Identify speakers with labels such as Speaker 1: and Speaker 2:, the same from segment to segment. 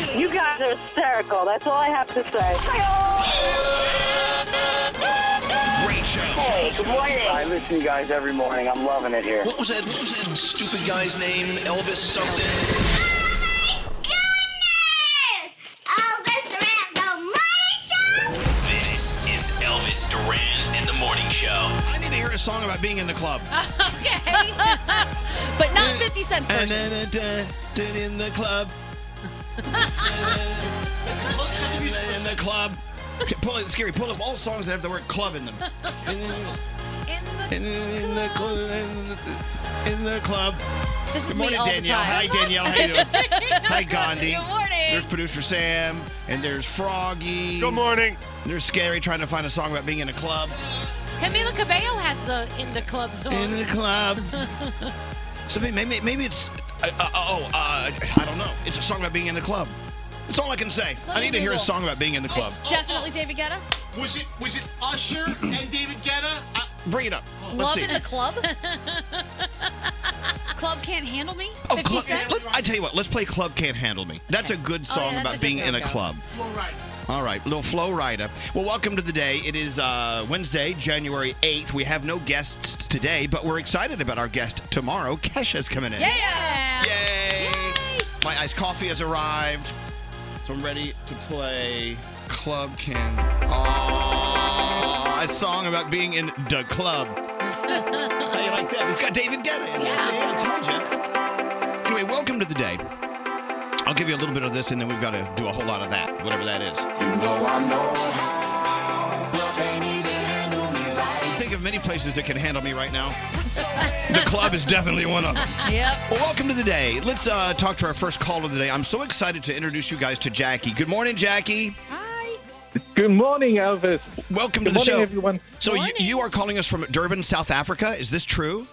Speaker 1: are hysterical. That's all I have to say.
Speaker 2: Great show.
Speaker 1: Hey, good morning.
Speaker 3: I listen to you guys every morning. I'm loving it here.
Speaker 2: What was that, what was that stupid guy's name? Elvis something?
Speaker 4: This is Elvis Duran in the morning show.
Speaker 5: I need to hear a song about being in the club.
Speaker 6: Okay. but not 50 Cent's version.
Speaker 5: Did uh, in the club. in the club. Okay, Pull it, scary. Pull up all songs that have the word club in them. In the club. In the club.
Speaker 6: This is
Speaker 5: uh, Good
Speaker 6: me
Speaker 5: morning,
Speaker 6: all the
Speaker 5: Danielle.
Speaker 6: time.
Speaker 5: Hi, Danielle. How you doing? Hi, Gandhi.
Speaker 6: Good morning.
Speaker 5: There's producer Sam, and there's Froggy. Good
Speaker 7: morning.
Speaker 5: There's Scary trying to find a song about being in a club.
Speaker 6: Camila Cabello has a in the club song.
Speaker 5: In the club. So maybe maybe, maybe it's uh, uh, oh uh, I don't know. It's a song about being in the club. That's all I can say.
Speaker 6: Let
Speaker 5: I
Speaker 6: me
Speaker 5: need to hear a
Speaker 6: Google.
Speaker 5: song about being in the club.
Speaker 6: Definitely David Guetta.
Speaker 7: Was it was it Usher and David Guetta? I,
Speaker 5: Bring it up. Let's
Speaker 6: Love
Speaker 5: see.
Speaker 6: in the club. club can't handle me.
Speaker 5: Oh,
Speaker 6: 50
Speaker 5: club,
Speaker 6: Cent. Oh,
Speaker 5: let- I tell you what. Let's play "Club Can't Handle Me." That's a good song
Speaker 6: that's
Speaker 5: about
Speaker 6: a good
Speaker 5: being in a
Speaker 6: song.
Speaker 5: club.
Speaker 7: Flo Rida.
Speaker 5: All right, little flow rider. Well, welcome to the day. It is uh, Wednesday, January 8th. We have no guests today, but we're excited about our guest tomorrow. Kesha's coming in.
Speaker 6: Yeah.
Speaker 5: Yay! My iced coffee has arrived, so I'm ready to play Club Can. Aww, a song about being in the club. How you like that? It's got David Guetta in it.
Speaker 6: Yeah.
Speaker 5: See, I told you. Anyway, welcome to the day. I'll give you a little bit of this, and then we've got to do a whole lot of that, whatever that is. Think of many places that can handle me right now. the club is definitely one of them.
Speaker 6: Yep.
Speaker 5: Well, welcome to the day. Let's uh, talk to our first caller of the day. I'm so excited to introduce you guys to Jackie. Good morning, Jackie.
Speaker 8: Good morning, Elvis.
Speaker 5: Welcome
Speaker 8: Good
Speaker 5: to the
Speaker 8: morning,
Speaker 5: show.
Speaker 8: everyone.
Speaker 5: So you,
Speaker 6: Morning.
Speaker 5: you are calling us from Durban, South Africa. Is this true?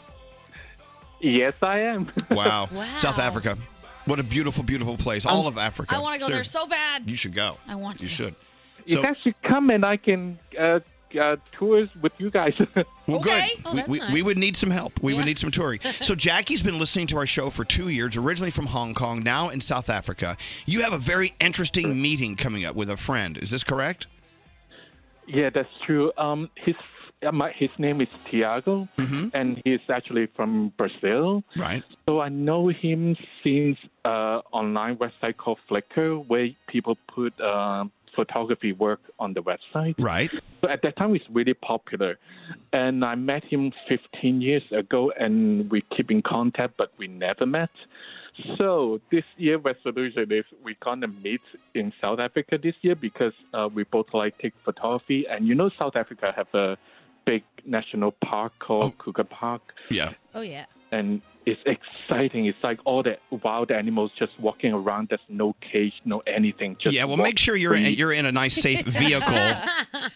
Speaker 8: Yes, I am.
Speaker 5: Wow.
Speaker 6: Wow.
Speaker 5: South Africa. What a beautiful, beautiful place. All of Africa.
Speaker 6: I want to go
Speaker 5: Sure.
Speaker 6: there so bad.
Speaker 5: You should go.
Speaker 6: I want
Speaker 5: You
Speaker 6: to.
Speaker 5: should.
Speaker 8: you
Speaker 5: So,
Speaker 8: guys should come and I can uh, uh, tours with you guys.
Speaker 5: well, good.
Speaker 6: Okay. Oh,
Speaker 5: we,
Speaker 6: that's
Speaker 5: we, we
Speaker 6: nice.
Speaker 5: would need some help. We
Speaker 6: Yeah.
Speaker 5: would need some touring. So Jackie's been listening to our show for two years, originally from Hong Kong, now in South Africa. You have a very interesting meeting coming up with a friend. Is this correct?
Speaker 8: yeah, that's true. Um, his uh, my, his name is Tiago, and he's actually from Brazil.
Speaker 5: Right.
Speaker 8: So I know him since uh, online website called Flickr, where people put uh, photography work on the website.
Speaker 5: Right.
Speaker 8: So at that time, it's really popular. And I met him 15 years ago, and we keep in contact, but we never met. So this year resolution is we're gonna meet in South Africa this year because uh, we both like take photography, and you know South Africa have a big national park called Kruger Park,
Speaker 5: Oh. Yeah.
Speaker 6: Oh yeah.
Speaker 8: and it's exciting. It's like all the wild animals just walking around. There's no cage, no anything. Just
Speaker 5: yeah, well, make
Speaker 8: walk
Speaker 5: sure you're
Speaker 8: free.
Speaker 5: in, you're in a nice, safe vehicle.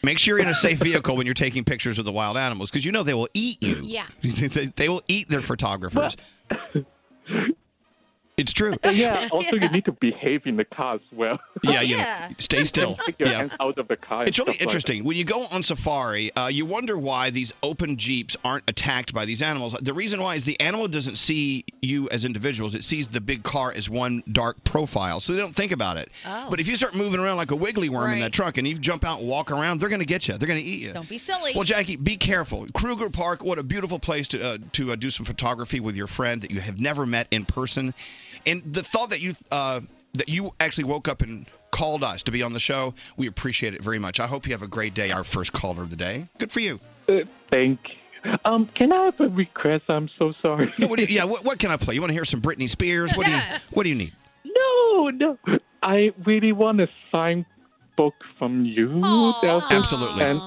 Speaker 5: make sure you're in a safe vehicle when you're taking pictures of the wild animals, because you know they will eat you.
Speaker 6: Yeah.
Speaker 5: they, they will eat their photographers. it's true.
Speaker 8: Yeah. Also, you need to behave in the car as well.
Speaker 5: Oh, Yeah, you
Speaker 6: yeah.
Speaker 5: Know, stay still.
Speaker 8: Take your
Speaker 5: yeah.
Speaker 8: hands out of the car. and
Speaker 5: It's really
Speaker 8: stuff like
Speaker 5: interesting. When you go on safari, uh, you wonder why these open jeeps aren't attacked by these animals. The reason why is the animal doesn't see you as individuals; it sees the big car as one dark profile, so they don't think about it.
Speaker 6: Oh.
Speaker 5: But if you start moving around like a wiggly worm in
Speaker 6: Right.
Speaker 5: that truck, and you jump out and walk around, they're going to get you. They're going to eat you.
Speaker 6: Don't be silly.
Speaker 5: Well, Jackie, be careful. Kruger Park, what a beautiful place to uh, to uh, do some photography with your friend that you have never met in person. And the thought that you uh, that you actually woke up and called us to be on the show, we appreciate it very much. I hope you have a great day. Our first caller of the day. Good for you.
Speaker 8: that. Uh, thank. Um, can I have a request? I'm so sorry.
Speaker 5: What do you- yeah. What, what can I play? You want to hear some Britney Spears? What do
Speaker 6: Yes.
Speaker 5: you What do you need?
Speaker 8: no, no. I really want a signed book from you. Delta.
Speaker 5: Absolutely.
Speaker 8: And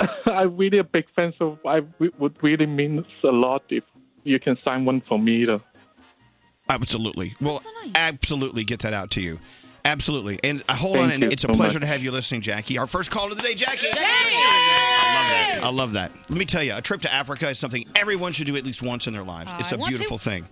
Speaker 8: I'm really a big fan, so I w- would really mean a lot if you can sign one for me. Though.
Speaker 5: Absolutely. Well,
Speaker 6: so nice.
Speaker 5: absolutely get that out to you. Absolutely. And uh, hold
Speaker 8: Thank
Speaker 5: on. And
Speaker 8: you
Speaker 5: it's a
Speaker 8: so
Speaker 5: pleasure
Speaker 8: much.
Speaker 5: to have you listening, Jackie. Our first caller of the day, Jackie.
Speaker 6: Hey!
Speaker 5: I love that. Let me tell you, a trip to Africa is something everyone should do at least once in their lives.
Speaker 6: Uh,
Speaker 5: it's
Speaker 6: I
Speaker 5: a
Speaker 6: want to.
Speaker 5: beautiful thing.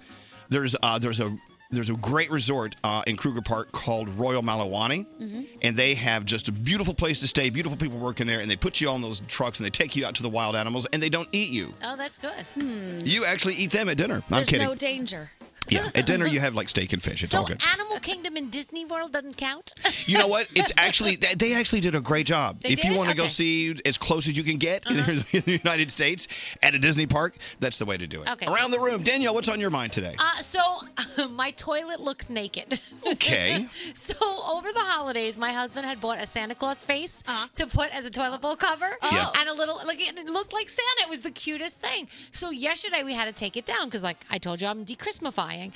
Speaker 5: There's uh, there's a there's a great resort uh, in Kruger Park called Royal Malawani,
Speaker 6: Mm-hmm.
Speaker 5: and they have just a beautiful place to stay, beautiful people working there, and they put you on those trucks and they take you out to the wild animals, and they don't eat you.
Speaker 6: Oh, that's good.
Speaker 9: Hmm.
Speaker 5: You actually eat them at dinner. I'm
Speaker 6: There's
Speaker 5: kidding.
Speaker 6: no danger.
Speaker 5: Yeah, at dinner you have like steak and fish. It's
Speaker 9: So
Speaker 5: all good.
Speaker 9: Animal Kingdom in Disney World doesn't count?
Speaker 5: You know what? It's actually they- they actually did a great job.
Speaker 9: They
Speaker 5: if you
Speaker 9: did?
Speaker 5: want to go
Speaker 9: Okay. Uh-huh.
Speaker 5: see as close as you can get in the United States at a Disney park, that's the way to do it.
Speaker 9: Okay.
Speaker 5: Around the room, Danielle, what's on your mind today?
Speaker 9: Uh, so my toilet looks naked.
Speaker 5: Okay.
Speaker 9: so over the holidays, my husband had bought a Santa Claus face
Speaker 6: Uh-huh.
Speaker 9: to put as a toilet bowl cover,
Speaker 6: Oh.
Speaker 10: Yeah.
Speaker 9: and a little like and it looked like Santa. It was the cutest thing. So yesterday we had to take it down because, like I told you, I'm dechristmifying. And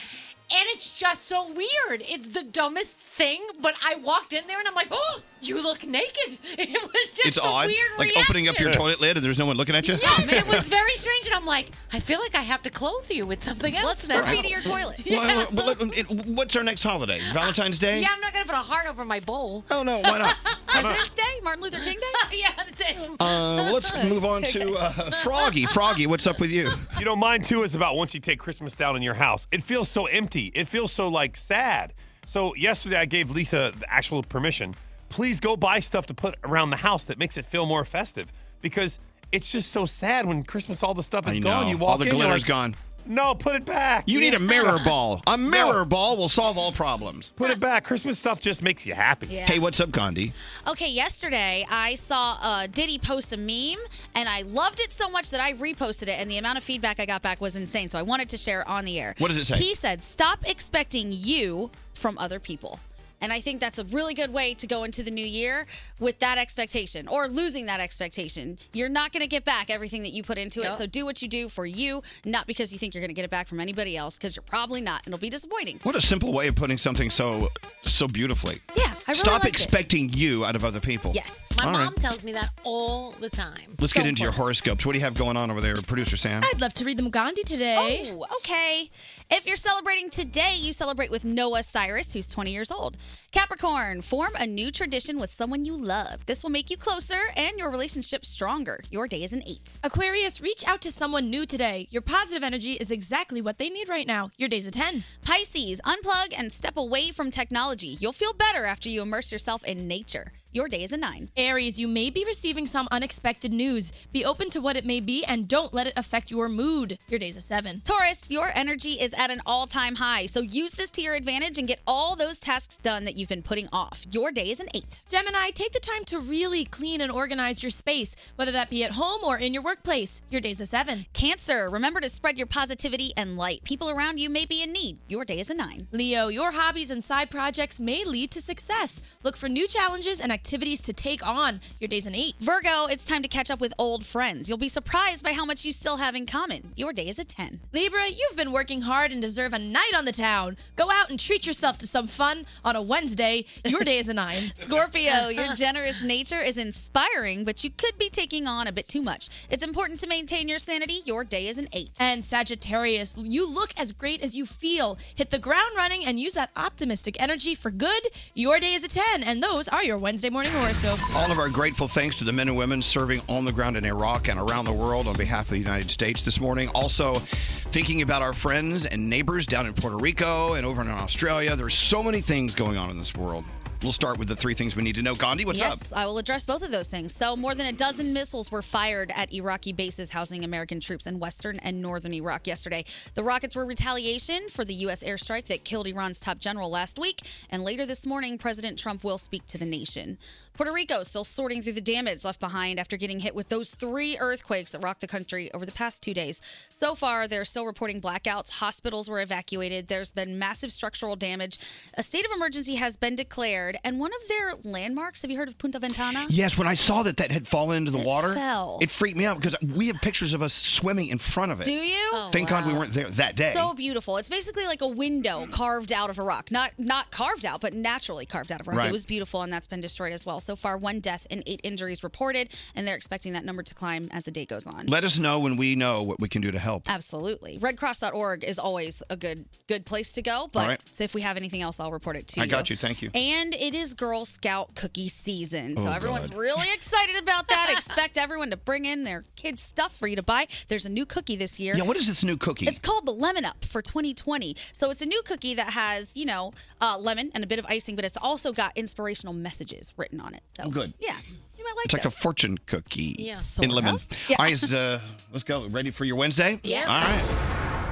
Speaker 9: it's just so weird. It's the dumbest thing, but I walked in there and I'm like, oh, you look naked. It was just
Speaker 5: it's
Speaker 9: a
Speaker 5: odd,
Speaker 9: weird
Speaker 5: like opening up your
Speaker 9: reaction.
Speaker 5: toilet lid and there's no one looking at you.
Speaker 9: Yeah, it was very strange, and I'm like, I feel like I have to clothe you with something else.
Speaker 6: Let's
Speaker 9: now.
Speaker 6: put me to your toilet.
Speaker 5: Well, well, well, it- what's our next holiday? Valentine's Day.
Speaker 9: Uh, Yeah, I'm not gonna put a heart over my bowl.
Speaker 5: Oh no, why not?
Speaker 6: President's Day, Martin Luther King Day.
Speaker 9: yeah, that's it.
Speaker 5: Uh, let's move on to uh, Froggy. Froggy, what's up with you?
Speaker 11: You know, mine too is about once you take Christmas down in your house, it feels so empty. It feels so like sad. So yesterday I gave Lisa the actual permission. Please go buy stuff to put around the house that makes it feel more festive because it's just so sad when Christmas all the stuff is
Speaker 5: I
Speaker 11: gone.
Speaker 5: know.
Speaker 11: You walk
Speaker 5: All the
Speaker 11: in, you're
Speaker 5: glitter's
Speaker 11: like,
Speaker 5: gone.
Speaker 11: No, put it back.
Speaker 5: You need a mirror ball. A
Speaker 11: No.
Speaker 5: mirror ball will solve all problems.
Speaker 11: Put it back. Christmas stuff just makes you happy.
Speaker 6: Yeah.
Speaker 5: Hey, what's up, Gandhi?
Speaker 6: Okay, yesterday I saw uh, Diddy post a meme, and I loved it so much that I reposted it, and the amount of feedback I got back was insane. So I wanted to share it on the air.
Speaker 5: What does it say?
Speaker 6: He said, "Stop expecting you from other people." And I think that's a really good way to go into the new year with that expectation or losing that expectation. You're not going to get back everything that you put into it.
Speaker 9: Yep.
Speaker 6: So do what you do for you, not because you think you're going to get it back from anybody else, because you're probably not. and It'll be disappointing.
Speaker 5: What a simple way of putting something so so beautifully.
Speaker 6: Yeah, I really
Speaker 5: Stop
Speaker 6: liked it.
Speaker 5: expecting you out of other people.
Speaker 9: Yes, my
Speaker 5: All
Speaker 9: mom
Speaker 5: right.
Speaker 9: tells me that all the time.
Speaker 5: Let's get into your horoscopes. What do you have going on over there, producer Sam?
Speaker 6: I'd love to read them Gandhi today. Oh, okay. If you're celebrating today, you celebrate with Noah Cyrus, who's 20 years old. Capricorn, form a new tradition with someone you love. This will make you closer and your relationship stronger. Your day is an eight.
Speaker 10: Aquarius, reach out to someone new today. Your positive energy is exactly what they need right now. Your day's a 10.
Speaker 6: Pisces, unplug and step away from technology. You'll feel better after you immerse yourself in nature. Your day is a nine.
Speaker 10: Aries, you may be receiving some unexpected news. Be open to what it may be and don't let it affect your mood. Your day's a 7.
Speaker 6: Taurus, your energy is at an all time high, so use this to your advantage and get all those tasks done that you've been putting off. Your day is an eight.
Speaker 10: Gemini, take the time to really clean and organize your space, whether that be at home or in your workplace. Your day's a 7.
Speaker 6: Cancer, remember to spread your positivity and light. People around you may be in need. Your day is a nine.
Speaker 10: Leo, your hobbies and side projects may lead to success. Look for new challenges and activities to take on. Your day's an 8.
Speaker 6: Virgo, it's time to catch up with old friends. You'll be surprised by how much you still have in common. Your day is a 10.
Speaker 10: Libra, you've been working hard and deserve a night on the town. Go out and treat yourself to some fun on a Wednesday. Your day is a 9.
Speaker 6: Scorpio, your generous nature is inspiring, but you could be taking on a bit too much. It's important to maintain your sanity. Your day is an 8.
Speaker 10: And Sagittarius, you look as great as you feel. Hit the ground running and use that optimistic energy for good. Your day is a 10, and those are your Wednesday morning horoscopes.
Speaker 5: All of our grateful thanks to the men and women serving on the ground in Iraq and around the world on behalf of the United States this morning. Also, thinking about our friends and neighbors down in Puerto Rico and over in Australia. There's so many things going on in this world. We'll start with the three things we need to know. Gandhi, what's up?
Speaker 6: yes, I will address both of those things. So, more than a dozen missiles were fired at Iraqi bases housing American troops in western and northern Iraq yesterday. The rockets were retaliation for the U.S. airstrike that killed Iran's top general last week. And later this morning, President Trump will speak to the nation. Puerto Rico is still sorting through the damage left behind after getting hit with those three earthquakes that rocked the country over the past two days. So far, they're still reporting blackouts. Hospitals were evacuated. There's been massive structural damage. A state of emergency has been declared. And one of their landmarks, have you heard of Punta Ventana?
Speaker 5: Yes, when I saw that that had fallen into the water,
Speaker 6: fell.
Speaker 5: it freaked me out because we have pictures of us swimming in front of it.
Speaker 6: Do you? Oh,
Speaker 5: Thank God we weren't there that day.
Speaker 6: So beautiful. It's basically like a window carved out of a rock. Not not carved out, but naturally carved out of a rock.
Speaker 5: Right.
Speaker 6: It was beautiful and that's been destroyed as well. So far, one death and eight injuries reported, and they're expecting that number to climb as the day goes on.
Speaker 5: Let us know when we know what we can do to help.
Speaker 6: Absolutely. Redcross.org is always a good good place to go,
Speaker 5: All
Speaker 6: but
Speaker 5: right.
Speaker 6: if we have anything else, I'll report it to
Speaker 5: I
Speaker 6: you.
Speaker 5: got you. Thank you.
Speaker 6: And it is Girl Scout cookie season. So
Speaker 5: Oh,
Speaker 6: everyone's
Speaker 5: God.
Speaker 6: really excited about that. Expect everyone to bring in their kids' stuff for you to buy. There's a new cookie this year.
Speaker 5: Yeah, what is this new cookie?
Speaker 6: It's called the Lemon Up for 2020. So it's a new cookie that has, you know, uh, lemon and a bit of icing, but it's also got inspirational messages written on it. So
Speaker 5: Good.
Speaker 6: Yeah. You might like
Speaker 5: It's like a
Speaker 6: this.
Speaker 5: fortune cookie
Speaker 6: Yeah.
Speaker 5: in
Speaker 6: Sort
Speaker 5: lemon.
Speaker 6: of. Yeah.
Speaker 5: All right, it's, uh, let's go. Ready for your Wednesday?
Speaker 6: Yes.
Speaker 5: All right.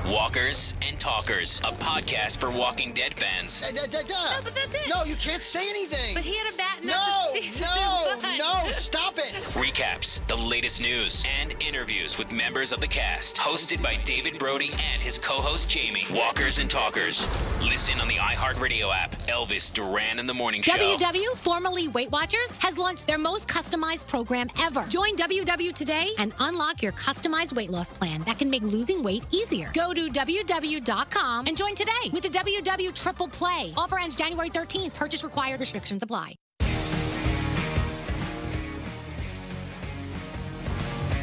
Speaker 4: Walkers and Talkers, a podcast for Walking Dead fans.
Speaker 12: No, but that's it. No, you can't say anything. But he had a bat. No, no, no! Stop it.
Speaker 4: Recaps, the latest news, and interviews with members of the cast. Hosted by David Brody and his co host Jamie. Walkers and Talkers. Listen on the iHeartRadio app. Elvis Duran and the Morning Show.
Speaker 13: WW, formerly Weight Watchers, has launched their most customized program ever. Join WW today and unlock your customized weight loss plan that can make losing weight easier. Go to WW.com and join today with the WW Triple Play. Offer ends January 13th. Purchase required. Restrictions apply.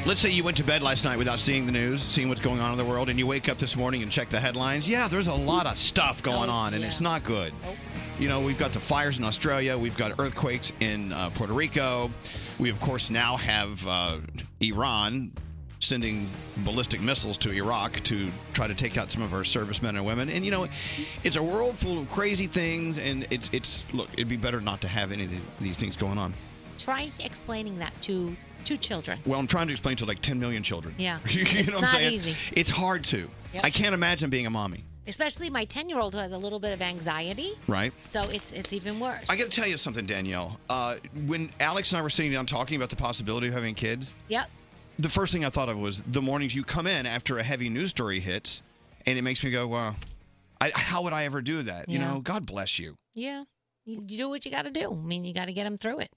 Speaker 5: Let's say you went to bed last night without seeing the news, seeing what's going on in the world, and you wake up this morning and check the headlines. Yeah, there's a lot of stuff going on, and it's not good. You know, we've got the fires in Australia, we've got earthquakes in uh, Puerto Rico. We, of course, now have uh, Iran sending ballistic missiles to Iraq to try to take out some of our servicemen and women. And, you know, it's a world full of crazy things, and it's, it's look, it'd be better not to have any of these things going on.
Speaker 9: Try explaining that to two children.
Speaker 5: Well, I'm trying to explain to like 10 million children.
Speaker 9: Yeah.
Speaker 5: you know
Speaker 9: It's
Speaker 5: what I'm
Speaker 9: not
Speaker 5: saying?
Speaker 9: easy.
Speaker 5: It's hard to.
Speaker 9: Yep.
Speaker 5: I can't imagine being a mommy,
Speaker 9: Especially my 10 year old who has a little bit of anxiety.
Speaker 5: right?
Speaker 9: So it's it's even worse.
Speaker 5: I got to tell you something, Danielle. Uh, when Alex and I were sitting down talking about the possibility of having kids,
Speaker 9: Yep.
Speaker 5: the first thing I thought of was the mornings you come in after a heavy news story hits, and it makes me go, "Wow, I, how would I ever do that?" You
Speaker 9: Yeah.
Speaker 5: know, God bless you.
Speaker 9: Yeah. You you do what you got to do. I mean, you got to get them through it.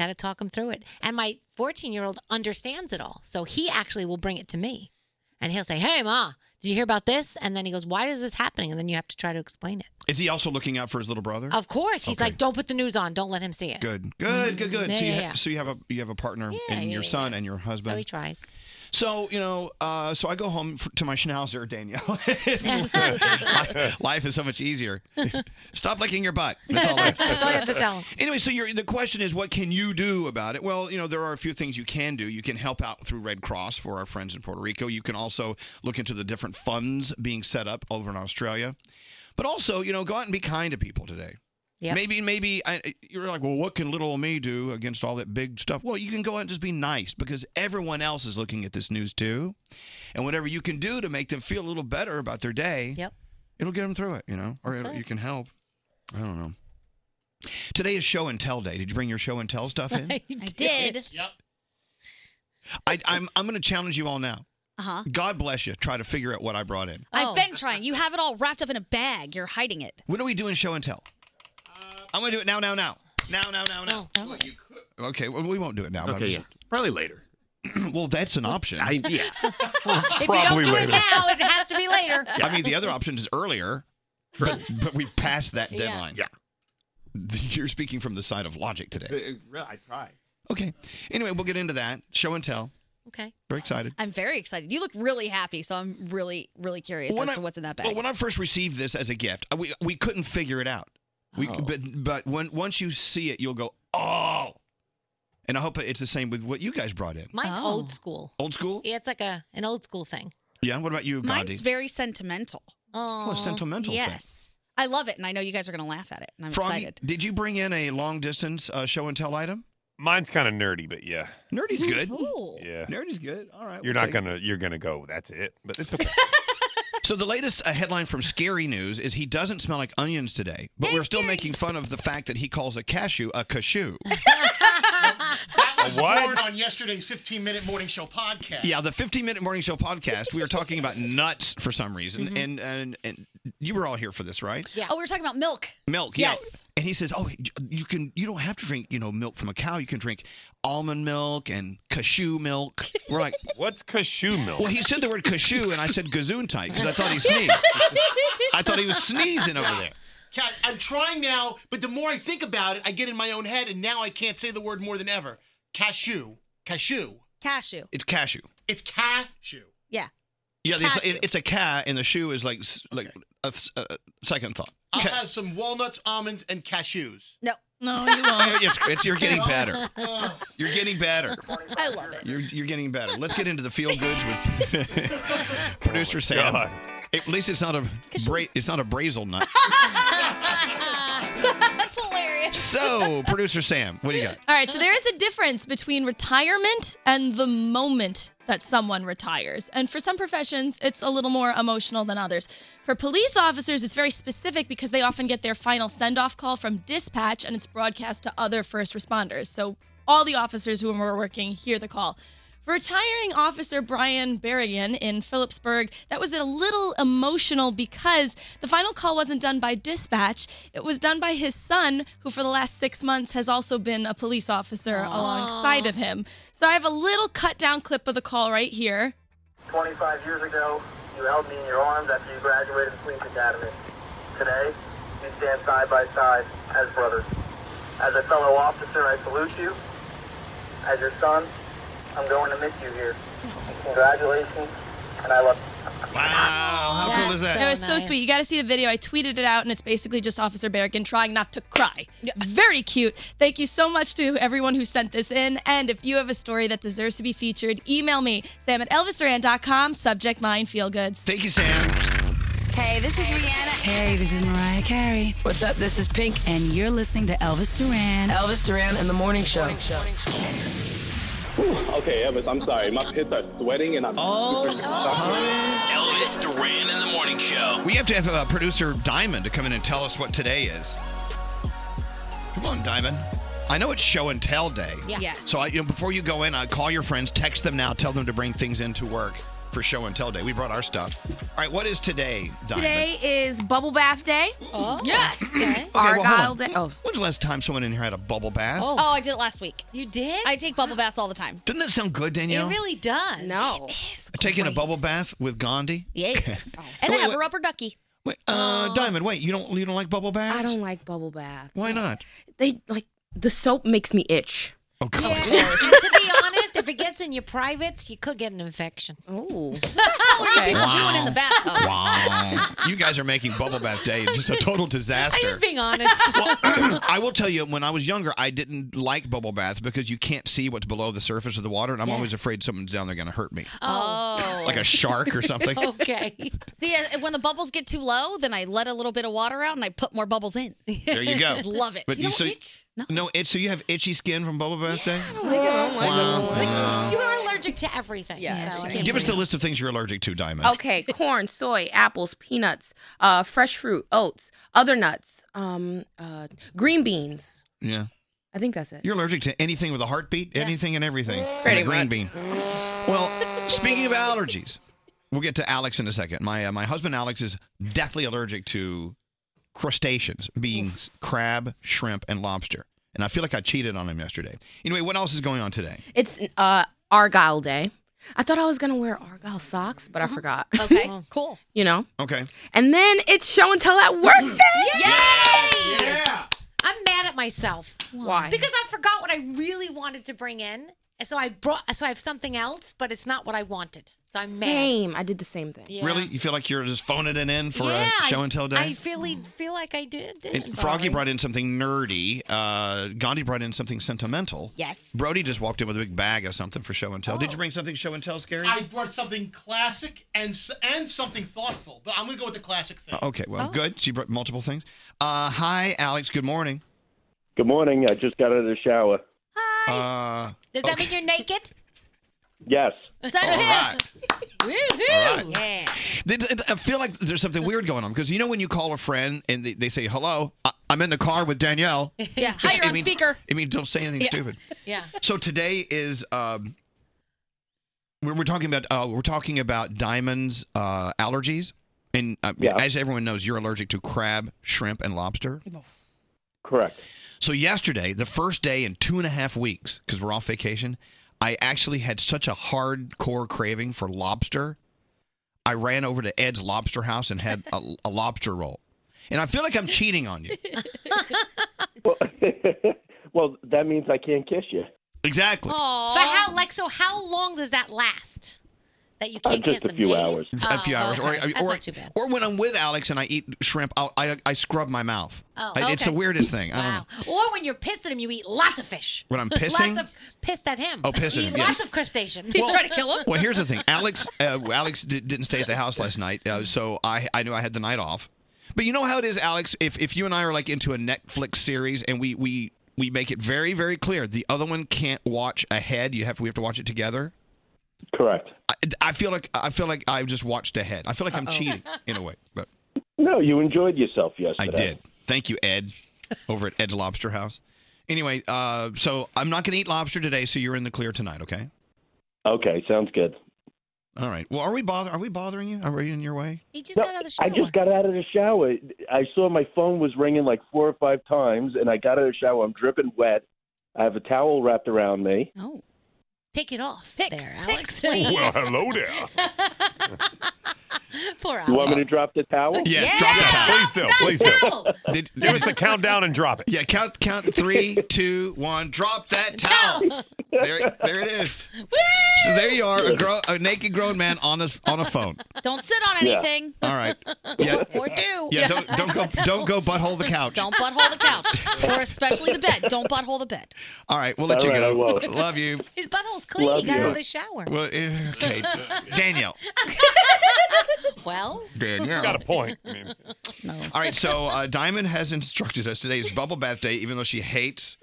Speaker 9: Got to talk them through it. And my 14 year old understands it all. So he actually will bring it to me. And he'll say, Hey, Ma, did you hear about this? And then he goes, Why is this happening? And then you have to try to explain it.
Speaker 5: Is he also looking out for his little brother?
Speaker 9: Of course. He's
Speaker 5: Okay.
Speaker 9: like, Don't put the news on. Don't let him see it.
Speaker 5: Good, good, good, good.
Speaker 9: Yeah,
Speaker 5: so, you
Speaker 9: yeah,
Speaker 5: ha-
Speaker 9: yeah.
Speaker 5: so you have a you have a partner and
Speaker 9: yeah,
Speaker 5: your
Speaker 9: yeah.
Speaker 5: son and your husband.
Speaker 9: So he tries.
Speaker 5: So you know, uh, so I go home f to my schnauzer, Danielle. Life- Life is so much easier. Stop licking your butt. That's all. I,
Speaker 9: That's all you have to tell 'em.
Speaker 5: Anyway, so you're, the question is, what can you do about it? Well, you know, there are a few things you can do. You can help out through Red Cross for our friends in Puerto Rico. You can also look into the different funds being set up over in Australia. But also, you know, go out and be kind to people today.
Speaker 14: Yep.
Speaker 5: Maybe, maybe I, you're like, well, what can little old me do against all that big stuff? Well, you can go out and just be nice because everyone else is looking at this news too, and whatever you can do to make them feel a little better about their day,
Speaker 9: yep,
Speaker 5: it'll get them through it, you know, or
Speaker 9: That's
Speaker 5: it'll-
Speaker 9: it.
Speaker 5: you can help. I don't know. Today is show and tell day. Did you bring your show and tell stuff in?
Speaker 9: I
Speaker 6: did.
Speaker 7: Yep.
Speaker 5: I, I'm I'm going to challenge you all now.
Speaker 6: Uh huh.
Speaker 5: God bless you. Try to figure out what I brought in.
Speaker 6: I've been trying. You have it all wrapped up in a bag. You're hiding it.
Speaker 5: When are we doing show and tell? I'm going to do it now, now, now. Now, now, now, now.
Speaker 6: Oh,
Speaker 5: Okay, well, we won't do it now. Okay, yeah.
Speaker 14: Probably later.
Speaker 5: well, that's an option. I,
Speaker 14: yeah.
Speaker 6: oh.
Speaker 9: if you don't do it now, it has to be later.
Speaker 5: I mean, the other option is earlier, but, but we've passed that
Speaker 9: Yeah.
Speaker 5: deadline. Yeah. You're speaking from the side of logic
Speaker 15: Uh,
Speaker 5: today.
Speaker 14: I try.
Speaker 5: Okay. Anyway, we'll get into that. Show and tell.
Speaker 9: Okay.
Speaker 5: Very excited.
Speaker 6: I'm very excited. You look really happy, so I'm really, really curious
Speaker 5: When
Speaker 6: as
Speaker 5: I-
Speaker 6: to what's in that bag.
Speaker 5: Well, when I first received this as a gift, I- we we couldn't figure it out. We
Speaker 6: Oh.
Speaker 5: but but when once you see it, you'll go oh. And I hope it's the same with what you guys brought in.
Speaker 9: Mine's
Speaker 6: Oh.
Speaker 9: old school.
Speaker 5: Old school?
Speaker 9: Yeah, it's like a an old school thing.
Speaker 5: Yeah. What about you, Gandhi?
Speaker 6: Mine's very sentimental.
Speaker 9: Oh,
Speaker 5: a sentimental thing.
Speaker 6: Yes. I love it, and I know you guys are going to laugh at it, and I'm
Speaker 5: Froggy,
Speaker 6: excited.
Speaker 5: Did you bring in a long distance uh, show and tell item?
Speaker 11: Mine's kind of nerdy, but yeah.
Speaker 5: Nerdy's good.
Speaker 11: Yeah.
Speaker 5: Nerdy's good. All right.
Speaker 11: You're
Speaker 5: we'll
Speaker 11: not
Speaker 5: take
Speaker 11: going to, you're going to go, that's it. But it's okay.
Speaker 5: So the latest uh, headline from Scary News is he doesn't smell like onions today, but we're still making fun of the fact that he calls a cashew a cashew.
Speaker 7: That was
Speaker 5: What?
Speaker 7: born on yesterday's 15 minute morning show podcast.
Speaker 5: yeah, the 15 minute morning show podcast. We were talking about nuts for some reason,
Speaker 9: Mm-hmm.
Speaker 6: Mhm.
Speaker 5: and, and and you were all here for this, right?
Speaker 6: Yeah. Oh, we were talking about milk.
Speaker 5: Milk, yeah.
Speaker 6: Yes.
Speaker 5: And he says, "Oh, you can. You don't have to drink, you know, milk from a cow. You can drink almond milk and cashew milk." We're like,
Speaker 11: "What's cashew milk?"
Speaker 5: Well, he said the word cashew, and I said gazoontight because I thought he sneezed. I thought he was sneezing over there.
Speaker 7: Kat, I'm trying now, but the more I think about it, I get in my own head, and now I can't say the word more than ever. Cashew. Cashew.
Speaker 6: Cashew.
Speaker 5: It's cashew.
Speaker 7: It's cashew.
Speaker 6: Yeah.
Speaker 5: Yeah, it's,
Speaker 7: Cashew.
Speaker 5: it, it's a ca, and the shoe is like s- like a, s- a second thought.
Speaker 7: I'll have some walnuts, almonds, and cashews.
Speaker 6: No.
Speaker 10: No,
Speaker 6: you
Speaker 5: won't. It's- it's- you're getting better.
Speaker 7: Oh.
Speaker 5: You're getting better.
Speaker 6: I love it.
Speaker 5: You're, you're getting better. Let's get into the feel goods with producer Sam. At least it's not a bra- it's not a brazel nut.
Speaker 6: That's hilarious.
Speaker 5: so, producer Sam, what do you got?
Speaker 10: All right, so there is a difference between retirement and the moment. that someone retires. And for some professions, it's a little more emotional than others. For police officers, it's very specific because they often get their final send off call from dispatch and it's broadcast to other first responders. So all the officers who were working hear the call. For retiring officer Brian Berrigan in Phillipsburg, that was a little emotional because the final call wasn't done by dispatch. It was done by his son, who for the last six months has also been a police officer alongside of him. So I have a little cut down clip of the call right here.
Speaker 14: 25 years ago, you held me in your arms after you graduated from Queen's Academy. Today, we stand side by side as brothers. As a fellow officer, I salute you. As your son, I'm going to miss you here. Congratulations, and I love you.
Speaker 5: Wow, how cool is that?
Speaker 10: It was so sweet. You got to see the video. I tweeted it out, and it's basically just Officer Berrigan trying not to cry. Very cute. Thank you so much to everyone who sent this in. And if you have a story that deserves to be featured, email me, sam at elvisduran.com, subject line feel goods.
Speaker 5: Thank you, Sam.
Speaker 16: Hey, this is Rihanna. Hey, this is Mariah Carey. What's up? This is Pink. And you're listening to Elvis Duran. Elvis Duran and the Morning Show.
Speaker 17: Okay, Elvis, I'm sorry. My pits are sweating and I'm. Oh,
Speaker 4: Elvis Duran in the morning show.
Speaker 5: We have to have uh, producer Diamond to come in and tell us what today is. Come on, Diamond. I know it's show and tell day.
Speaker 6: Yeah. Yes.
Speaker 5: So I, you know, before you go in, I call your friends, text them now, tell them to bring things into work for show and tell day. We brought our stuff. All right, what is today, Diamond?
Speaker 18: Today is Bubble Bath Day. Oh. Yes. It's
Speaker 5: Okay, well, hold
Speaker 18: Argyle
Speaker 5: on.
Speaker 18: Day. Oh.
Speaker 5: When's the last time someone in here had a bubble bath?
Speaker 6: Oh. I did it last week.
Speaker 9: You did?
Speaker 6: I take bubble baths all the time.
Speaker 5: Doesn't that sound good, Danielle?
Speaker 9: does.
Speaker 18: No.
Speaker 5: Taking a bubble bath with Gandhi? Oh,
Speaker 6: Yes. And I
Speaker 5: Wait,
Speaker 6: have
Speaker 5: wait.
Speaker 6: a rubber ducky.
Speaker 5: Wait, uh, Diamond, wait, you don't you don't like bubble baths?
Speaker 18: Oh. I don't like bubble baths.
Speaker 5: Why not?
Speaker 18: They like the soap makes me itch.
Speaker 5: Oh God.
Speaker 9: Yeah, to be honest, if it gets in your privates, you could get an infection.
Speaker 18: Oh.
Speaker 9: okay.
Speaker 5: Wow.
Speaker 9: doing in the bathtub.
Speaker 5: Wow. you guys are making bubble bath day just a total disaster.
Speaker 9: I'm just being honest.
Speaker 5: I will tell you, when I was younger, I didn't like bubble baths because you can't see what's below the surface of the water, and I'm always afraid someone's down there going to hurt me.
Speaker 6: Oh.
Speaker 5: Like a shark or something.
Speaker 9: okay.
Speaker 6: See, uh, when the bubbles get too low, then I let a little bit of water out and I put more bubbles in.
Speaker 5: There you go.
Speaker 6: Love it.
Speaker 5: But so, No. itch. So you have itchy skin from bubble bath day. Wow.
Speaker 9: But you
Speaker 5: Wow.
Speaker 9: are allergic to everything.
Speaker 18: Yeah,
Speaker 9: so-
Speaker 5: Give us the list of things you're allergic to, Diamond.
Speaker 18: Okay, corn, soy, apples, peanuts, uh, fresh fruit, oats, other nuts, um, uh, green beans.
Speaker 5: Yeah.
Speaker 18: I think that's it.
Speaker 5: You're allergic to anything with a heartbeat, anything and everything.
Speaker 18: Pretty
Speaker 5: and a green
Speaker 18: much.
Speaker 5: bean. Well, speaking of allergies, we'll get to Alex in a second. My uh, my husband Alex is deathly allergic to crustaceans, being crab, shrimp, and lobster. And I feel like I cheated on him yesterday. Anyway, what else is going on today?
Speaker 18: It's uh, Argyle Day. I thought I was gonna wear Argyle socks, but I forgot.
Speaker 6: Okay, cool.
Speaker 18: you know.
Speaker 5: Okay.
Speaker 18: And then it's show and tell at work day.
Speaker 9: I'm mad at myself.
Speaker 18: Why?
Speaker 9: Because I forgot what I really wanted to bring in. and So I brought so I have something else, but it's not what I wanted. So I'm mad.
Speaker 18: Same. I did the same thing.
Speaker 9: Yeah.
Speaker 5: Really? You feel like you're just phoning it in for
Speaker 9: Yeah,
Speaker 5: a show and tell day?
Speaker 9: I really feel like I did.
Speaker 5: And
Speaker 9: this.
Speaker 5: Froggy brought in something nerdy. Uh, Gandhi brought in something sentimental.
Speaker 9: Yes. Oh.
Speaker 5: Brody just walked in with a big bag of something for show and tell. Did you bring something show and tell, Scary?
Speaker 7: I brought something classic and s- and something thoughtful, but I'm gonna go with the classic thing.
Speaker 5: Uh, Okay, well, good. She brought multiple things. Uh, hi, Alex. Good morning.
Speaker 17: Good morning. I just got out of the shower.
Speaker 5: Hi. Uh,
Speaker 9: Does that mean you're naked?
Speaker 17: yes.
Speaker 5: All right.
Speaker 9: Yeah.
Speaker 5: Did- did- I feel like there's something weird going on because you know when you call a friend and they, they say, hello, I, I'm in the car with Danielle.
Speaker 6: Yeah,
Speaker 5: Just-
Speaker 6: higher
Speaker 5: it
Speaker 6: on
Speaker 5: means-
Speaker 6: speaker.
Speaker 5: It means don't say anything
Speaker 6: Yeah.
Speaker 5: stupid.
Speaker 9: Yeah.
Speaker 5: So today is um, we're, we're talking about uh, we're talking about diamonds uh, allergies, and uh, as everyone knows, you're allergic to crab, shrimp, and lobster.
Speaker 17: Correct.
Speaker 5: So yesterday, the first day in two and a half weeks, because we're off vacation, I actually had such a hardcore craving for lobster. I ran over to Ed's Lobster House and had a, a lobster roll, and I feel like I'm cheating on you.
Speaker 17: Well, that means I can't kiss you.
Speaker 5: Exactly.
Speaker 9: So how like so how long does that last? That you
Speaker 17: Uh,
Speaker 9: can't
Speaker 17: just
Speaker 9: kiss
Speaker 17: a few
Speaker 9: him days?
Speaker 17: hours.
Speaker 5: a few
Speaker 9: Oh,
Speaker 5: hours,
Speaker 9: okay. That's
Speaker 5: or or,
Speaker 9: not too bad.
Speaker 5: or when I'm with Alex and I eat shrimp, I'll, I I scrub my mouth.
Speaker 9: Oh,
Speaker 5: I- It's
Speaker 9: okay.
Speaker 5: the weirdest thing. I don't know.
Speaker 9: Or when you're pissed at him, you eat lots of fish.
Speaker 5: When I'm
Speaker 9: Lots
Speaker 5: pissing?
Speaker 9: of pissed at him.
Speaker 5: Oh, pissed at
Speaker 9: You
Speaker 5: him,
Speaker 9: eat Lots
Speaker 5: yes.
Speaker 9: of crustacean.
Speaker 5: Well- Well, here's the thing. Alex uh, Alex di- didn't stay at the house last night, uh, so I I knew I had the night off. But you know how it is, Alex. If if you and I are like into a Netflix series and we we we make it very very clear the other one can't watch ahead. You have we have to watch it together.
Speaker 17: Correct.
Speaker 5: I, I feel like I feel like I just watched ahead. I feel like I'm cheating in a way, but
Speaker 17: No, you enjoyed yourself yesterday.
Speaker 5: I did. Thank you, Ed, over at Ed's Lobster House. Anyway, uh, so I'm not going to eat lobster today, so you're in the clear tonight. Okay.
Speaker 17: Okay, sounds good.
Speaker 5: All right. Well, are we bother? Are we bothering you? Are we in your way?
Speaker 9: He
Speaker 17: No, I just got out of the shower. I saw my phone was ringing like four or five times, and I got out of the shower. I'm dripping wet. I have a towel wrapped around me.
Speaker 9: Oh. Take it off there, Alex.
Speaker 17: Well, hello
Speaker 11: there.
Speaker 9: Poor Alex.
Speaker 17: You want me to drop the towel?
Speaker 11: Yeah,
Speaker 5: Yes, drop the towel.
Speaker 11: Please do. Please do.
Speaker 5: Did,
Speaker 11: Give us a countdown and drop it.
Speaker 5: Yeah, count count three, two, one. Drop that towel. There, there it is. So there you are, a, gro- a naked grown man on a on a phone.
Speaker 6: Don't sit on
Speaker 5: Yeah.
Speaker 6: anything.
Speaker 5: All right. Yeah.
Speaker 6: Or do.
Speaker 5: Yeah. Don't don't go don't go butthole the couch.
Speaker 6: Don't butthole the couch, or especially the bed. Don't butthole the bed.
Speaker 5: All right, we'll let
Speaker 17: All
Speaker 5: you
Speaker 17: right, I
Speaker 5: go.
Speaker 17: won't.
Speaker 5: Love you.
Speaker 9: His butthole's clean.
Speaker 5: Love
Speaker 9: he got
Speaker 5: you.
Speaker 9: out of the shower.
Speaker 5: Well, eh, okay, Danielle.
Speaker 9: well,
Speaker 5: Danielle.
Speaker 9: Got a point.
Speaker 5: All right, so uh, Diamond has instructed us today is bubble bath day, even though she hates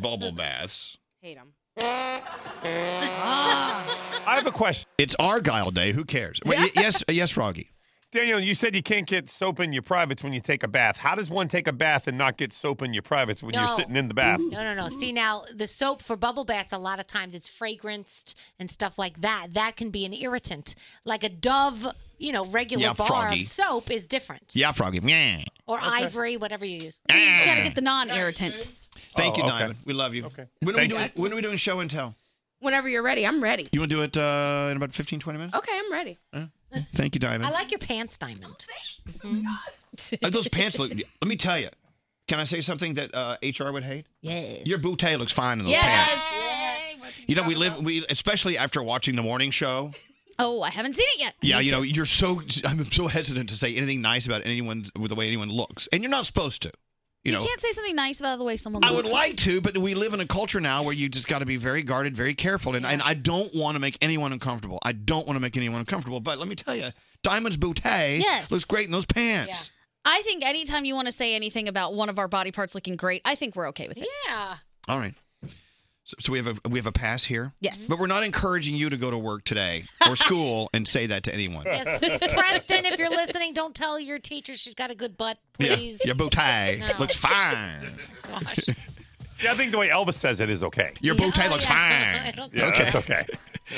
Speaker 5: bubble baths.
Speaker 18: Hate him.
Speaker 11: oh I have a question.
Speaker 5: It's Argyle Day. Who cares? Wait, y- yes, yes, Froggy.
Speaker 11: Daniel, you said you can't get soap in your privates when you take a bath. How does one take a bath and not get soap in your privates when you're
Speaker 9: No.
Speaker 11: sitting in the bath?
Speaker 9: No, no, no. See now, the soap for bubble baths a lot of times it's fragranced and stuff like that. That can be an irritant. Like a Dove, you know, regular
Speaker 5: Yeah,
Speaker 9: bar
Speaker 5: froggy.
Speaker 9: of soap is different.
Speaker 5: Yeah, Froggy. Yeah.
Speaker 9: Or ivory, whatever you use.
Speaker 5: You gotta get
Speaker 6: the non-irritants.
Speaker 5: Thank
Speaker 11: Oh,
Speaker 5: you,
Speaker 11: okay.
Speaker 5: Diamond. We love you. Okay. When are, we
Speaker 11: Thank
Speaker 5: doing, when are we doing show and tell?
Speaker 18: Whenever you're ready, I'm ready.
Speaker 5: You want to do it uh, in about 15, 20 minutes?
Speaker 18: Okay, I'm ready.
Speaker 5: Thank you, Diamond.
Speaker 9: I like your pants, Diamond. Mm-hmm.
Speaker 5: Uh, those pants look. Let me tell you. Can I say something that uh, HR would hate?
Speaker 9: Yes.
Speaker 5: Your bootay looks fine in those pants. You know, we live. We especially after watching the morning show.
Speaker 6: Oh, I haven't seen it yet.
Speaker 5: Yeah, you know, you're so. I'm so hesitant to say anything nice about anyone with the way anyone looks, and you're not supposed to. You,
Speaker 6: You,
Speaker 5: know,
Speaker 6: can't say something nice about the way someone.
Speaker 5: I would
Speaker 6: looks.
Speaker 5: like to, but we live in a culture now where you just got to be very guarded, very careful, and, and I don't want to make anyone uncomfortable. I don't want to make anyone uncomfortable. But let me tell you, Diamond's bootay
Speaker 6: Yes.
Speaker 5: looks great in those pants.
Speaker 6: I think anytime you want to say anything about one of our body parts looking great, I think we're okay with it.
Speaker 9: Yeah.
Speaker 5: All right. So, so we have a we have a pass here.
Speaker 6: Yes.
Speaker 5: But we're not encouraging you to go to work today or school and say that to anyone.
Speaker 9: Yes, please, Preston, if you're listening, don't tell your teacher she's got a good butt, please.
Speaker 5: Yeah, your bow tie
Speaker 9: No.
Speaker 5: looks fine.
Speaker 11: Yeah, I think the way Elvis says it is okay.
Speaker 5: Your bow tie looks
Speaker 11: yeah.
Speaker 5: fine.
Speaker 11: okay. that's okay.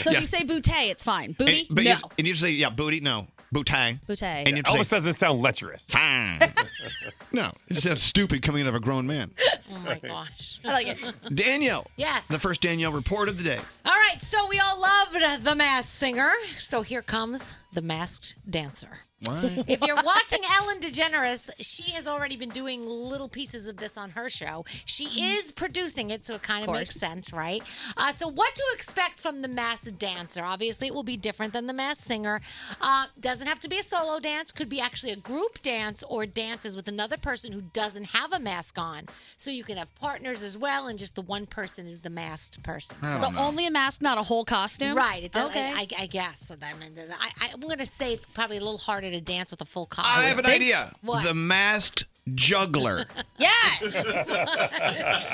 Speaker 6: So
Speaker 5: Yeah.
Speaker 6: if you say bootay, it's fine. Booty,
Speaker 5: And, but
Speaker 6: no.
Speaker 5: you, and you say, yeah, booty, no. Bootay.
Speaker 6: Bootay.
Speaker 5: And you
Speaker 11: Elvis
Speaker 5: say,
Speaker 11: doesn't sound lecherous.
Speaker 5: Fine. no, it sounds stupid coming out of a grown man.
Speaker 9: Oh my gosh.
Speaker 6: I like it.
Speaker 5: Danielle.
Speaker 9: Yes.
Speaker 5: The first Danielle report of the day.
Speaker 9: All right, so we all loved The Masked Singer. So here comes The Masked Dancer.
Speaker 5: What?
Speaker 9: If you're watching Ellen DeGeneres, she has already been doing little pieces of this on her show. She is producing it, so it kind of
Speaker 19: Of
Speaker 9: makes sense, right? Uh, so, what to expect from the mass dancer? Obviously, it will be different than the mass singer. Uh, doesn't have to be a solo dance, could be actually a group dance or dances with another person who doesn't have a mask on. So, you can have partners as well, and just the one person is the masked person.
Speaker 6: So only a mask, not a whole costume.
Speaker 9: Right. It's
Speaker 6: okay.
Speaker 9: okay. I I guess. I mean, I, I, I'm going to say it's probably a little harder to dance with a full costume.
Speaker 5: I have an
Speaker 9: Think-
Speaker 5: idea.
Speaker 9: What?
Speaker 5: The masked juggler.
Speaker 6: yes.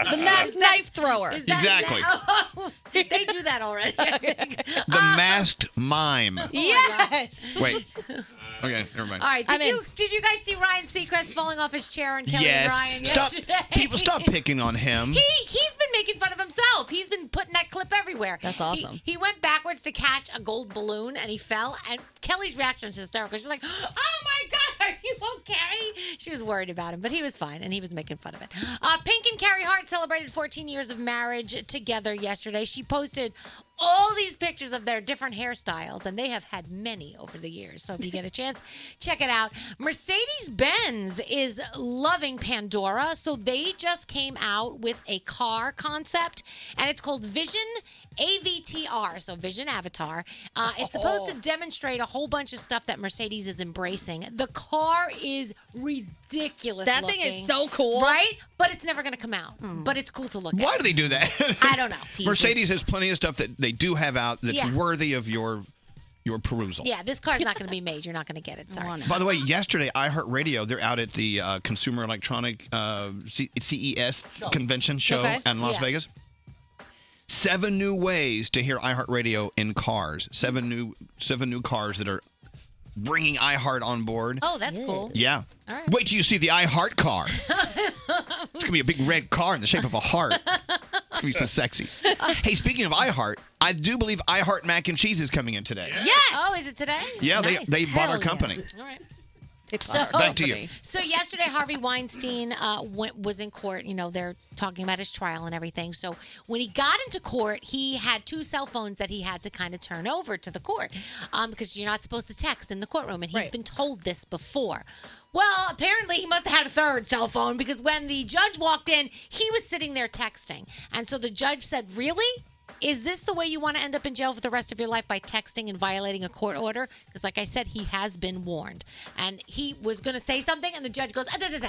Speaker 6: The masked knife thrower.
Speaker 9: Is that
Speaker 5: Exactly.
Speaker 9: now- they do that already.
Speaker 5: The
Speaker 9: uh,
Speaker 5: masked mime.
Speaker 9: yes.
Speaker 5: Wait. Okay, never mind.
Speaker 9: Oh All right. Did you did you guys see Ryan Seacrest falling off his chair and Kelly
Speaker 5: yes.
Speaker 9: Ryan
Speaker 5: stop.
Speaker 9: yesterday?
Speaker 5: People, stop picking on him.
Speaker 9: He he's been making fun of himself. He's been putting that clip everywhere. That's
Speaker 6: awesome.
Speaker 9: He, he went backwards to catch a gold balloon and he fell. And Kelly's reaction is hysterical. She's like, "Oh my god, are you okay?" She was worried about him, but he was fine and he was making fun of it. Uh, Pink and Carrie Hart celebrated 14 years of marriage together yesterday. She posted all these pictures of their different hairstyles, and they have had many over the years. So if you get a chance, check it out. Mercedes Benz is loving Pandora. So they just came out with a car concept, and it's called Vision AVTR. So Vision Avatar. Uh, it's supposed
Speaker 6: Oh.
Speaker 9: to demonstrate a whole bunch of stuff that Mercedes is embracing. The car is ridiculous.
Speaker 6: That thing is
Speaker 9: looking,
Speaker 6: so cool. Hmm.
Speaker 9: Right? But it's never going to come out. But it's cool to look at.
Speaker 5: Why do they do that?
Speaker 9: I don't know.
Speaker 5: Mercedes has plenty of stuff that they do have out that's
Speaker 9: Yeah.
Speaker 5: worthy of your your perusal.
Speaker 9: Yeah, this car's not going to be made. You're not going to get it. Sorry.
Speaker 5: By the way, yesterday iHeartRadio they're out at the uh, Consumer Electronic uh, C- CES E convention show
Speaker 9: Okay.
Speaker 5: in Las
Speaker 9: Yeah.
Speaker 5: Vegas. Seven new ways to hear iHeartRadio in cars. Seven new seven new cars that are bringing iHeart on board.
Speaker 9: Oh, that's cool.
Speaker 5: Yeah.
Speaker 9: All right.
Speaker 5: Wait till you see the iHeart car. it's gonna be a big red car in the shape of a heart. It's gonna be so sexy. Hey, speaking of iHeart, I do believe iHeart mac and cheese is coming in today.
Speaker 9: Yes. Oh, is it today?
Speaker 5: Yeah, they- they bought our company.
Speaker 9: All right.
Speaker 5: So- Back to you.
Speaker 9: So yesterday, Harvey Weinstein uh, went, was in court. You know, they're talking about his trial and everything. So when he got into court, he had two cell phones that he had to kind of turn over to the court um, because you're not supposed to text in the courtroom, and he's been told this before. Well, apparently he must have had a third cell phone because when the judge walked in, he was sitting there texting, and so the judge said, "Really?" Is this the way you want to end up in jail for the rest of your life by texting and violating a court order? Because, like I said, he has been warned, and he was going to say something, and the judge goes, "Ah, da, da, da."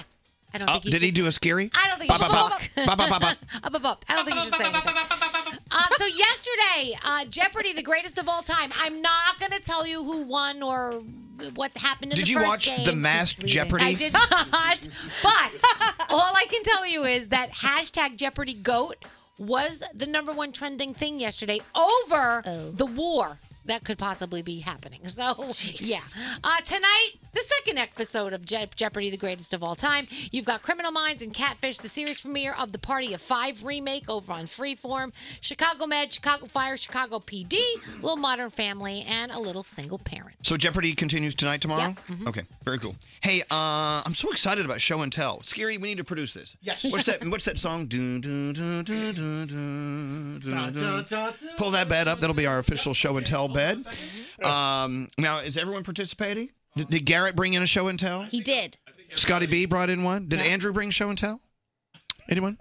Speaker 9: "I don't
Speaker 5: Oh,
Speaker 9: think you
Speaker 5: did
Speaker 9: should."
Speaker 5: he do a scary?
Speaker 9: I don't think you should
Speaker 5: Ba, ba, ba, ba.
Speaker 9: Up, up, up. I don't think you should say anything. Um, so yesterday, uh, Jeopardy, the greatest of all time. I'm not going to tell you who won or what happened in
Speaker 5: Did
Speaker 9: the
Speaker 5: you
Speaker 9: first
Speaker 5: watch
Speaker 9: game.
Speaker 5: The Masked He's leading. Jeopardy?
Speaker 9: I did not. But all I can tell you is that hashtag Jeopardy Goat was the number one trending thing yesterday over the war that could possibly be happening. So, yeah. Uh, tonight, the second episode of Je- Jeopardy, the greatest of all time. You've got Criminal Minds and Catfish, the series premiere of the Party of Five remake over on Freeform, Chicago Med, Chicago Fire, Chicago PD, Little Modern Family, and A Little Single Parent.
Speaker 5: So Jeopardy continues tonight, tomorrow.
Speaker 9: Yeah,
Speaker 6: mm-hmm.
Speaker 9: mhm.
Speaker 5: Okay, very cool. Hey, uh, I'm so excited about Show and Tell. Scary, we need to produce this.
Speaker 7: Yes.
Speaker 5: What's that? What's that song? Dun, dun, dun, dun, dun, dun, dun, dun. Pull that bed up. That'll be our official Show and Tell bed. Um, now, is everyone participating? Did, did Garrett bring in a Show and Tell?
Speaker 6: He did.
Speaker 5: Scotty B brought in one. Did Andrew bring Show and Tell? Anyone?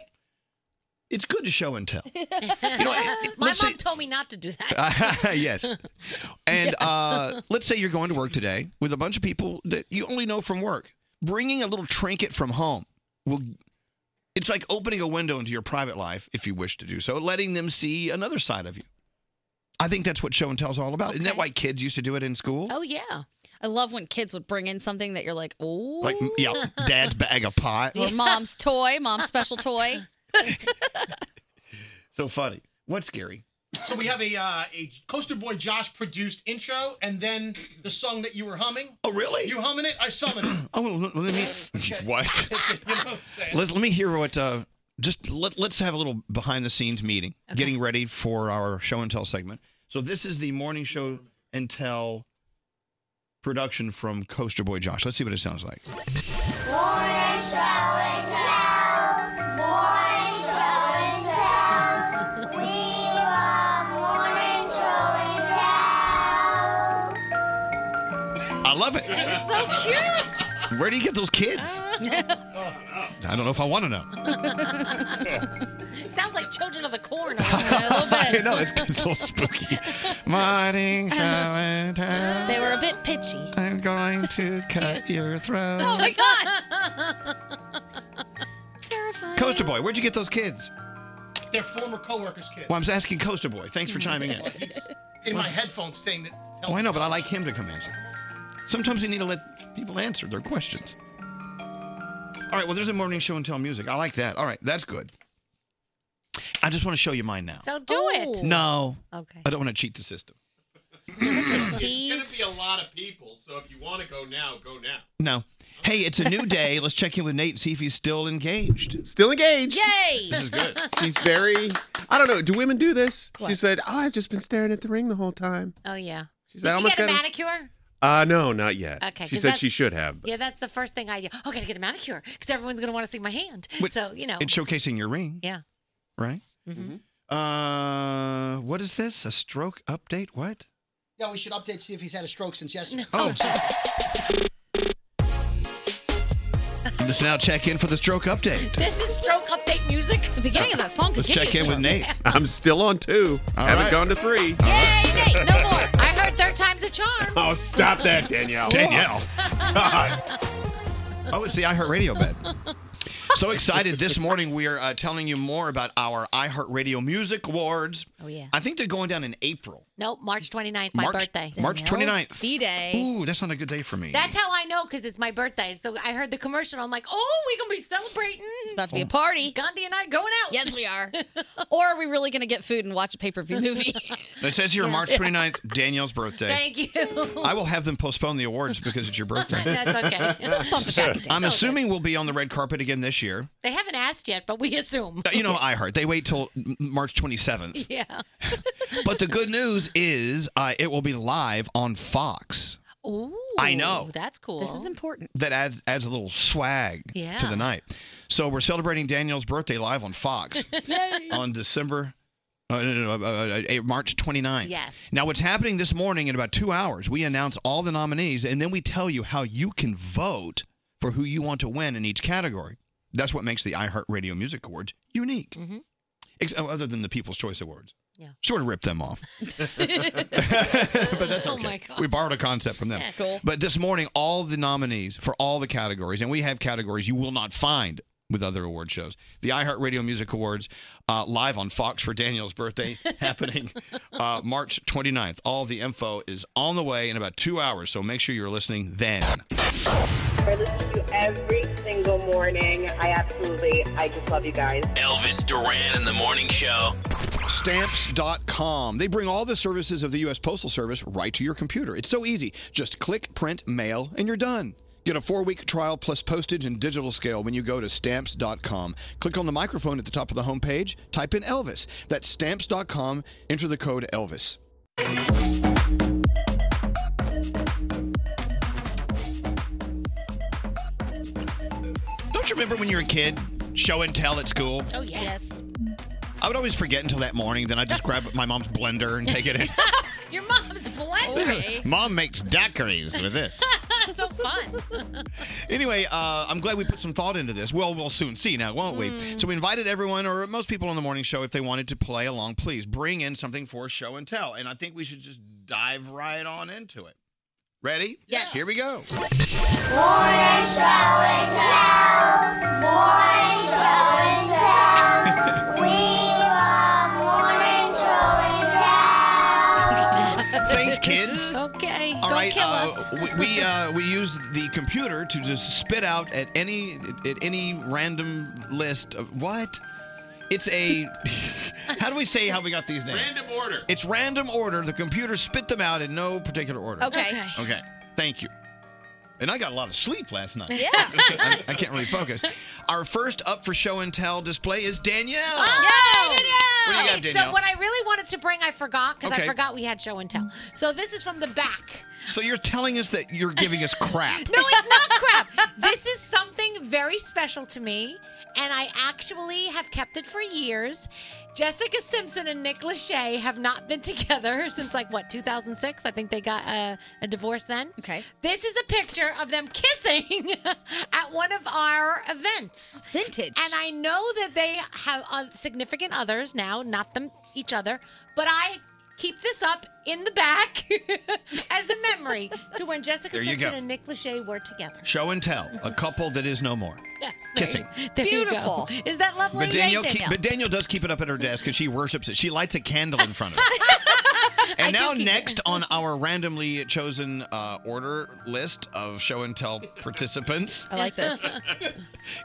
Speaker 5: It's good to show and tell.
Speaker 9: My mom told me not to do that.
Speaker 5: yes. And uh, let's say you're going to work today with a bunch of people that you only know from work. Bringing a little trinket from home will. It's like opening a window into your private life, if you wish to do so, letting them see another side of you. I think that's what show and tell's all about. Isn't that why kids used to do it in school?
Speaker 9: Oh yeah.
Speaker 6: I love when kids would bring in something that you're like, oh,
Speaker 5: Like, yeah, dad's bag of pot.
Speaker 6: or mom's toy, mom's special toy.
Speaker 5: So funny. What's scary?
Speaker 7: So we have a uh, a Coaster Boy Josh produced intro, and then the song that you were humming.
Speaker 5: Oh, really?
Speaker 7: You humming it? I summon it.
Speaker 5: Oh, well, let me. What?
Speaker 7: you know what I'm saying?
Speaker 5: Let's let me hear what. Uh, just let, let's have a little behind the scenes meeting, getting ready for our show and tell segment. So this is the morning show and tell production from Coaster Boy Josh. Let's see what it sounds like.
Speaker 1: Morning show and tell. Morning show and tell. We love morning show and tell.
Speaker 5: I love it.
Speaker 1: It's so cute.
Speaker 5: Where do you get those kids?
Speaker 7: Uh,
Speaker 5: I don't know if I want to know.
Speaker 9: Sounds like Children of the Corn.
Speaker 5: I know it's, it's a little spooky. Morning show
Speaker 7: Uh-huh.
Speaker 5: and tell.
Speaker 6: They were a bit pitchy.
Speaker 5: I'm going to cut your throat.
Speaker 6: Oh my
Speaker 9: god!
Speaker 5: Coaster Boy, where'd you get those kids?
Speaker 7: Their former coworkers' kid.
Speaker 5: Well, I'm asking Coaster Boy. Thanks
Speaker 7: Mm-hmm.
Speaker 5: for chiming in.
Speaker 7: He's in my headphones saying that.
Speaker 5: Oh, I know, but I like him to come answer. Sometimes you need to let people answer their questions. All right, well, there's a morning show and tell music. I like that. All right, that's good. I just want to show you mine now.
Speaker 9: So do
Speaker 17: Oh.
Speaker 9: it.
Speaker 5: No.
Speaker 9: Okay.
Speaker 5: I don't want to cheat the system.
Speaker 19: It's gonna be a lot of people, so if you want to go now, go now.
Speaker 5: No. Hey, it's a new day. Let's check in with Nate and see if he's still engaged.
Speaker 19: Still engaged.
Speaker 6: Yay!
Speaker 5: This is good.
Speaker 19: She's very. I don't know. Do women do this? She said, "Oh, I've just been staring at the ring the whole time."
Speaker 9: Oh yeah.
Speaker 19: She's
Speaker 9: Did she
Speaker 19: almost
Speaker 9: get a
Speaker 19: got a-
Speaker 9: manicure?
Speaker 19: Uh no, not yet.
Speaker 9: Okay,
Speaker 19: She
Speaker 9: 'cause
Speaker 19: said she
Speaker 9: that's-
Speaker 19: should have.
Speaker 9: Yeah, that's the first thing I do. Oh, gotta get a manicure because everyone's gonna want to see my hand.
Speaker 5: But
Speaker 9: so you know.
Speaker 5: It's showcasing your ring,
Speaker 9: yeah.
Speaker 5: right?
Speaker 9: Mhm.
Speaker 19: Mm-hmm.
Speaker 5: Uh, what is this? A stroke update? What?
Speaker 15: Yeah, we should update see if he's had a stroke since yesterday.
Speaker 5: Oh. Let's now check in for the stroke update.
Speaker 9: This is stroke update music. The beginning of that song
Speaker 5: Let's check in with Nate.
Speaker 19: I'm still on two. Haven't
Speaker 5: right.
Speaker 19: gone to three.
Speaker 9: Yay, Nate! No more. I heard third time's a charm.
Speaker 19: Oh, stop that, Danielle.
Speaker 5: Danielle. God. Oh, it's the iHeartRadio bed. So excited this morning. We are uh, telling you more about our iHeartRadio Music Awards.
Speaker 9: Oh, yeah.
Speaker 5: I think they're going down in April.
Speaker 9: Nope, March 29th, my
Speaker 5: March-
Speaker 9: birthday.
Speaker 5: March 29th.
Speaker 9: B-Day.
Speaker 5: Ooh, that's not a good day for me.
Speaker 9: That's how I know because it's my birthday. So I heard the commercial. I'm like, oh, we're going to be celebrating.
Speaker 6: About to be a party.
Speaker 9: Gandhi and I going out.
Speaker 6: Yes, we are. or are we really going to get food and watch a pay per view movie?
Speaker 5: It says here March 29th, Danielle's birthday.
Speaker 6: Thank you.
Speaker 5: I will have them postpone the awards because it's your birthday.
Speaker 9: That's okay. Just bump it back a day.
Speaker 5: I'm
Speaker 9: It's all
Speaker 5: assuming we'll be on the red carpet again this year. Uh,
Speaker 9: They haven't asked yet, but we assume.
Speaker 5: You know, iHeart. They wait till M- March 27th.
Speaker 9: yeah.
Speaker 5: But the good news is uh, it will be live on Fox.
Speaker 9: Ooh.
Speaker 5: I know.
Speaker 9: That's cool.
Speaker 6: This is important.
Speaker 5: That adds, adds a little swag
Speaker 6: Yeah.
Speaker 5: to the night. So we're celebrating Danielle's birthday live on Fox on December. Uh, no, no, no, uh, uh, uh, March 29th.
Speaker 20: Yes.
Speaker 5: Now, what's happening this morning in about two hours, we announce all the nominees and then we tell you how you can vote for who you want to win in each category. That's what makes the iHeartRadio Music Awards unique, Ex- oh, other than the People's Choice Awards.
Speaker 9: Yeah.
Speaker 5: Sort of ripped them off. but that's okay.
Speaker 20: Oh my God.
Speaker 5: We borrowed a concept from them.
Speaker 20: Yeah, cool.
Speaker 5: But this morning, all the nominees for all the categories, and we have categories you will not find with other award shows. The iHeartRadio Music Awards, uh, live on Fox for Daniel's birthday, happening uh, March 29th. All the info is on the way in about two hours, so make sure you're listening then.
Speaker 21: I listen to you every single morning. I absolutely, I just love you guys.
Speaker 4: Elvis Duran in the morning show.
Speaker 5: Stamps.com. They bring all the services of the U.S. Postal Service right to your computer. It's so easy. Just click, print, mail, and you're done. Get a four week trial plus postage and digital scale when you go to stamps.com. Click on the microphone at the top of the homepage, type in Elvis. That's stamps.com. Enter the code Elvis. Don't you remember when you were a kid? Show and tell at school?
Speaker 9: Oh, yeah. yes.
Speaker 5: I would always forget until that morning. Then I'd just grab my mom's blender and take it in.
Speaker 9: Your mom's blending.
Speaker 5: Mom makes daiquiris with this.
Speaker 9: so fun.
Speaker 5: Anyway, uh, I'm glad we put some thought into this. Well, we'll soon see now, won't we? So we invited everyone, or most people on the morning show, if they wanted to play along, please bring in something for show and tell. And I think we should just dive right on into it. Ready? Yes. Here we go.
Speaker 20: Morning show and tell. Morning show and tell. We love morning show and tell.
Speaker 5: Thanks, kids.
Speaker 9: Okay.
Speaker 5: All
Speaker 9: Don't
Speaker 5: right,
Speaker 9: kill
Speaker 5: uh,
Speaker 9: us.
Speaker 5: We we, uh, we used the computer to just spit out at any at any random list of what? It's a how do we say how we got these names? Random order. It's random order. The computer spit them out in no particular order.
Speaker 20: Okay.
Speaker 5: Okay. Thank you. And I got a lot of sleep last night.
Speaker 20: Yeah.
Speaker 5: I, I can't really focus. Our first up for show and tell display is Danielle.
Speaker 9: Oh,
Speaker 5: What do you got,
Speaker 9: Okay,
Speaker 5: Danielle?
Speaker 9: so what I really wanted to bring, I forgot because
Speaker 5: Okay.
Speaker 9: I forgot we had show and tell. So this is from the back.
Speaker 5: so you're telling us that you're giving us crap.
Speaker 9: No, it's not crap. This is something very special to me, and I actually have kept it for years. Jessica Simpson and Nick Lachey have not been together since like what 2006. I think they got a, a divorce then. Okay. This is a picture of them kissing at one of our events.
Speaker 6: Vintage.
Speaker 9: And I know that they have uh, significant others now, not them each other, but I keep this up in the back as a memory to when Jessica
Speaker 5: There you
Speaker 9: Simpson
Speaker 5: go.
Speaker 9: and Nick Lachey were together.
Speaker 5: Show and tell, a couple that is no more.
Speaker 9: Yes.
Speaker 5: Kissing.
Speaker 9: There you go.
Speaker 6: Beautiful.
Speaker 9: Is that lovely?
Speaker 5: But Danielle, keep- but Danielle does keep it up at her desk, and she worships it. She lights a candle in front of it. And now, next on our randomly chosen uh, order list of show and tell participants,
Speaker 20: Oh.
Speaker 6: I like this.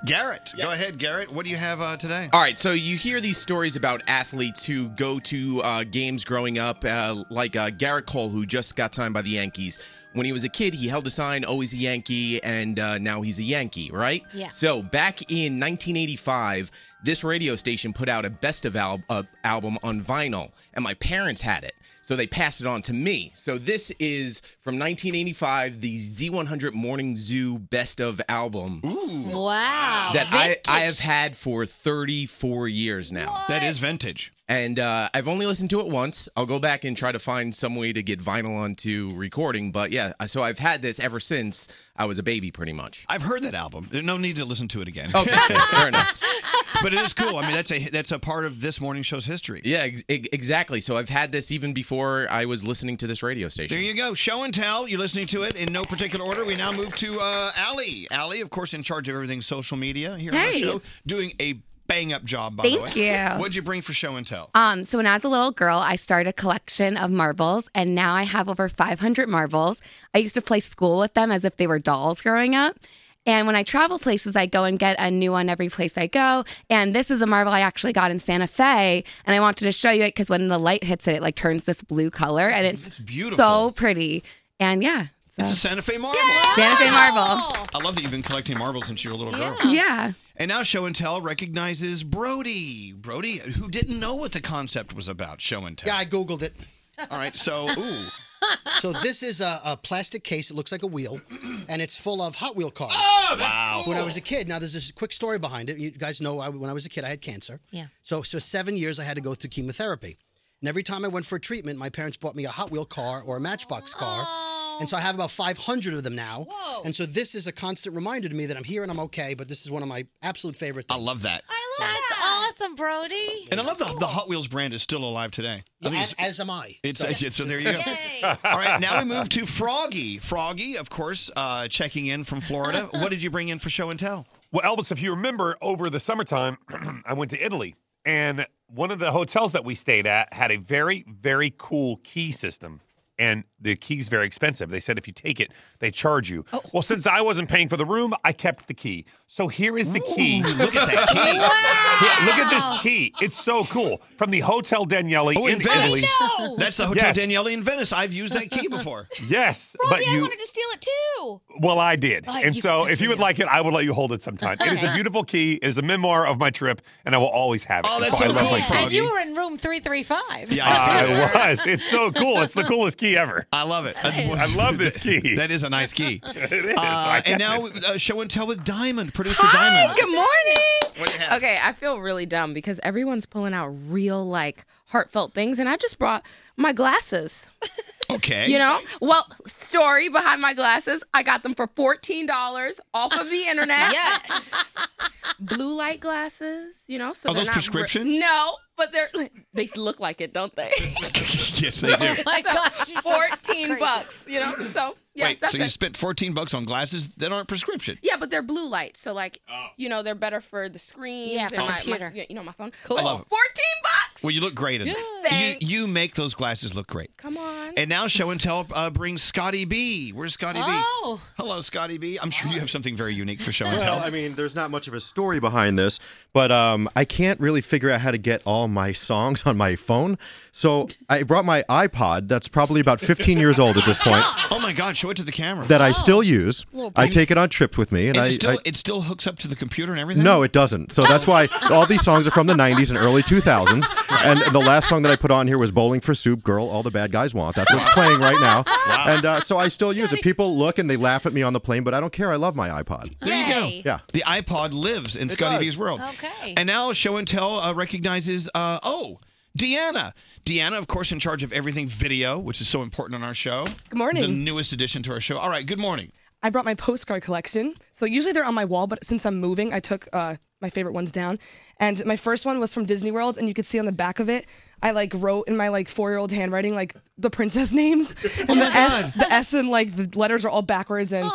Speaker 5: Garrett, go ahead, Garrett. What do you have uh, today?
Speaker 17: All right, so you hear these stories about athletes who go to uh, games growing up, uh, like uh, Garrett Cole, who just got signed by the Yankees. When he was a kid, he held a sign, always a Yankee, and uh, now he's a Yankee, right?
Speaker 20: Yeah.
Speaker 17: So back in 1985, this radio station put out a best of al- uh, album on vinyl, and my parents had it. So they passed it on to me. So this is from 1985, the Z100 Morning Zoo best of album
Speaker 9: Wow.
Speaker 17: that I, I have had for 34 years now.
Speaker 5: That is vintage.
Speaker 19: And uh, I've only listened to it once. I'll go back and try to find some way to get vinyl onto recording. But yeah, uh, so I've had this ever since I was a baby, pretty much.
Speaker 5: I've heard that album. No need to listen to it again.
Speaker 19: Okay, fair enough.
Speaker 5: but it is cool. I mean, that's a that's a part of this morning show's history.
Speaker 19: Yeah, ex- ex- exactly. So I've had this even before I was listening to this radio station.
Speaker 5: There you go. Show and tell. You're listening to it in no particular order. We now move to uh, Allie. Allie, of course, in charge of everything social media here on the
Speaker 18: Hey.
Speaker 5: show, doing a bang up job. By
Speaker 18: Thank
Speaker 5: the way,
Speaker 18: you.
Speaker 5: What'd you bring for show and tell?
Speaker 18: Um, so when I was a little girl, I started a collection of marbles, and now I have over 500 marbles. I used to play school with them as if they were dolls growing up. And when I travel places, I go and get a new one every place I go. And this is a marble I actually got in Santa Fe, and I wanted to show you it because when the light hits it, it like turns this blue color, and it's
Speaker 5: beautiful.
Speaker 18: so pretty. And yeah, so
Speaker 5: It's a Santa Fe marble.
Speaker 18: Santa Fe marble.
Speaker 5: I love that you've been collecting marbles since you were a little girl.
Speaker 18: Yeah.
Speaker 5: And now Show and Tell recognizes Brody. Brody, who didn't know what the concept was about, Show and Tell.
Speaker 15: Yeah, I Googled it.
Speaker 5: All right, so, ooh.
Speaker 15: So this is a, a plastic case. It looks like a wheel, and it's full of Hot Wheel cars.
Speaker 12: Oh, that's Wow.
Speaker 15: When I
Speaker 12: cool.
Speaker 15: was a kid, now there's this quick story behind it. You guys know I, when I was a kid, I had cancer.
Speaker 12: Yeah.
Speaker 15: So, so seven years I had to go through chemotherapy, and every time I went for a treatment, my parents bought me a Hot Wheel car or a Matchbox car, and so I have about 500 of them now. Whoa. And so this is a constant reminder to me that I'm here and I'm okay. But this is one of my absolute favorite. things. I
Speaker 5: love that.
Speaker 9: That's awesome, Brody.
Speaker 5: And I love that the Hot Wheels brand is still alive today. I think
Speaker 15: as, as am I.
Speaker 5: It's
Speaker 15: So-
Speaker 5: so, there you go. All right, now we move to Froggy. Froggy, of course, uh, checking in from Florida. What did you bring in for show and tell?
Speaker 11: Well, Elvis, if you remember, over the summertime, I went to Italy, and one of the hotels that we stayed at had a very, very cool key system. And the key's very expensive. They said if you take it, they charge you.
Speaker 5: Oh.
Speaker 11: Well, since I wasn't paying for the room, I kept the key. So here is the key.
Speaker 5: look at that key.
Speaker 11: Yeah, look at this key. It's so cool. From the Hotel Daniele
Speaker 5: Oh, in
Speaker 11: in
Speaker 5: Venice.
Speaker 11: Italy.
Speaker 5: That's the Hotel
Speaker 11: Yes.
Speaker 5: Daniele in Venice. I've used that key before.
Speaker 11: Yes, but
Speaker 5: I
Speaker 11: you
Speaker 5: wanted
Speaker 6: to steal it too.
Speaker 11: Well, I did.
Speaker 5: Oh,
Speaker 11: and
Speaker 5: you-
Speaker 11: so
Speaker 5: good
Speaker 11: if
Speaker 5: for
Speaker 11: you would
Speaker 5: you.
Speaker 11: like it, I will let you hold it sometime. It is a beautiful key. It is a memoir of my trip, and I will always have it.
Speaker 9: Oh,
Speaker 11: And
Speaker 9: that's
Speaker 11: I
Speaker 9: so
Speaker 11: love
Speaker 9: cool.
Speaker 11: my
Speaker 9: And
Speaker 11: Froggy.
Speaker 9: you were in room 335.
Speaker 11: Yeah, I was. It's so cool. It's the coolest key ever.
Speaker 5: I love it.
Speaker 11: I love this key.
Speaker 5: That is a nice key.
Speaker 11: it is.
Speaker 5: Uh,
Speaker 11: I kept
Speaker 5: and now
Speaker 11: it.
Speaker 5: uh, show and tell with Diamond, producer
Speaker 18: Hi,
Speaker 5: Diamond.
Speaker 18: good morning.
Speaker 5: What do you have?
Speaker 18: Okay, I feel really dumb because everyone's pulling out real, like, heartfelt things, and I just brought my glasses.
Speaker 5: Okay.
Speaker 18: You know? Well, story behind my glasses I got them for $14 off of the internet. yes. Blue light glasses, you know? So
Speaker 5: Are
Speaker 18: they're
Speaker 5: those
Speaker 18: not re-
Speaker 5: prescription?
Speaker 18: no, but they're they look like it, don't they?
Speaker 5: yes, they do.
Speaker 18: my
Speaker 9: gosh, you're so
Speaker 18: 14
Speaker 9: crazy.
Speaker 18: bucks, you know? So, yeah,
Speaker 5: Wait,
Speaker 18: that's
Speaker 5: so
Speaker 18: it.
Speaker 5: you spent 14 bucks on glasses that aren't prescription.
Speaker 18: Yeah, but they're blue lights, so like you know they're better for the screen.
Speaker 5: Yeah, for
Speaker 18: and my,
Speaker 5: computer.
Speaker 18: My, yeah, you know my phone. Oh,
Speaker 5: Cool. I love it.
Speaker 18: Fourteen bucks.
Speaker 5: Well, you look great in them. You,
Speaker 18: Thanks.
Speaker 5: you make those glasses look great.
Speaker 18: Come on.
Speaker 5: And now show and tell uh, brings Scotty B. Where's Scotty
Speaker 18: Oh. uh,
Speaker 5: B? Hello, Scotty B. I'm sure you have something very unique for show and
Speaker 22: Well,
Speaker 5: tell.
Speaker 22: I mean, there's not much of a story behind this, but um, I can't really figure out how to get all my songs on my phone. So I brought my iPod, that's probably about 15 years old at this point,
Speaker 5: Oh my God! Show it to the camera.
Speaker 22: that I still use.
Speaker 5: Little
Speaker 22: I
Speaker 5: baby.
Speaker 22: take it on trips with me, and
Speaker 5: And
Speaker 22: I.
Speaker 5: it, still,
Speaker 22: I-
Speaker 5: it still hooks up to the computer and everything.
Speaker 22: no, it doesn't. So that's why all these songs are from the 90s and early 2000s. And the last song that I put on here was Bowling for Soup Girl, All the Bad Guys Want. That's what's playing right now. And uh, so I still use it. People look and they laugh at me on the plane, but I don't care. I love my iPod.
Speaker 5: There you go.
Speaker 22: Yeah.
Speaker 5: The iPod lives in
Speaker 22: It
Speaker 5: Scotty
Speaker 22: does.
Speaker 5: B's world.
Speaker 22: Okay.
Speaker 5: And now Show and Tell uh, recognizes, uh, oh, Deanna. Deanna, of course, in charge of everything video, which is so important on our show. Good
Speaker 23: morning.
Speaker 5: The newest addition to our show. All right, good morning.
Speaker 23: I brought my postcard collection. So usually they're on my wall, but since I'm moving, I took uh, my favorite ones down. And my first one was from Disney World, and you could see on the back of it, I like wrote in my like four year old handwriting like the princess names, and
Speaker 5: Oh
Speaker 23: the S, the S, and like the letters are all backwards. And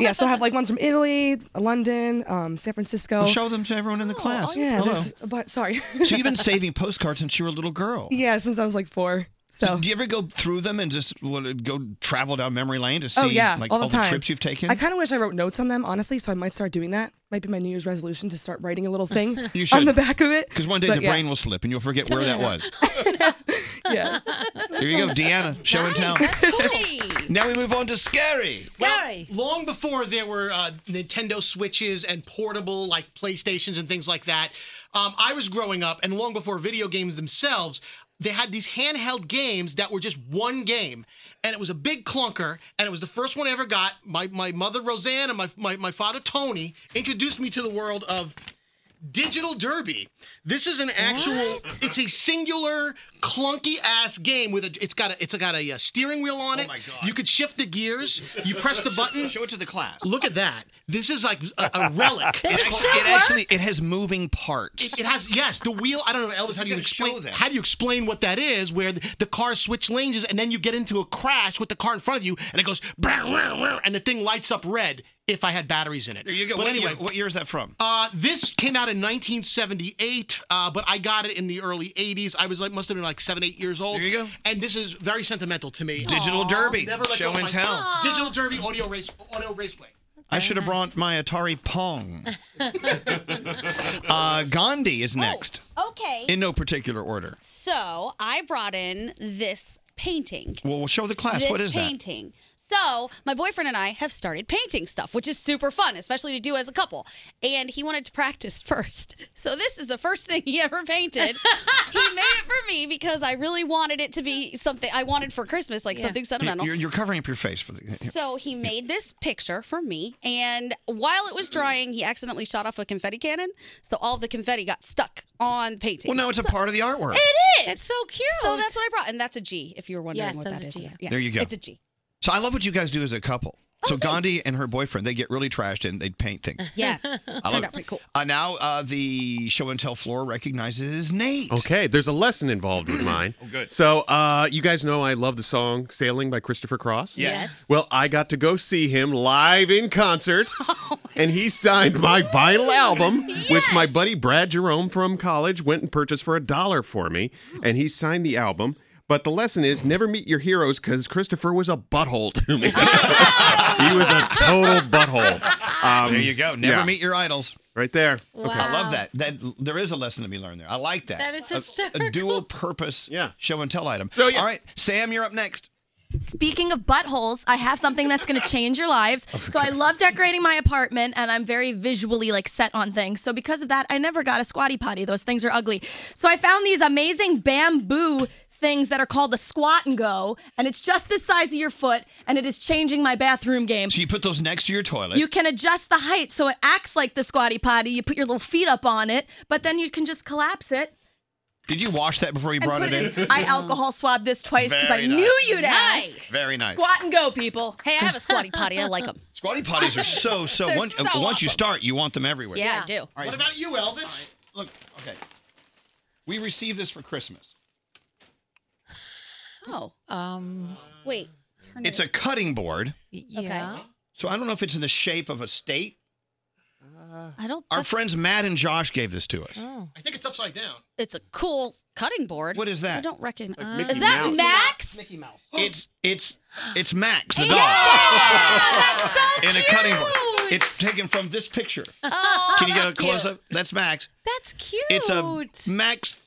Speaker 23: yeah, so I have like ones from Italy, London, um, San Francisco. Oh,
Speaker 5: Well, show them to everyone in the class.
Speaker 23: yeah,
Speaker 5: Hello.
Speaker 23: there's- but sorry.
Speaker 5: so you've been saving postcards since you were a little girl.
Speaker 23: yeah, since I was like four.
Speaker 5: So, do you ever go through them and just well, go travel down memory lane to see
Speaker 23: oh yeah,
Speaker 5: like
Speaker 23: all the time.
Speaker 5: trips you've taken?
Speaker 23: I kind of wish I wrote notes on them, honestly. So I might start doing that. Might be my New Year's resolution to start writing a little thing
Speaker 5: You
Speaker 23: on the
Speaker 5: should.
Speaker 23: back of it.
Speaker 5: because one day
Speaker 23: But
Speaker 5: the
Speaker 23: yeah.
Speaker 5: brain will slip and you'll forget where that was.
Speaker 23: yeah.
Speaker 5: There you go, Deanna. Show and tell. Now we move on to scary.
Speaker 7: Well, long before there were uh, Nintendo Switches and portable like PlayStations and things like that, um, I was growing up, and long before video games themselves, they had these handheld games that were just one game, and it was a big clunker, and it was the first one I ever got. My my mother Roseanne and my my, my father Tony introduced me to the world of Digital Derby. This is an actual. It's a singular clunky ass game with a. It's got a. It's got a, uh steering wheel on it. Oh my god! You could shift the gears. You press the button. Show it to the class. Look at that. This is like a, a relic.
Speaker 5: Does it
Speaker 7: It's-
Speaker 5: still It actually- work? it has moving parts.
Speaker 7: It, it has yes. The wheel. I don't know, Elvis. How do you explain that? How do you explain what that is? Where the, the car switch lanes and then you get into a crash with the car in front of you, and it goes "Brow, wow, wow," and the thing lights up red. If I had batteries in it.
Speaker 5: There you go.
Speaker 7: But
Speaker 5: what,
Speaker 7: anyway,
Speaker 5: year, what year is that from?
Speaker 7: uh, this came out in 1978, uh, but I got it in the early 80s. I was like, must have been like seven, eight years old. There you go. And this is very sentimental to me.
Speaker 5: Digital Derby. Show
Speaker 7: go of
Speaker 5: and
Speaker 7: my-
Speaker 5: tell.
Speaker 7: Digital Derby Audio Race Audio Raceway.
Speaker 5: I should have brought my Atari Pong. Uh, Gandhi is next.
Speaker 6: Oh, Okay.
Speaker 5: In no particular order.
Speaker 6: So I brought in this painting.
Speaker 5: Well, we'll show the class.
Speaker 6: This
Speaker 5: what is that?
Speaker 6: painting. So my boyfriend and I have started painting stuff, which is super fun, especially to do as a couple. And he wanted to practice first. So this is the first thing he ever painted. he made it for me because I really wanted it to be something I wanted for Christmas, like something sentimental.
Speaker 5: You're, you're covering up your face for the.
Speaker 6: So he made this picture for me, and while it was drying, he accidentally shot off a confetti cannon. So all the confetti got stuck on the painting.
Speaker 5: Well, no, it's a
Speaker 6: So-
Speaker 5: part of the artwork.
Speaker 6: It is. It's so cute. So that's what I brought, and that's a G. If you were wondering
Speaker 9: Yes,
Speaker 6: what
Speaker 9: that's
Speaker 6: that is,
Speaker 9: a G,
Speaker 6: Yeah.
Speaker 5: There you go.
Speaker 6: It's a G.
Speaker 5: So I love what you guys do as a couple.
Speaker 6: Oh,
Speaker 5: so Gandhi and her boyfriend, they get really trashed and they paint things.
Speaker 6: Yeah,
Speaker 5: I
Speaker 6: turned
Speaker 5: love
Speaker 6: out pretty
Speaker 5: it.
Speaker 6: cool.
Speaker 5: Uh, now uh, the show and tell floor recognizes Nate.
Speaker 2: Okay, there's a lesson involved with mine.
Speaker 5: Oh, good.
Speaker 2: So, uh, you guys know I love the song Sailing by Christopher Cross.
Speaker 5: Yes. Yes.
Speaker 2: Well, I got to go see him live in concert, and he signed my vinyl album, which my buddy Brad Jerome from college went and purchased for a dollar for me, and he signed the album. But the lesson is never meet your heroes because Christopher was a butthole to me. he was a total butthole. Um,
Speaker 5: there you go. Never
Speaker 2: yeah.
Speaker 5: meet your idols.
Speaker 2: Right there.
Speaker 5: I love that. That there is a lesson to be learned there. I like that.
Speaker 9: That is
Speaker 5: A- A,
Speaker 9: hysterical.
Speaker 5: dual purpose show and tell item.
Speaker 2: Oh,
Speaker 5: All right, Sam, you're up next.
Speaker 10: Speaking of buttholes, I have something that's going to change your lives.
Speaker 5: Oh
Speaker 10: So I love decorating my apartment and I'm very visually like set on things. So because of that, I never got a squatty potty. Those things are ugly. So I found these amazing bamboo things that are called the squat and go and it's just the size of your foot and it is changing my bathroom game.
Speaker 5: So you put those next to your toilet.
Speaker 10: You can adjust the height so it acts like the squatty potty. You put your little feet up on it, but then you can just collapse it
Speaker 5: Did you wash that before you
Speaker 10: and
Speaker 5: brought
Speaker 10: put
Speaker 5: it in?
Speaker 10: I alcohol swabbed this twice because I
Speaker 5: Very
Speaker 10: knew
Speaker 5: nice.
Speaker 10: you'd
Speaker 5: Nice.
Speaker 10: ask.
Speaker 5: Very nice.
Speaker 10: Squat and go, people.
Speaker 6: Hey, I have a squatty potty. I like them.
Speaker 5: Squatty potties are so so.
Speaker 6: They're
Speaker 5: once
Speaker 6: so
Speaker 5: once you
Speaker 6: awesome.
Speaker 5: start, you want them everywhere.
Speaker 6: Yeah, I do.
Speaker 5: What about you, Elvis? Look, okay. We received this for Christmas.
Speaker 6: Oh. Um. Wait. Turn
Speaker 5: It's a cutting board.
Speaker 6: Yeah.
Speaker 5: So I don't know if it's in the shape of a state.
Speaker 9: Uh,
Speaker 6: I don't.
Speaker 5: Our
Speaker 6: that's-
Speaker 5: friends Matt and Josh gave this to us.
Speaker 9: Oh.
Speaker 7: I think it's upside down.
Speaker 6: It's a cool cutting board. What
Speaker 5: is that?
Speaker 6: I don't recognize.
Speaker 5: Mickey
Speaker 6: is that
Speaker 5: Mouse.
Speaker 6: Max?
Speaker 7: Mickey Mouse.
Speaker 5: It's it's it's Max the dog. in a cutting board. It's taken from this picture.
Speaker 6: Oh,
Speaker 5: Can you
Speaker 6: that's
Speaker 5: get a close up? That's Max.
Speaker 6: That's cute.
Speaker 5: It's a Max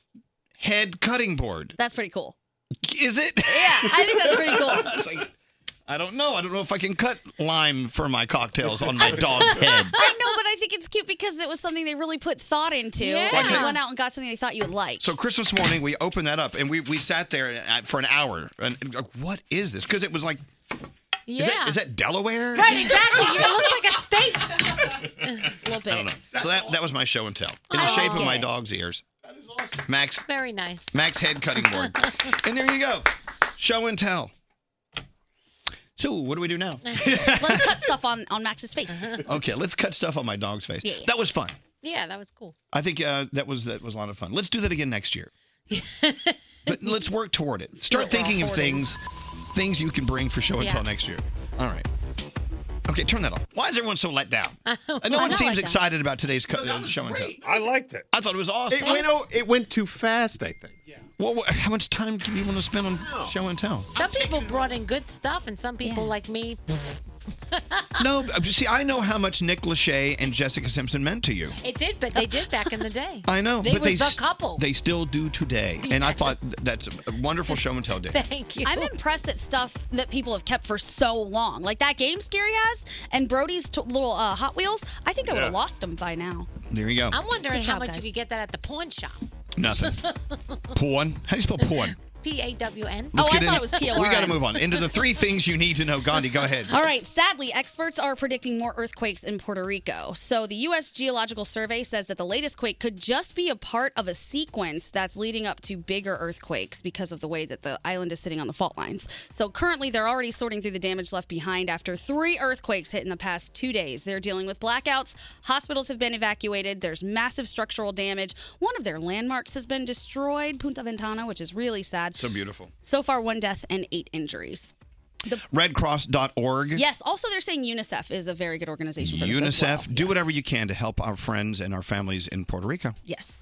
Speaker 5: head cutting board.
Speaker 6: That's pretty cool.
Speaker 5: Is it?
Speaker 6: Yeah, I think that's pretty cool.
Speaker 5: It's like, I don't know. I don't know if I can cut lime for my cocktails on my dog's head.
Speaker 6: I know, but I think it's cute because it was something they really put thought into, and they
Speaker 5: Yeah.
Speaker 6: went out and got something they thought you would like.
Speaker 5: So Christmas morning, we opened that up and we, we sat there at- for an hour and like, what is this? Because it was like,
Speaker 9: Yeah.
Speaker 5: is, that, is that Delaware?
Speaker 9: Right, exactly. You- It looks like a state.
Speaker 6: a little
Speaker 5: I don't know. So that, that was my show and tell in the
Speaker 9: I
Speaker 5: shape of
Speaker 9: like
Speaker 5: my
Speaker 9: it.
Speaker 5: dog's ears. That is awesome. Max
Speaker 9: Very nice.
Speaker 5: Max head cutting board. and there you go. Show and tell. So what do we do now?
Speaker 6: Let's cut stuff on on Max's face.
Speaker 5: Okay, let's cut stuff on my dog's face.
Speaker 6: Yeah.
Speaker 5: That was fun.
Speaker 9: Yeah, that was cool.
Speaker 5: I think uh, that was that was a lot of fun. Let's do that again next year. but let's work toward it. Start
Speaker 9: We're all
Speaker 5: thinking of
Speaker 9: forward.
Speaker 5: things, things you can bring for show and
Speaker 9: Yeah.
Speaker 5: tell next year. All right. Okay, turn that off. Why is everyone so let down? Uh, no
Speaker 9: I'm
Speaker 5: one
Speaker 9: not
Speaker 5: seems
Speaker 9: let down.
Speaker 5: excited about today's co- uh, show and tell. I liked it. I thought it was awesome.
Speaker 2: It went, o- it went too fast, I think.
Speaker 5: Well, wha- how much time do you want to spend on show and tell?
Speaker 9: Some people brought in good stuff, and some people, like me,
Speaker 5: no, but see, I know how much Nick Lachey and Jessica Simpson meant to you.
Speaker 9: it did, but they did back in the day.
Speaker 5: I know,
Speaker 9: They
Speaker 5: but
Speaker 9: were
Speaker 5: they
Speaker 9: the
Speaker 5: s-
Speaker 9: couple.
Speaker 5: They still do today, and I thought th- that's a wonderful show and tell day.
Speaker 9: Thank you.
Speaker 6: I'm impressed at stuff that people have kept for so long. Like that game Scary has and Brody's t- little uh, Hot Wheels. I think I would have
Speaker 5: Yeah.
Speaker 6: lost them by now.
Speaker 5: There you go.
Speaker 9: I'm wondering
Speaker 6: Good
Speaker 9: how
Speaker 6: job,
Speaker 9: much
Speaker 6: guys.
Speaker 9: you could get that at the pawn shop.
Speaker 6: Oh,
Speaker 5: Nothing. Porn? How do you spell porn?
Speaker 9: P A W N.
Speaker 5: Let's get in- We got to
Speaker 9: to
Speaker 5: move on into the three things you need to know. Gandhi, go ahead.
Speaker 6: All right. Sadly, experts are predicting more earthquakes in Puerto Rico. So, the U.S. Geological Survey says that the latest quake could just be a part of a sequence that's leading up to bigger earthquakes because of the way that the island is sitting on the fault lines. So, currently, they're already sorting through the damage left behind after three earthquakes hit in the past two days. They're dealing with blackouts. Hospitals have been evacuated. There's massive structural damage. One of their landmarks has been destroyed, Punta Ventana, which is really sad.
Speaker 5: So beautiful.
Speaker 6: So far, one death and eight injuries.
Speaker 5: Redcross.org.
Speaker 6: Yes. Also, they're saying UNICEF is a very good organization for
Speaker 5: UNICEF.
Speaker 6: This as well.
Speaker 5: Do whatever you can to help our friends and our families in Puerto Rico.
Speaker 6: Yes.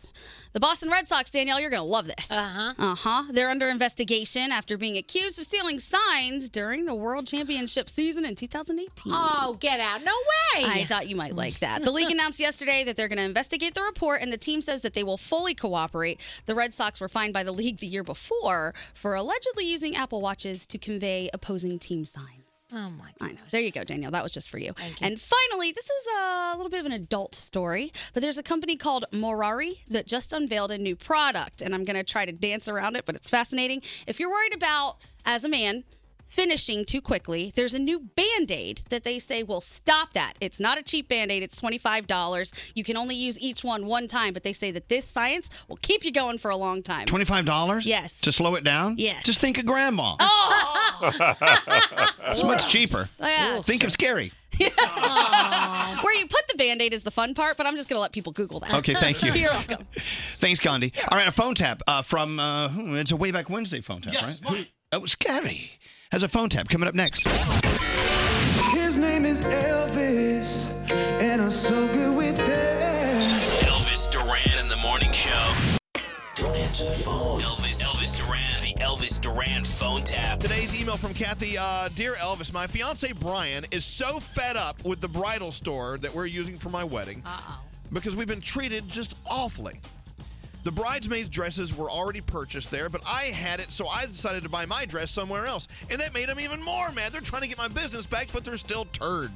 Speaker 6: The Boston Red Sox, Danielle, you're going to love this. Uh
Speaker 9: Uh-huh.
Speaker 6: huh. Uh huh. They're under investigation after being accused of stealing signs during the World Championship season in 2018.
Speaker 9: Oh, get out. No way.
Speaker 6: I thought you might like that. The league announced yesterday that they're going to investigate the report, and the team says that they will fully cooperate. The Red Sox were fined by the league the year before for allegedly using Apple Watches to convey opposing team signs.
Speaker 9: Oh my
Speaker 6: I know. There you go, Danielle. That was just for you.
Speaker 9: Thank you.
Speaker 6: And finally, this is a little bit of an adult story, but there's a company called Morari that just unveiled a new product, and I'm going to try to dance around it, but it's fascinating. If you're worried about, as a man, finishing too quickly, there's a new band aid that they say will stop that. It's not a cheap band aid, it's $25. You can only use each one one time, but they say that this science will keep you going for a long time.
Speaker 5: $25?
Speaker 6: Yes.
Speaker 5: To slow it down?
Speaker 6: Yes.
Speaker 5: Just think of grandma.
Speaker 6: Oh!
Speaker 5: it's much cheaper.
Speaker 6: Yeah.
Speaker 5: Think of scary.
Speaker 6: Where you put the band aid is the fun part, but I'm just going to let people Google that.
Speaker 5: Okay, thank you.
Speaker 6: You're welcome.
Speaker 5: Thanks, Gandhi. All right, a phone tap uh, from, uh, hmm, it's a way back Wednesday phone tap,
Speaker 20: Yes,
Speaker 5: right? Oh, scary. Has a phone tap coming up next.
Speaker 20: His name is Elvis, and I'm so good with that.
Speaker 4: Elvis Duran in the morning show. Don't answer the phone. Elvis, Elvis Duran, the Elvis Duran phone tap.
Speaker 5: Today's email from Kathy uh, Dear Elvis, my fiance Brian is so fed up with the bridal store that we're using for my wedding because we've been treated just awfully. The bridesmaids' dresses were already purchased there, but I had it, so I decided to buy my dress somewhere else. And that made them even more mad. They're trying to get my business back, but they're still turds.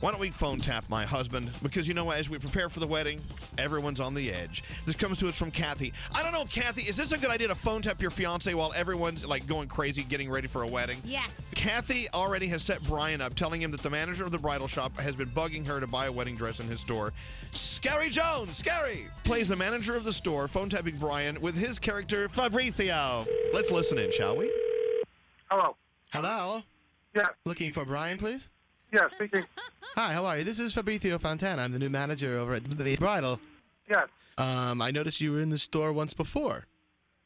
Speaker 5: Why don't we phone tap my husband? Because you know what? As we prepare for the wedding, everyone's on the edge. This comes to us from Kathy. I don't know, Kathy, is this a good idea to phone tap your fiance while everyone's like going crazy getting ready for a wedding?
Speaker 20: Yes.
Speaker 5: Kathy already has set Brian up, telling him that the manager of the bridal shop has been bugging her to buy a wedding dress in his store. Scary Jones, Scary, plays the manager of the store, phone tapping Brian with his character Fabrizio. Let's listen in, shall we?
Speaker 12: Hello.
Speaker 24: Hello?
Speaker 12: Yeah.
Speaker 24: Looking for Brian, please?
Speaker 12: Yeah, speaking.
Speaker 24: Hi, how are you? This is Fabrizio Fontana. I'm the new manager over at the Bridal.
Speaker 12: Yes.
Speaker 24: Um, I noticed you were in the store once before.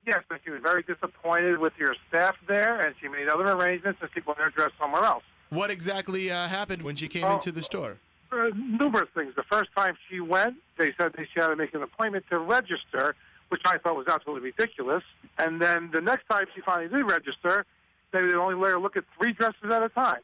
Speaker 12: Yes, but she was very disappointed with your staff there, and she made other arrangements to keep their dress somewhere else.
Speaker 24: What exactly uh, happened when she came
Speaker 12: Oh.
Speaker 24: into the store?
Speaker 12: Uh, numerous things. The first time she went, they said that she had to make an appointment to register, which I thought was absolutely ridiculous. And then the next time she finally did register, they would only let her look at three dresses at a time.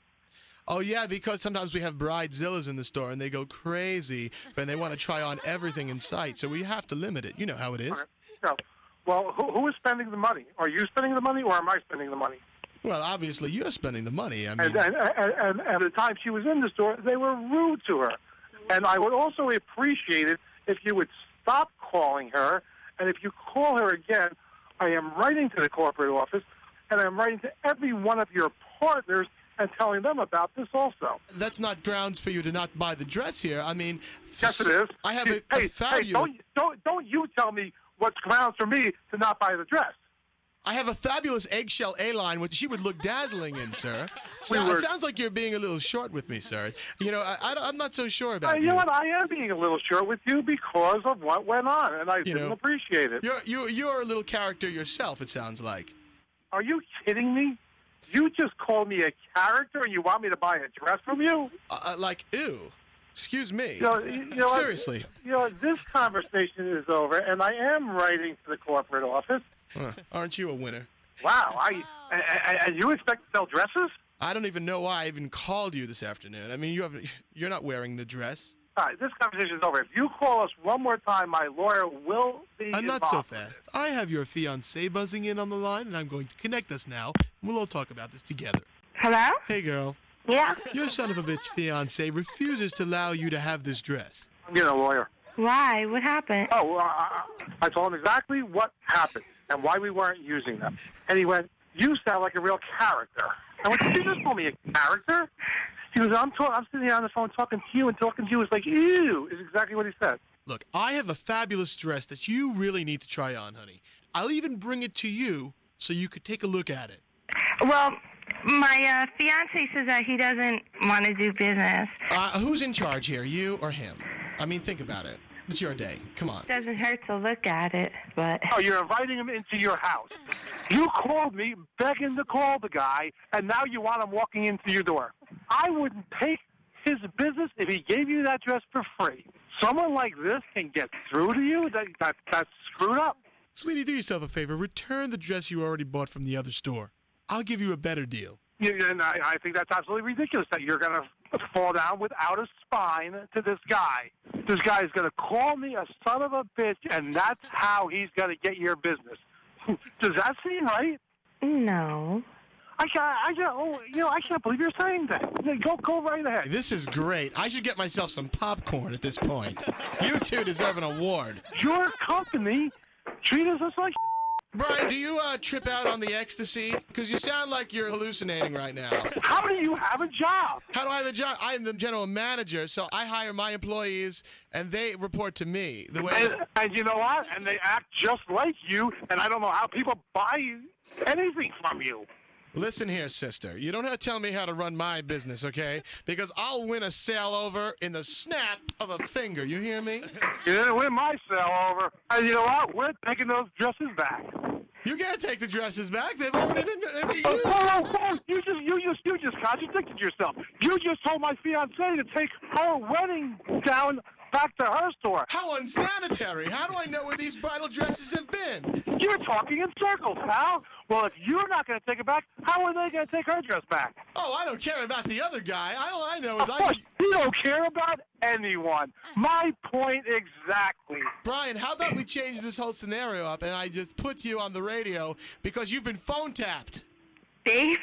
Speaker 24: Oh, yeah, because sometimes we have bridezillas in the store and they go crazy and they want to try on everything in sight, so we have to limit it. You know how it is.
Speaker 12: So, well, who, who is spending the money? Are you spending the money, or am I spending the money?
Speaker 24: Well, obviously, you're spending the money. I
Speaker 12: And,
Speaker 24: mean,
Speaker 12: and, and, and at the time she was in the store, they were rude to her. And I would also appreciate it if you would stop calling her. And if you call her again, I am writing to the corporate office, and I'm writing to every one of your partners and telling them about this also.
Speaker 24: that's not grounds for you to not buy the dress here. I mean,
Speaker 12: Yes, it is.
Speaker 24: I have a,
Speaker 12: hey,
Speaker 24: a value.
Speaker 12: Hey, don't, don't, don't you tell me what's grounds for me to not buy the dress.
Speaker 24: I have a fabulous eggshell A-line, which she would look dazzling in, sir. So,
Speaker 12: We were-
Speaker 24: It sounds like you're being a little short with me, sir. You know, I, am not so sure about
Speaker 12: Uh, you
Speaker 24: you.
Speaker 12: know what? I am being a little short with you because of what went on, and I
Speaker 24: You
Speaker 12: didn't
Speaker 24: know,
Speaker 12: appreciate it.
Speaker 24: You're, you, you're a little character yourself, it sounds like.
Speaker 12: Are you kidding me? You just called me a character and you want me to buy a dress from you?
Speaker 24: Uh, like, ew. Excuse me.
Speaker 12: You know, you know what?
Speaker 24: Seriously.
Speaker 12: You know, this conversation is over, and I am writing to the corporate office.
Speaker 24: Uh, aren't you a winner?
Speaker 12: Wow, I, and- and you expect to sell dresses?
Speaker 24: I don't even know why I even called you this afternoon. I mean, you have, you're not wearing the dress.
Speaker 12: All right, this conversation is over. If you call us one more time, my lawyer will be
Speaker 24: I'm Uh, not
Speaker 12: involved.
Speaker 24: so fast. I have your fiance buzzing in on the line, and I'm going to connect us now. and We'll all talk about this together.
Speaker 12: Hello?
Speaker 24: Hey, girl.
Speaker 12: Yeah?
Speaker 24: Your son of a bitch fiance refuses to allow you to have this dress.
Speaker 12: I'm getting a lawyer.
Speaker 25: Why? What happened?
Speaker 12: Oh, well, I, I- I told him exactly what happened. and why we weren't using them. And he went, "You sound like a real character." I went, "Did you just call me a character?" He goes, "I'm talk- I'm sitting here on the phone talking to you and talking to you." It's like, "Ew," is exactly what he said.
Speaker 24: Look, I have a fabulous dress that you really need to try on, honey. I'll even bring it to you so you could take a look at it.
Speaker 25: Well, my uh, fiance says that he doesn't want to do business.
Speaker 24: Uh, who's in charge here, you or him? I mean, think about it. It's your day. Come on.
Speaker 25: Doesn't hurt to look at it, but
Speaker 12: No, "Oh, you're inviting him into your house. You called me begging to call the guy, and now you want him walking into your door. I wouldn't take his business if he gave you that dress for free. Someone like this can get through to you. That, that, that's screwed up.
Speaker 24: Sweetie, do yourself a favor. Return the dress you already bought from the other store. I'll give you a better deal.
Speaker 12: You- And I, I think that's absolutely ridiculous that you're going to fall down without a spine to this guy. This guy is going to call me a son of a bitch, and that's how he's going to get your business. Does that seem right?
Speaker 24: Mm.
Speaker 25: no.
Speaker 12: I can't. I can't. Oh, you know, I can't believe you're saying that. Go, go right ahead.
Speaker 24: This is great. I should get myself some popcorn at this point. You two deserve an award.
Speaker 12: Your company treats us like.
Speaker 24: Brian, do you uh, trip out on the ecstasy? Because you sound like you're hallucinating right now.
Speaker 12: How do you have a job?
Speaker 24: How do I have a job? I am the general manager, so I hire my employees, and they report to me. The way
Speaker 12: And, and you know what? And they act just like you. And I don't know how people buy anything from you.
Speaker 24: Listen here, sister. You don't have to tell me how to run my business, okay? Because I'll win a sale over in the snap of a finger. You hear me?
Speaker 12: You didn't win my sale over. And you know what? We're taking those dresses back.
Speaker 24: You can't take the dresses back. They've already been. They've been used.
Speaker 12: Oh, whoa, whoa, whoa. You just, you just, you just contradicted yourself. You just told my fiance to take her wedding down back to her store.
Speaker 24: How unsanitary! How do I know where these bridal dresses have been?
Speaker 12: You're talking in circles, pal. Well, if you're not going to take it back, how are they going to take her dress back?
Speaker 24: Oh, I don't care about the other guy. All I know is
Speaker 12: Of
Speaker 24: I.
Speaker 12: course, you don't care about anyone. My point exactly.
Speaker 24: Brian, how about we change this whole scenario up and I just put you on the radio because you've been phone tapped?
Speaker 25: Dave?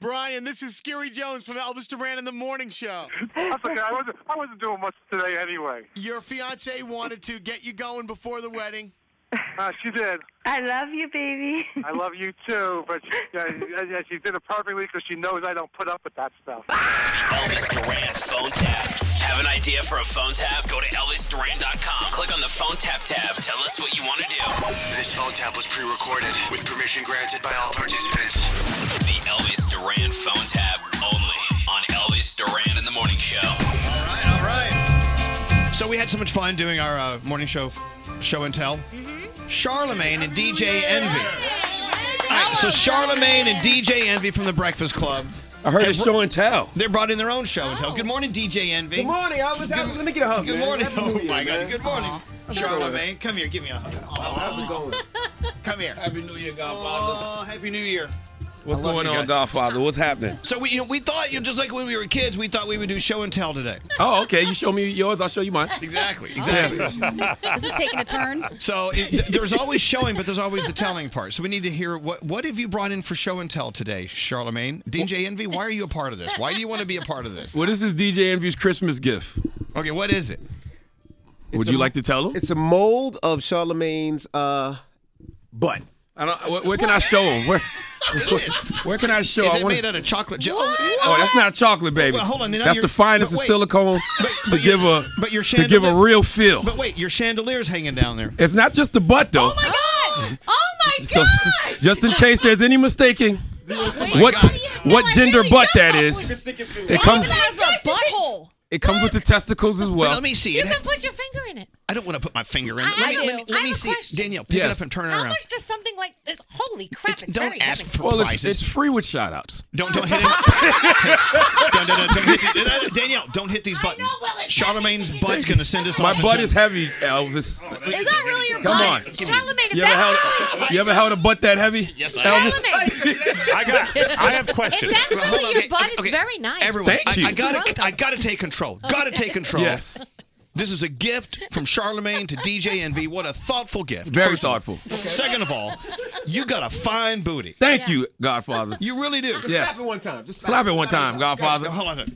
Speaker 24: Brian, this is Scary Jones from Elvis Duran in the Morning Show.
Speaker 12: That's okay. I wasn't, I wasn't doing much today anyway.
Speaker 24: Your fiance wanted to get you going before the wedding.
Speaker 12: Uh, she did.
Speaker 25: I love you, baby.
Speaker 12: I love you too, but she, uh, yeah, she did it perfectly because she knows I don't put up with that stuff.
Speaker 4: Elvis Duran phone tap. Have an idea for a phone tap? Go to ElvisDuran.com. Click on the phone tap tab. Tell us what you want to do.
Speaker 26: This phone tap was pre-recorded with permission granted by all participants.
Speaker 4: The Elvis Duran phone tap only on Elvis Duran in the Morning Show.
Speaker 5: So we had so much fun doing our uh, morning show, f- show and tell.
Speaker 16: Mm-hmm.
Speaker 5: Charlemagne and DJ Envy. All right, so Charlemagne and DJ Envy from the Breakfast Club.
Speaker 16: I heard
Speaker 5: have
Speaker 16: it's
Speaker 5: br-
Speaker 16: show and tell.
Speaker 5: They brought in their own show and tell. Good morning, DJ Envy.
Speaker 16: Oh. Good morning. I was out- let me get a hug,
Speaker 5: Good
Speaker 16: man.
Speaker 5: morning.
Speaker 16: Happy New
Speaker 5: Oh
Speaker 16: Year,
Speaker 5: my God.
Speaker 16: man.
Speaker 5: Good morning,
Speaker 16: How's it going?
Speaker 5: Charlemagne. Come here, give me a hug. how's it going? Come here. Happy New Year, Godfather. Oh, Happy New Year.
Speaker 16: What's going on, Godfather? What's happening?
Speaker 5: So we, you know, we thought, you know, just like when we were kids, we thought we would do show and tell today.
Speaker 16: Oh, okay. You show me yours, I'll show you mine.
Speaker 5: Exactly.
Speaker 15: this is taking a turn.
Speaker 5: So it, th- there's always showing, but there's always the telling part. So we need to hear what what have you brought in for show and tell today, Charlemagne? DJ Envy, why are you a part of this? Why do you want to be a part of this?
Speaker 16: Well, this is DJ Envy's Christmas gift.
Speaker 5: Okay, what is it?
Speaker 16: Would you like to tell him?
Speaker 27: It's a mold of Charlemagne's uh, butt.
Speaker 16: I don't. Where, where can I show him? Where, where can I show?
Speaker 5: Is
Speaker 16: I
Speaker 5: it
Speaker 16: wanna-
Speaker 5: made out of chocolate? gel?
Speaker 16: Oh, that's not chocolate, baby.
Speaker 5: Well, hold on, now
Speaker 16: that's
Speaker 5: you're-
Speaker 16: the finest
Speaker 5: but
Speaker 16: of
Speaker 5: wait.
Speaker 16: silicone to give a
Speaker 5: But your
Speaker 16: to give a
Speaker 5: chandelier-
Speaker 16: real feel.
Speaker 5: But wait, your chandelier's hanging down there.
Speaker 16: It's not just the butt though.
Speaker 15: Oh my
Speaker 16: So, just in case there's any mistaking,
Speaker 15: my
Speaker 16: what
Speaker 15: God.
Speaker 16: what gender butt that
Speaker 15: Look
Speaker 16: is?
Speaker 15: at sticking fingers.
Speaker 16: It
Speaker 15: Why
Speaker 16: comes
Speaker 15: is that a butthole?
Speaker 16: it comes with the testicles as well.
Speaker 5: let me see.
Speaker 20: You
Speaker 5: It ha-
Speaker 20: can put your finger in it.
Speaker 5: I don't want to put my finger in. it.
Speaker 20: I-
Speaker 5: Let me,
Speaker 20: I
Speaker 5: let
Speaker 20: do.
Speaker 5: me, let
Speaker 20: I
Speaker 5: me
Speaker 20: have a
Speaker 5: see.
Speaker 20: question.
Speaker 5: Danielle, pick
Speaker 16: Yes.
Speaker 5: it up and turn it
Speaker 20: How
Speaker 5: around.
Speaker 20: much does something like this? Holy crap! It's,
Speaker 5: don't
Speaker 20: very
Speaker 5: ask
Speaker 20: heavy.
Speaker 5: for
Speaker 16: Well, it's,
Speaker 5: prices.
Speaker 16: it's free with shout outs.
Speaker 5: Don't don't hit it. Don't- don't- don't hit the- no, no, Danielle, don't hit these buttons. Charlemagne's butt's gonna send us.
Speaker 16: My
Speaker 5: off.
Speaker 16: butt is heavy, Elvis.
Speaker 15: Is that really your
Speaker 16: Come
Speaker 15: butt?
Speaker 16: on.
Speaker 15: Charlemagne, if
Speaker 16: You ever,
Speaker 15: that's
Speaker 16: held, you ever held a butt that heavy? Yes, Elvis?
Speaker 9: I got. I have questions.
Speaker 20: That's
Speaker 5: Well, hold
Speaker 20: really
Speaker 5: on,
Speaker 20: your
Speaker 5: okay,
Speaker 20: butt. It's
Speaker 5: okay,
Speaker 20: very nice.
Speaker 5: Everyone,
Speaker 16: Thank
Speaker 5: I,
Speaker 16: you.
Speaker 5: I gotta, I gotta take control. Gotta take control.
Speaker 16: Yes.
Speaker 5: This is a gift from Charlemagne to DJ Envy. What a thoughtful gift.
Speaker 16: Very
Speaker 5: First of all.
Speaker 16: thoughtful.
Speaker 5: Second of all, you got a fine booty.
Speaker 16: Thank you, Godfather.
Speaker 5: You really do.
Speaker 16: Yes.
Speaker 5: one time.
Speaker 16: Slap it one time, Godfather.
Speaker 5: Hold on.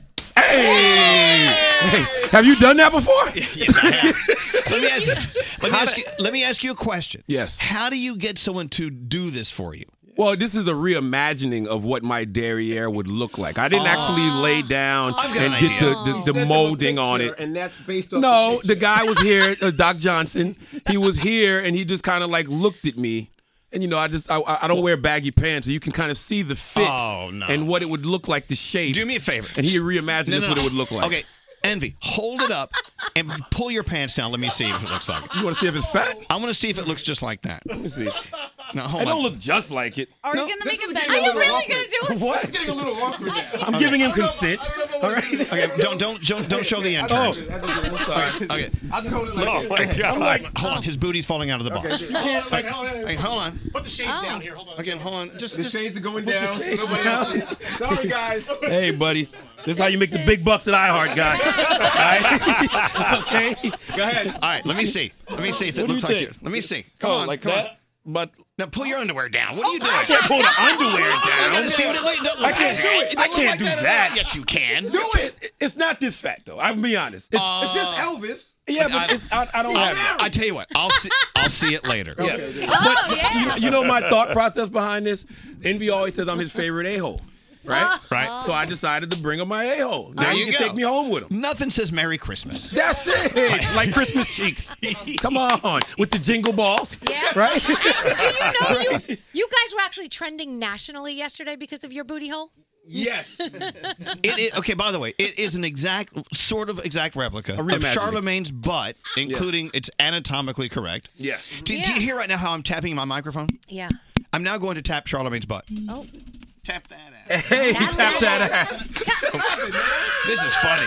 Speaker 16: Hey, have you done that before?
Speaker 5: yes, I have. let me ask you. Let me ask you, let me ask you a question.
Speaker 16: Yes.
Speaker 5: How do you get someone to do this for you?
Speaker 16: Well, this is a reimagining of what my derriere would look like. I didn't actually lay down
Speaker 5: Ah, I've got
Speaker 16: and
Speaker 5: an
Speaker 16: get
Speaker 5: idea.
Speaker 16: the, the, the molding on it.
Speaker 28: And that's based off.
Speaker 16: No, the guy was here, uh, Doc Johnson. He was here, and he just kind of like looked at me. And you know, I just I, I don't wear baggy pants, so you can kind of see the fit and what it would look like, the shape. Do
Speaker 5: Oh, me a favor.
Speaker 16: And he reimagined
Speaker 5: No, no,
Speaker 16: this what
Speaker 5: no.
Speaker 16: it would look like.
Speaker 5: Okay, Envy, hold it up and pull your pants down. Let me see what it looks like.
Speaker 16: You want to see if it's fat?
Speaker 5: I want to see if it looks just like that. Let
Speaker 16: me see.
Speaker 5: Now, hold
Speaker 16: It don't
Speaker 5: on.
Speaker 16: look just like it.
Speaker 6: Are
Speaker 5: No,
Speaker 6: you gonna
Speaker 5: this
Speaker 6: make
Speaker 5: is
Speaker 6: it
Speaker 5: getting
Speaker 6: better?
Speaker 5: a little awkward.
Speaker 6: gonna
Speaker 16: What?
Speaker 28: It's getting a little awkward now.
Speaker 16: I'm giving him consent. All right. Oh.
Speaker 5: Okay, don't don't don't, don't show the interns. Okay. okay.
Speaker 28: I'll just hold it
Speaker 5: Look.
Speaker 28: like this.
Speaker 5: I'm like, hold on, his booty's falling out of the box.
Speaker 28: Okay.
Speaker 5: Like, oh, hey, hold on.
Speaker 28: Put the
Speaker 6: Oh.
Speaker 28: shades down here. Hold on.
Speaker 5: Again, hold on. Just
Speaker 28: the shades are going
Speaker 5: put the
Speaker 28: down.
Speaker 5: shades
Speaker 28: Nobody
Speaker 5: down.
Speaker 28: else is- Sorry, guys.
Speaker 16: Hey, buddy. This is how you make the big bucks at iHeart, guys. All right? okay.
Speaker 5: Go ahead. All right, let me see. Let me see if it
Speaker 16: What do you
Speaker 5: looks like
Speaker 16: think?
Speaker 5: it. Let me see. Come
Speaker 16: Oh,
Speaker 5: on,
Speaker 16: like
Speaker 5: come
Speaker 16: that?
Speaker 5: on.
Speaker 16: But
Speaker 5: now pull your underwear down. What are you doing? Oh,
Speaker 16: I can't pull the underwear
Speaker 5: You
Speaker 16: down.
Speaker 5: gotta see what it like. Don't look
Speaker 16: I can't
Speaker 5: like
Speaker 16: do
Speaker 5: that.
Speaker 16: it.
Speaker 5: Don't
Speaker 16: I
Speaker 5: look
Speaker 16: can't
Speaker 5: like
Speaker 16: do
Speaker 5: that at all.
Speaker 16: that.
Speaker 5: Yes, you can.
Speaker 16: Do it. It's not this fat though. I'll be honest. It's, it's
Speaker 5: Uh,
Speaker 16: just
Speaker 5: Oh.
Speaker 16: Elvis.
Speaker 28: Elvis.
Speaker 16: Yeah, but it's, I, I don't have.
Speaker 5: I, I tell you what. I'll see. I'll see it later.
Speaker 16: Yes. But you, you know my thought process behind this. Envy always says I'm his favorite a hole. Right,
Speaker 5: Right.
Speaker 16: So I decided to bring him my a hole. Now
Speaker 5: There
Speaker 16: you
Speaker 5: you
Speaker 16: can
Speaker 5: go.
Speaker 16: take me home with him.
Speaker 5: Nothing says Merry Christmas.
Speaker 16: That's it. Like Christmas cheeks. Come on. With the jingle balls.
Speaker 9: Yeah.
Speaker 16: Right?
Speaker 9: Do you know you, you guys were actually trending nationally yesterday because of your booty hole?
Speaker 28: Yes.
Speaker 5: It, it, okay. By the way, it is an exact, sort of exact replica of
Speaker 16: reimagining.
Speaker 5: Charlemagne's butt, including it's anatomically correct.
Speaker 16: Yes.
Speaker 5: Do, do you hear right now how I'm tapping my microphone?
Speaker 9: Yeah.
Speaker 5: I'm now going to tap Charlemagne's butt.
Speaker 9: Oh.
Speaker 28: Tap that
Speaker 16: Hey, tap that ass.
Speaker 5: This is funny.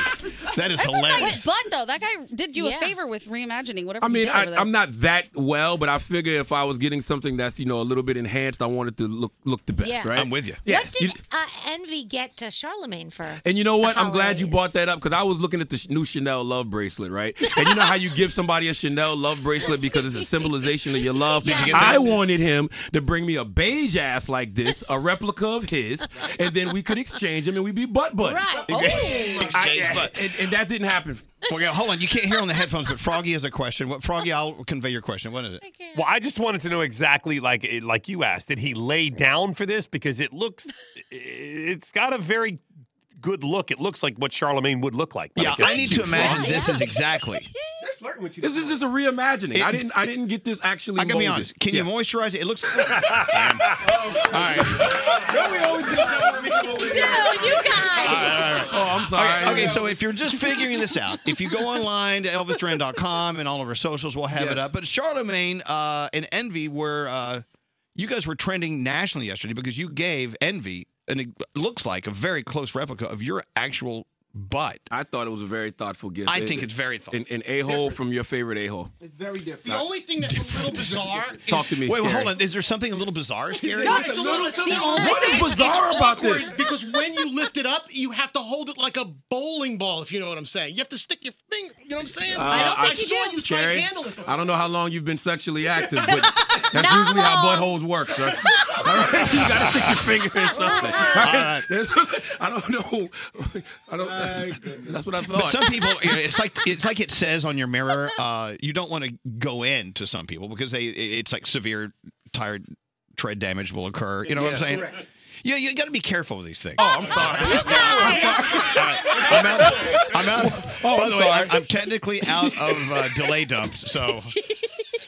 Speaker 5: That is
Speaker 6: That's a nice
Speaker 5: hilarious.
Speaker 6: butt, though. That guy did you a favor with reimagining whatever.
Speaker 16: I
Speaker 6: you
Speaker 16: mean,
Speaker 6: did
Speaker 16: I,
Speaker 6: over there.
Speaker 16: I'm not that well, but I figure if I was getting something that's you know a little bit enhanced, I wanted to look look the best,
Speaker 9: Yeah.
Speaker 16: right?
Speaker 9: I'm
Speaker 5: with you.
Speaker 9: What did uh, Envy get to Charlemagne for?
Speaker 16: And you know what?
Speaker 9: The
Speaker 16: I'm glad you brought that up because I was looking at the sh- new Chanel love bracelet, right? And you know how you give somebody a Chanel love bracelet because it's a symbolization of your love.
Speaker 5: Did you get
Speaker 16: I
Speaker 5: that?
Speaker 16: wanted him to bring me a beige ass like this, a replica of his, and then we could exchange them and we'd be butt buddies.
Speaker 9: Right.
Speaker 5: Oh. Exchange
Speaker 16: I-
Speaker 5: butt.
Speaker 16: And, and that didn't happen.
Speaker 5: Well, yeah, hold on. You can't hear on the headphones, but Froggy has a question. What Froggy? I'll convey your question. What is it?
Speaker 11: Well, I just wanted to know exactly, like it- like you asked, did he lay down for this? Because it looks, it's got a very good look. It looks like what Charlemagne would look like.
Speaker 5: Yeah, I need to imagine this is exactly.
Speaker 16: This is just a reimagining. I didn't. I didn't get this actually.
Speaker 5: I gotta be
Speaker 16: molded.
Speaker 5: honest. Can you moisturize it? It looks.
Speaker 28: All right. Don't we always get Dude,
Speaker 9: you guys.
Speaker 16: Oh, I'm sorry.
Speaker 5: Okay, okay, so if you're just figuring this out, if you go online to elvisduran.com and all of our socials, we'll have it
Speaker 16: Yes.
Speaker 5: up. But Charlemagne uh, and Envy were, uh, you guys were trending nationally yesterday because you gave Envy, and it looks like a very close replica of your actual butt.
Speaker 16: I thought it was a very thoughtful gift.
Speaker 5: I think it's very thoughtful.
Speaker 16: An, an a hole from your favorite a hole.
Speaker 28: It's very different.
Speaker 24: The only thing that's a little bizarre.
Speaker 16: Talk to me.
Speaker 5: Wait, wait,
Speaker 16: Scary.
Speaker 5: hold on. Is there something a little bizarre, Scary?
Speaker 24: Yeah, it's a little, it's a
Speaker 9: The
Speaker 24: little-
Speaker 9: only What is thing-
Speaker 16: bizarre
Speaker 24: it's
Speaker 16: about
Speaker 24: awkward
Speaker 16: this?
Speaker 24: Because when you lift it up, you have to hold it like a bowling ball, if you know what I'm saying. You have to stick your finger. You know what I'm saying?
Speaker 16: Uh,
Speaker 24: I saw you try
Speaker 16: Sherry,
Speaker 24: to handle it.
Speaker 16: I don't know how long you've been sexually active, but that's usually how buttholes work, sir. All right, you gotta stick your finger in something. All right. There's- I don't know. I don't. that's what I
Speaker 5: But
Speaker 16: thought.
Speaker 5: some people, you know, it's like it's like it says on your mirror. Uh, you don't want to go in to some people because they it's like severe tire tread damage will occur. You know what I'm
Speaker 16: Yeah.
Speaker 5: saying?
Speaker 16: Correct.
Speaker 5: Yeah, you got to be careful with these things.
Speaker 16: Oh, I'm sorry.
Speaker 5: I'm out. I'm out.
Speaker 16: Oh,
Speaker 5: By
Speaker 16: I'm
Speaker 5: the way,
Speaker 16: sorry.
Speaker 5: I'm, I'm technically out of uh, delay dumps. So,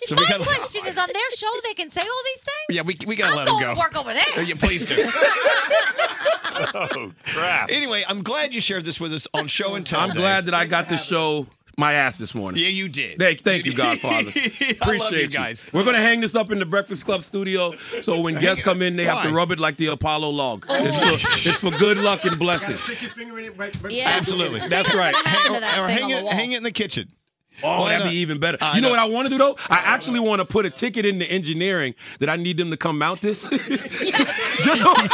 Speaker 5: so we
Speaker 9: My
Speaker 5: got.
Speaker 9: question is on their show, they can say all these things?
Speaker 5: Yeah, we, we gotta
Speaker 9: I'm
Speaker 5: let them
Speaker 9: going
Speaker 5: go.
Speaker 9: to work over
Speaker 5: Uh,
Speaker 9: there.
Speaker 5: yeah, please do.
Speaker 11: oh crap!
Speaker 5: Anyway, I'm glad you shared this with us on show and tell.
Speaker 16: I'm
Speaker 5: Dave.
Speaker 16: glad that I got to show my ass this morning.
Speaker 5: Yeah, you did.
Speaker 16: Thank, thank you, Godfather. Appreciate
Speaker 5: I love you guys.
Speaker 16: We're gonna hang this up in the Breakfast Club studio, so when guests come in, they have to
Speaker 5: Why? Oh.
Speaker 16: rub it like the Apollo log. It's, for, it's for good luck and blessings.
Speaker 28: Stick your finger in it. Right, right-
Speaker 6: Yeah.
Speaker 5: Absolutely.
Speaker 16: That's right.
Speaker 5: Or,
Speaker 6: to that
Speaker 5: or
Speaker 6: thing
Speaker 5: hang,
Speaker 6: on the
Speaker 5: it,
Speaker 6: wall.
Speaker 5: hang it in the kitchen.
Speaker 16: Oh,
Speaker 5: Why
Speaker 16: that'd
Speaker 5: not?
Speaker 16: be even better.
Speaker 5: I
Speaker 16: you know,
Speaker 5: know.
Speaker 16: what I want to do though? I actually want to put a ticket into engineering that I need them to come mount this, just, so,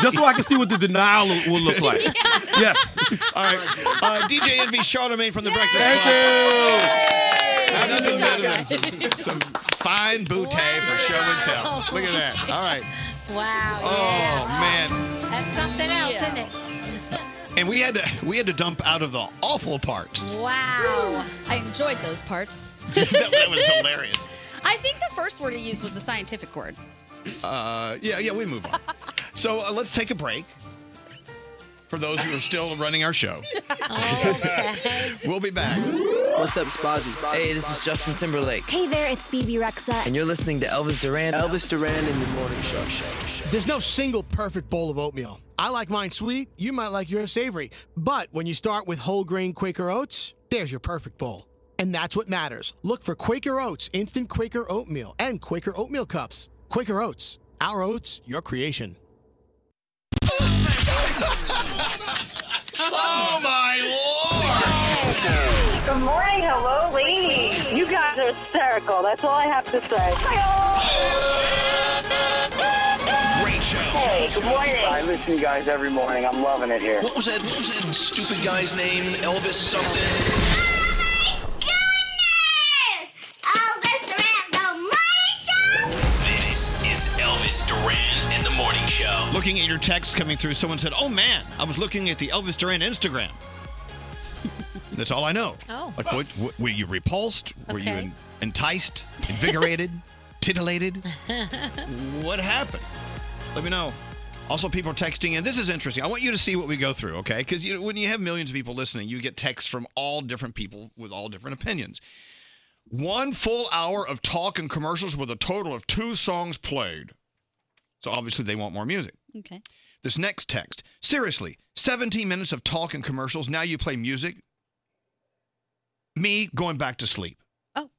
Speaker 16: just so I can see what the denial will will look like. Yes,
Speaker 5: All right. Uh, DJ Envy Charlemagne from the Breakfast
Speaker 16: thank
Speaker 5: Club.
Speaker 16: you.
Speaker 5: Nothing better than some, some fine bootay for show and tell. Look at that. All right.
Speaker 9: Wow.
Speaker 5: Oh,
Speaker 9: yeah.
Speaker 5: man.
Speaker 9: That's something else, isn't it?
Speaker 5: and we had to we had to dump out of the awful parts.
Speaker 6: Wow. I enjoyed those parts.
Speaker 5: that, that was hilarious.
Speaker 6: I think the first word he used was a scientific word.
Speaker 5: Uh, yeah, yeah, we move on. So uh, let's take a break. For those who are still running our show, we'll be back.
Speaker 1: What's up, Spazzy? Hey, this is Justin Timberlake,
Speaker 17: Hey there, it's BB Rexa.
Speaker 1: and you're listening to Elvis Duran. Elvis Duran in the morning show.
Speaker 7: There's no single perfect bowl of oatmeal. I like mine sweet, you might like yours savory. But when you start with whole grain Quaker oats, there's your perfect bowl. And that's what matters. Look for Quaker Oats, instant Quaker oatmeal, and Quaker oatmeal cups. Quaker Oats, our oats, your creation.
Speaker 5: Oh my
Speaker 19: lord! Good morning, hello, ladies. You guys are hysterical. That's all I have to say.
Speaker 14: Great show.
Speaker 19: Hey, good morning.
Speaker 14: I listen to you guys every morning. I'm loving it here. What was that? What was that stupid guy's name? Elvis something.
Speaker 4: This is Elvis Duran and the Morning Show.
Speaker 5: Looking at your text coming through, someone said, "Oh man, I was looking at the Elvis Duran Instagram." That's all I know.
Speaker 9: Oh.
Speaker 5: Like, what, what- were you repulsed? Were you
Speaker 9: Okay.
Speaker 5: en- enticed? Invigorated? titillated? What happened? Let me know. Also, people are texting in. This is interesting. I want you to see what we go through, okay? Because you know, when you have millions of people listening, you get texts from all different people with all different opinions. One full hour of talk and commercials with a total of two songs played. So obviously, they want more music.
Speaker 6: Okay.
Speaker 5: This next text. Seriously, 17 minutes of talk and commercials. Now you play music. Me going back to sleep. Oh.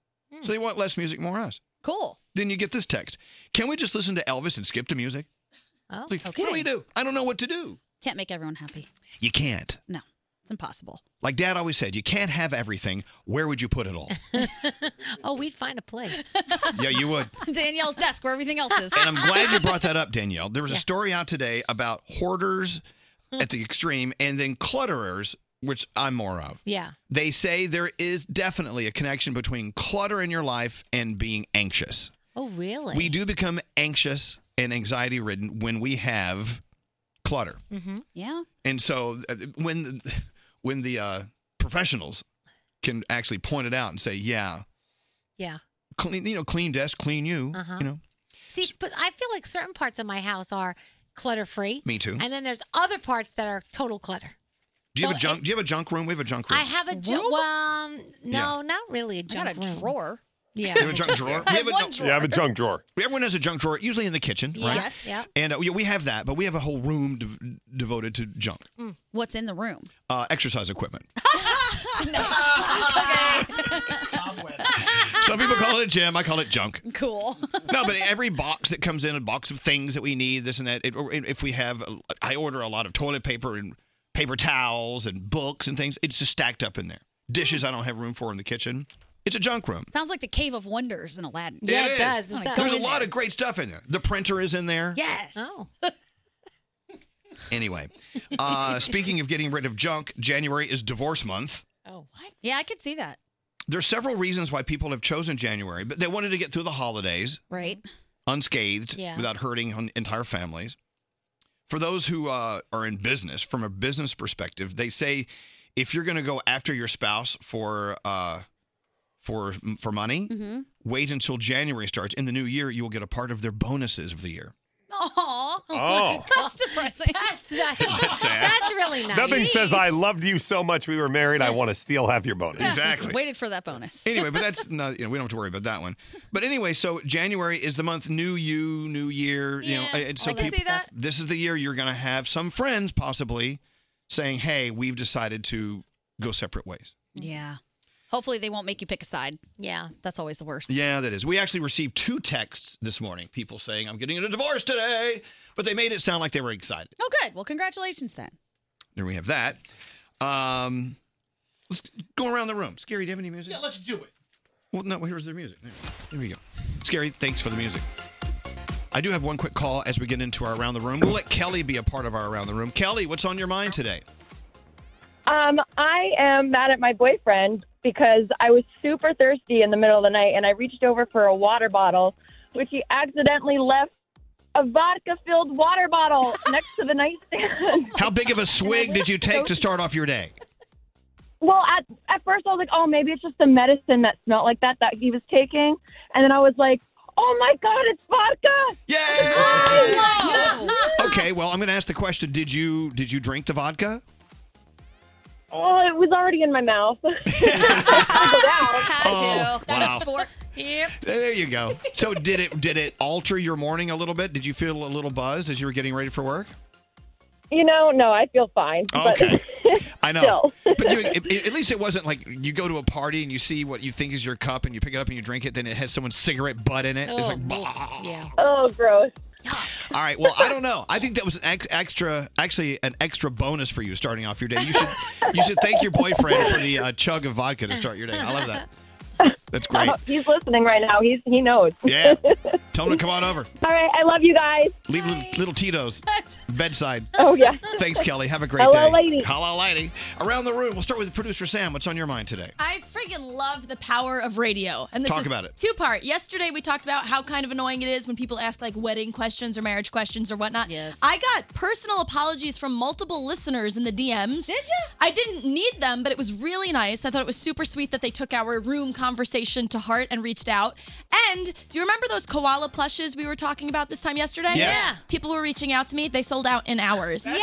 Speaker 5: So they want less music, more us.
Speaker 6: Cool.
Speaker 5: Then you get this text. Can we just listen to Elvis and skip to music?
Speaker 6: Oh,
Speaker 5: Like, What do we do? I don't know what to do.
Speaker 6: Can't make everyone happy.
Speaker 5: You can't.
Speaker 6: No, it's impossible.
Speaker 5: Like dad always said, you can't have everything. Where would you put it all?
Speaker 9: oh, we'd find a place.
Speaker 5: yeah, you would.
Speaker 6: Danielle's desk where everything else is.
Speaker 5: And I'm glad you brought that up, Danielle. There was a story out today about hoarders at the extreme and then clutterers, which I'm more of.
Speaker 9: Yeah.
Speaker 5: They say there is definitely a connection between clutter in your life and being anxious.
Speaker 9: Oh, really?
Speaker 5: We do become anxious and anxiety ridden when we have clutter.
Speaker 9: Mm-hmm.
Speaker 6: Yeah.
Speaker 5: And so uh, when the, when the uh, professionals can actually point it out and say, "Yeah,
Speaker 9: Yeah.
Speaker 5: clean, you know, clean desk, clean you,"
Speaker 9: Uh-huh.
Speaker 5: you know.
Speaker 9: See, but I feel like certain parts of my house are clutter free.
Speaker 5: Me too.
Speaker 9: And then there's other parts that are total clutter.
Speaker 5: Do you have a
Speaker 9: So
Speaker 5: junk? do you have a junk room? We have a junk room.
Speaker 9: I have a junk. Well, um, no, not really a junk. room. drawer. Yeah.
Speaker 5: We have a junk drawer. We
Speaker 9: one
Speaker 5: no-
Speaker 9: drawer. Yeah, I have a
Speaker 11: junk drawer.
Speaker 5: Everyone has a junk drawer, usually in the kitchen, right?
Speaker 6: Yes, yeah.
Speaker 5: And uh, yeah, we have that, but we have a whole room dev- devoted to junk,
Speaker 9: Mm.
Speaker 6: What's in the room?
Speaker 5: uh, exercise equipment. Some people call it a gym. I call it junk.
Speaker 6: Cool.
Speaker 5: No, but every box that comes in, a box of things that we need, this and that. It, or if we have, uh, I order a lot of toilet paper and paper towels and books and things. It's just stacked up in there. Dishes I don't have room for in the kitchen. It's a junk room.
Speaker 6: Sounds like the Cave of Wonders in Aladdin.
Speaker 5: is. There's a lot of great stuff in there. The printer is in there.
Speaker 6: Yes. Oh.
Speaker 5: Anyway, uh, speaking of getting rid of junk, January is divorce month.
Speaker 9: Oh, what?
Speaker 6: Yeah, I could see that.
Speaker 5: There's several reasons why people have chosen January, but they wanted to get through the holidays
Speaker 6: Right.
Speaker 5: unscathed
Speaker 6: Yeah.
Speaker 5: without hurting hun- entire families. For those who uh, are in business, from a business perspective, they say if you're going to go after your spouse for uh, for for money,
Speaker 6: Mm-hmm.
Speaker 5: wait until January starts. In the new year, you will get a part of their bonuses of the year.
Speaker 6: Aw.
Speaker 11: Oh.
Speaker 6: That's depressing. That's
Speaker 9: nice.
Speaker 11: That's sad. That's
Speaker 9: really
Speaker 11: Nothing says I loved you so much we were married. I want to steal half your bonus.
Speaker 5: Exactly.
Speaker 6: Waited for that bonus.
Speaker 5: anyway, but that's not, you know, we don't have to worry about that one. But anyway, so January is the month new you, new year. You know,
Speaker 6: Yeah,
Speaker 5: and so
Speaker 6: all that
Speaker 5: people,
Speaker 6: See that?
Speaker 5: this is the year you're going to have some friends possibly saying, hey, we've decided to go separate ways.
Speaker 6: Yeah. Hopefully they won't make you pick a side.
Speaker 9: Yeah.
Speaker 6: That's always the worst.
Speaker 5: Yeah, that is. We actually received two texts this morning, people saying, I'm getting a divorce today, but they made it sound like they were excited.
Speaker 6: Oh, good. Well, congratulations then.
Speaker 5: There we have that. Um, let's go around the room. Scary, do you have any music?
Speaker 7: Yeah, let's do it.
Speaker 5: Well, no, here's their music. There, there we go. Scary, thanks for the music. I do have one quick call as we get into our Around the Room. We'll let Kelly be a part of our Around the Room. Kelly, what's on your mind today?
Speaker 21: Um, I am mad at my boyfriend because I was super thirsty in the middle of the night and I reached over for a water bottle, which he accidentally left a vodka filled water bottle next to the nightstand.
Speaker 5: How big of a swig did you take to start off your day?
Speaker 21: Well, at, at first I was like, oh, maybe it's just the medicine that smelled like that that he was taking. And then I was like, oh my God, it's vodka.
Speaker 5: Okay, well, I'm going to ask the question: Did you did you drink the vodka?
Speaker 21: Oh, it was already in my mouth.
Speaker 5: Had to.
Speaker 9: Not
Speaker 5: Oh, wow.
Speaker 9: a sport. Yep.
Speaker 5: There you go. So did it did it alter your morning a little bit? Did you feel a little buzzed as you were getting ready for work?
Speaker 21: you know, no, I feel fine. But
Speaker 5: Okay. I know, but you, it, at least it wasn't like you go to a party and you see what you think is your cup and you pick it up and you drink it, then it has someone's cigarette butt in it. It's like,
Speaker 9: Oh, yeah.
Speaker 21: Oh, gross.
Speaker 5: all right, well, I don't know. I think that was an ex- extra, actually, an extra bonus for you starting off your day. You should you should thank your boyfriend for the uh, chug of vodka to start your day. I love that. That's great.
Speaker 21: Oh, he's listening right now. He's he knows.
Speaker 5: Yeah. Tell him to come on over.
Speaker 21: All right, I love you guys.
Speaker 5: Leave little, little Tito's bedside.
Speaker 21: Oh yeah.
Speaker 5: Thanks, Kelly. Have a great
Speaker 21: Hello,
Speaker 5: day.
Speaker 21: lady.
Speaker 5: Hello, lady. Around the room, we'll start with producer Sam. What's on your mind today?
Speaker 10: I friggin' love the power of radio. And this
Speaker 5: Talk
Speaker 10: is
Speaker 5: about it.
Speaker 10: two part. Yesterday we talked about how kind of annoying it is when people ask like wedding questions or marriage questions or whatnot. Yes. I got personal apologies from multiple listeners in the DMs. Did you? I didn't need them, but it was really nice. I thought it was super sweet that they took our room conversation to heart and reached out. And do you remember those koala plushes we were talking about this time yesterday?
Speaker 9: Yes. Yeah.
Speaker 10: People were reaching out to me. They sold out in hours. Yay!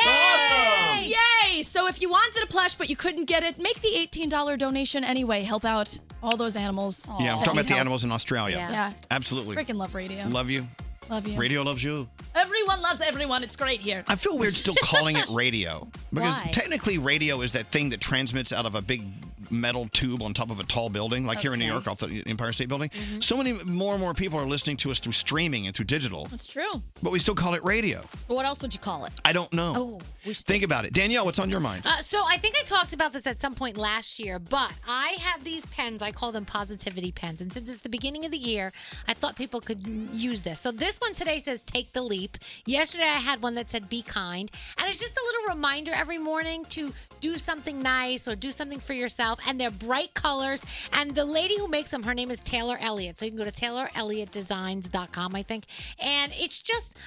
Speaker 10: Yay! So if you wanted a plush but you couldn't get it, make the $18 donation anyway. Help out all those animals.
Speaker 5: Yeah, I'm
Speaker 10: that
Speaker 5: talking
Speaker 10: need
Speaker 5: about the
Speaker 10: help.
Speaker 5: animals in Australia.
Speaker 10: Yeah. Yeah.
Speaker 5: Absolutely.
Speaker 10: Freaking love radio.
Speaker 5: Love you.
Speaker 10: Love you.
Speaker 5: Radio loves you.
Speaker 10: Everyone loves everyone. It's great here.
Speaker 5: I feel weird still calling it radio because
Speaker 10: Why?
Speaker 5: technically radio is that thing that transmits out of a big metal tube on top of a tall building, like here in New
Speaker 10: Okay.
Speaker 5: York off the E-, Empire State Building. So many more and more people are listening to us through streaming and through digital,
Speaker 6: That's true.
Speaker 5: but we still call it radio.
Speaker 6: But what else would you call it?
Speaker 5: I don't know.
Speaker 6: Oh,
Speaker 5: think about it, Danielle. What's on your mind?
Speaker 9: Uh, so I think I talked about this at some point last year, but I have these pens. I call them positivity pens, and since it's the beginning of the year, I thought people could n- use this. So this one today says "Take the leap." Yesterday I had one that said "Be kind," and it's just a little reminder every morning to do something nice or do something for yourself. And they're bright colors. And the lady who makes them, her name is Taylor Elliott. So you can go to TaylorElliottDesigns.com, I think. And it's just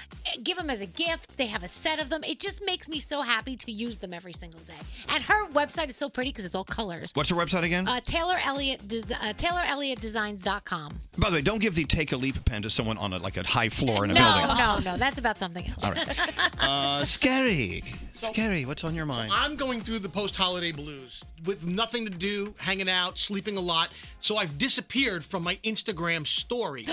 Speaker 9: give them as a gift. They have a set of them. It just makes me so happy to use them every single day. And her website is so pretty because it's all colors.
Speaker 5: What's her website again?
Speaker 9: Uh, Taylor Elliott, Des- uh, TaylorElliottDesigns.com.
Speaker 5: By the way, don't give the take a leap pen to someone on a, like a high floor in a
Speaker 9: No,
Speaker 5: building.
Speaker 9: no, no. That's about something else.
Speaker 5: All right. Uh, scary. Scary. What's on your mind?
Speaker 7: I'm going through the post holiday blues with nothing to do, hanging out, sleeping a lot. So I've disappeared from my Instagram story.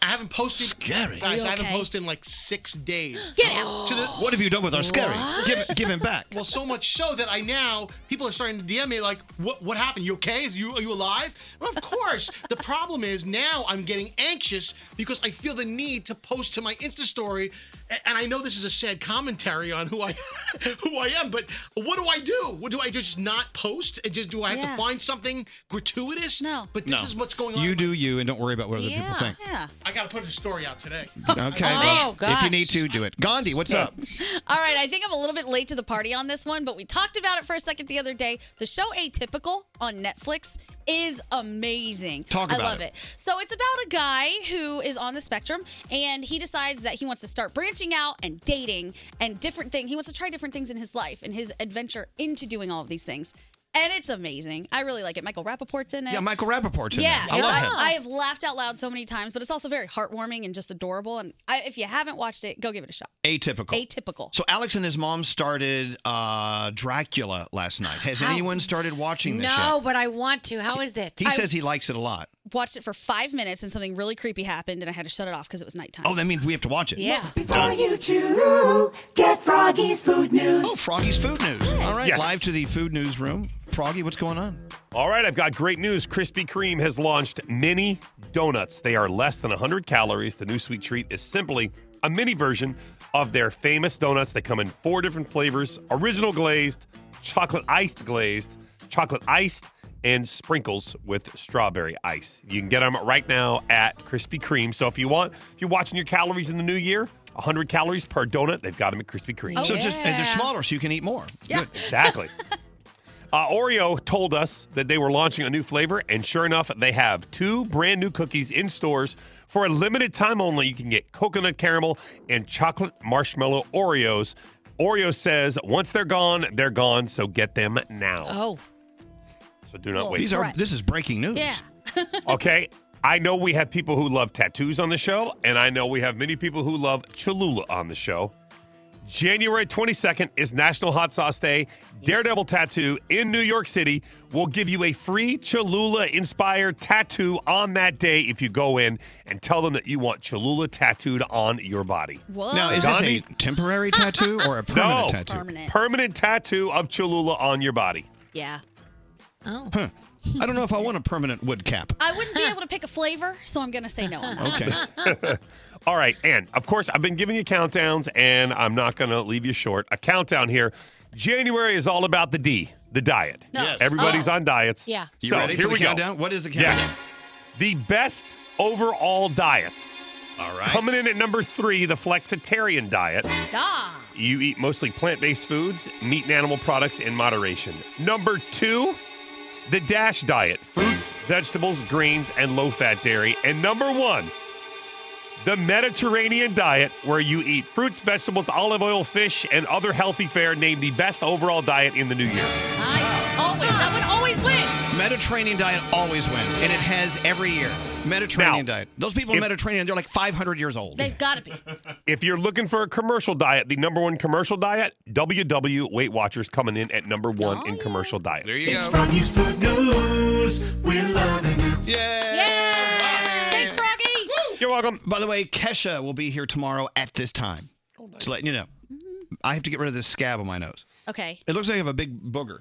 Speaker 7: I haven't posted.
Speaker 5: Scary.
Speaker 7: Guys,
Speaker 5: Are you
Speaker 7: I haven't
Speaker 5: okay?
Speaker 7: posted in like six days.
Speaker 9: Get out.
Speaker 7: To the-
Speaker 5: What have you done with our scary? Give, give him back.
Speaker 7: Well, so much so that I now people are starting to DM me like, "What what happened? You okay? Is you are you alive?" Well, of course. the problem is now I'm getting anxious because I feel the need to post to my Insta story, A- and I know this is a sad commentary on who I who I am, but what do I do? What do I just not post? And just- Do I have
Speaker 6: Yeah.
Speaker 7: to find something gratuitous? No. But this
Speaker 5: No.
Speaker 7: is what's going on.
Speaker 5: You do you, and don't worry about what other people think.
Speaker 6: Yeah.
Speaker 7: I gotta put a story out today.
Speaker 5: Okay.
Speaker 6: Oh,
Speaker 5: well, If you
Speaker 6: gosh.
Speaker 5: need to, do it. Gandhi, what's up?
Speaker 6: All right, I think I'm a little bit late to the party on this one, but we talked about it for a second the other day. The show Atypical on Netflix is amazing.
Speaker 12: Talk
Speaker 6: I
Speaker 12: about
Speaker 6: love
Speaker 12: it.
Speaker 6: So it's about a guy who is on the spectrum and he decides that he wants to start branching out and dating and different thing. He wants to try different things in his life and his adventure into doing all of these things. And it's amazing. I really like it. Michael Rappaport's in it.
Speaker 5: Yeah, Michael Rappaport's in
Speaker 6: Yeah,
Speaker 5: there. I love
Speaker 6: I,
Speaker 5: him.
Speaker 6: I have laughed out loud so many times, but it's also very heartwarming and just adorable. And I, if you haven't watched it, go give it a shot.
Speaker 5: Atypical.
Speaker 6: Atypical.
Speaker 5: So Alex and his mom started uh, Dracula last night. Has
Speaker 9: How-
Speaker 5: anyone started watching this
Speaker 9: No, but I want to. How is it?
Speaker 5: yet? He says he likes it a lot.
Speaker 6: watched it for five minutes and something really creepy happened and I had to shut it off because it was nighttime.
Speaker 5: Oh, that means we have to watch it.
Speaker 6: Yeah.
Speaker 5: Done.
Speaker 6: chew, get Froggy's food news.
Speaker 5: Oh, Froggy's food news. All right,
Speaker 11: Yes.
Speaker 5: live to the food news room. Froggy, what's going on?
Speaker 11: All right, I've got great news. Krispy Kreme has launched mini donuts. They are less than 100 calories. The new sweet treat is simply a mini version of their famous donuts. They come in four different flavors original glazed, chocolate iced glazed, chocolate iced, and sprinkles with strawberry ice. You can get them right now at Krispy Kreme. So if you want, if you're watching your calories in the new year, 100 calories per donut, they've got them at Krispy Kreme.
Speaker 5: so just and they're smaller, so you can eat more. Good.
Speaker 11: Exactly. Uh, Oreo told us that they were launching a new flavor, and sure enough, they have two brand new cookies in stores For a limited time only, you can get coconut caramel and chocolate marshmallow Oreos. Oreo says once they're gone, they're gone, so get them now.
Speaker 9: Oh.
Speaker 11: So do not
Speaker 9: Well,
Speaker 11: wait.
Speaker 9: These are-
Speaker 5: this is breaking news.
Speaker 9: Yeah.
Speaker 11: okay. I know we have people who love tattoos on the show, and I know we have many people who love Cholula on the show. January 22nd is National Hot Sauce Day. Daredevil Tattoo in New York City will give you a free Cholula inspired tattoo on that day if you go in and tell them that you want Cholula tattooed on your body.
Speaker 6: Whoa.
Speaker 5: Now, is this a temporary tattoo or a permanent
Speaker 11: no,
Speaker 5: tattoo?
Speaker 6: Permanent.
Speaker 11: Permanent tattoo of Cholula on your body.
Speaker 6: Yeah. Oh.
Speaker 5: Huh. I don't know if I want a permanent wood cap.
Speaker 6: I wouldn't be able to pick a flavor, so I'm going to say no on that.
Speaker 5: Okay.
Speaker 11: All right, and of course, I've been giving you countdowns, and I'm not going to leave you short. A countdown here. January is all about the D, the diet.
Speaker 5: No. Yes.
Speaker 11: Everybody's
Speaker 5: Oh.
Speaker 11: on diets.
Speaker 5: Yeah. You
Speaker 11: so
Speaker 5: ready for
Speaker 11: here
Speaker 5: the
Speaker 11: we
Speaker 5: countdown?
Speaker 11: go.
Speaker 5: What is the
Speaker 11: Yes. The best overall diets. All right. Coming in at number three, the flexitarian diet.
Speaker 6: Ah.
Speaker 11: You eat mostly plant based foods, meat and animal products in moderation. Number two, the DASH diet fruits, vegetables, greens, and low fat dairy. And number one, the Mediterranean diet, where you eat fruits, vegetables, olive oil, fish, and other healthy fare, named the best overall diet in the new year.
Speaker 6: Always. That one always wins.
Speaker 5: Mediterranean diet always wins, and it has every year. Mediterranean diet. Those people in
Speaker 11: if-
Speaker 5: Mediterranean, they're like 500 years old.
Speaker 6: They've got to be.
Speaker 11: If you're looking for a commercial diet, the number one commercial diet, WW Weight Watchers coming in at number one in commercial diet. Oh, There
Speaker 5: you
Speaker 11: go.
Speaker 28: From you Food News, we're loving it.
Speaker 5: Yeah.
Speaker 6: Thanks, Froggy.
Speaker 11: You're welcome.
Speaker 5: By the way, Kesha will be here tomorrow at this time.
Speaker 6: Oh,
Speaker 5: Just letting you know. I have to get rid of this scab on my nose.
Speaker 6: Mm-hmm. Okay.
Speaker 5: It looks like I have a big booger.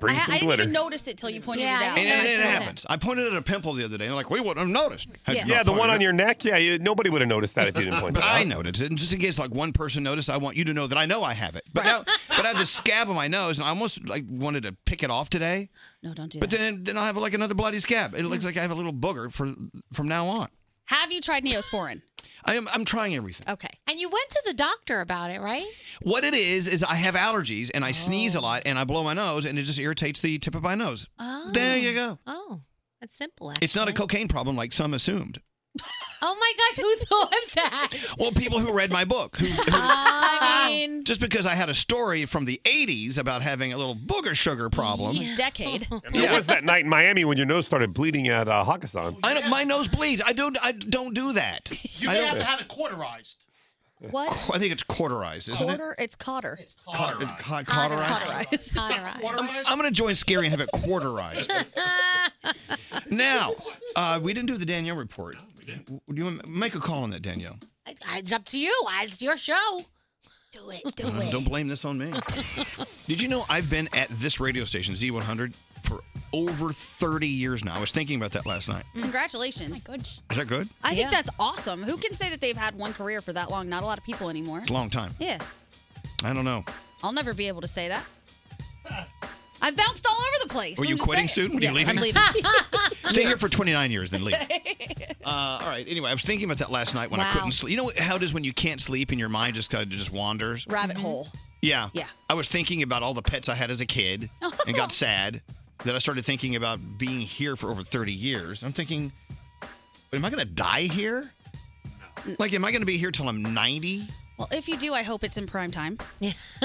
Speaker 6: I, I didn't even notice it till you pointed
Speaker 9: Yeah,
Speaker 6: it
Speaker 9: I
Speaker 6: out.
Speaker 9: didn't
Speaker 5: And
Speaker 9: notice
Speaker 5: it, it
Speaker 9: that.
Speaker 5: happens. I pointed at a pimple the other day. And they're like, we wouldn't have noticed. I
Speaker 11: Yeah,
Speaker 5: did not
Speaker 11: the
Speaker 5: point
Speaker 11: one
Speaker 5: it
Speaker 11: on your neck. Yeah, you, nobody would have noticed that if you didn't point
Speaker 5: But
Speaker 11: that out.
Speaker 5: I noticed it. And just in case like one person noticed, I want you to know that I know I have it. But now, but I have this scab on my nose, and I almost like wanted to pick it off today.
Speaker 6: No, don't do
Speaker 5: But
Speaker 6: that.
Speaker 5: then then I'll have like another bloody scab. It looks like I have a little booger for from now on.
Speaker 6: Have you tried Neosporin?
Speaker 5: I am I'm trying everything.
Speaker 6: Okay.
Speaker 9: And you went to the doctor about it, right?
Speaker 5: What it is is I have allergies and I sneeze a lot and I blow my nose and it just irritates the tip of my nose.
Speaker 9: Oh.
Speaker 5: There you go.
Speaker 9: Oh, that's simple.
Speaker 5: It's not a cocaine problem like some assumed.
Speaker 9: Oh my gosh, who thought that?
Speaker 5: Well, people who read my book, who,
Speaker 9: I mean,
Speaker 5: just because I had a story from the 80s about having a little booger sugar problem.
Speaker 6: Decade.
Speaker 11: It was that night in Miami when your nose started bleeding at uh, Hakkasan.
Speaker 5: I know, my nose bleeds. I don't. I don't do that.
Speaker 7: You're
Speaker 5: I
Speaker 7: gonna
Speaker 5: don't-
Speaker 7: have to have it cauterized.
Speaker 6: What?
Speaker 5: I think it's cauterized, isn't it?
Speaker 6: Quarter? It's Cotter. It's
Speaker 5: Cauter- ca- Cauterized. I'm, I'm going to join Scary and have it quarterized. now, uh, we didn't do the Danielle report. Do you want to make a call on that, Danielle?
Speaker 9: it's up to you. It's your show. Do it. Do
Speaker 5: Uh, don't blame this on me. Did you know I've been at this radio station, Z100, for over 30 years now? I was thinking about that last night.
Speaker 9: Oh
Speaker 6: Congratulations.
Speaker 5: Is that good?
Speaker 6: I think that's awesome. Who can say that they've had one career for that long? Not a lot of people anymore.
Speaker 5: It's a long time.
Speaker 6: Yeah.
Speaker 5: I don't know.
Speaker 6: I'll never be able to say that. I bounced all over the place.
Speaker 5: Were
Speaker 6: I'm
Speaker 5: you
Speaker 6: just
Speaker 5: quitting
Speaker 6: saying.
Speaker 5: soon? Were you
Speaker 6: yes,
Speaker 5: leaving?
Speaker 6: I'm leaving.
Speaker 5: Stay here for 29 years, then leave.
Speaker 6: leave.
Speaker 5: Uh, all right. Anyway, I was thinking about that last night when I
Speaker 6: Wow.
Speaker 5: couldn't sleep. You know how it is when you can't sleep and your mind just kind of just wanders.
Speaker 6: Rabbit hole.
Speaker 5: Yeah.
Speaker 6: Yeah.
Speaker 5: I was thinking about all the pets I had as a kid and got sad that I started thinking about being here for over 30 years. I'm thinking, am I going to die here? Like, am I going to be here till I'm 90?
Speaker 6: Well, if you do, I hope it's in prime time.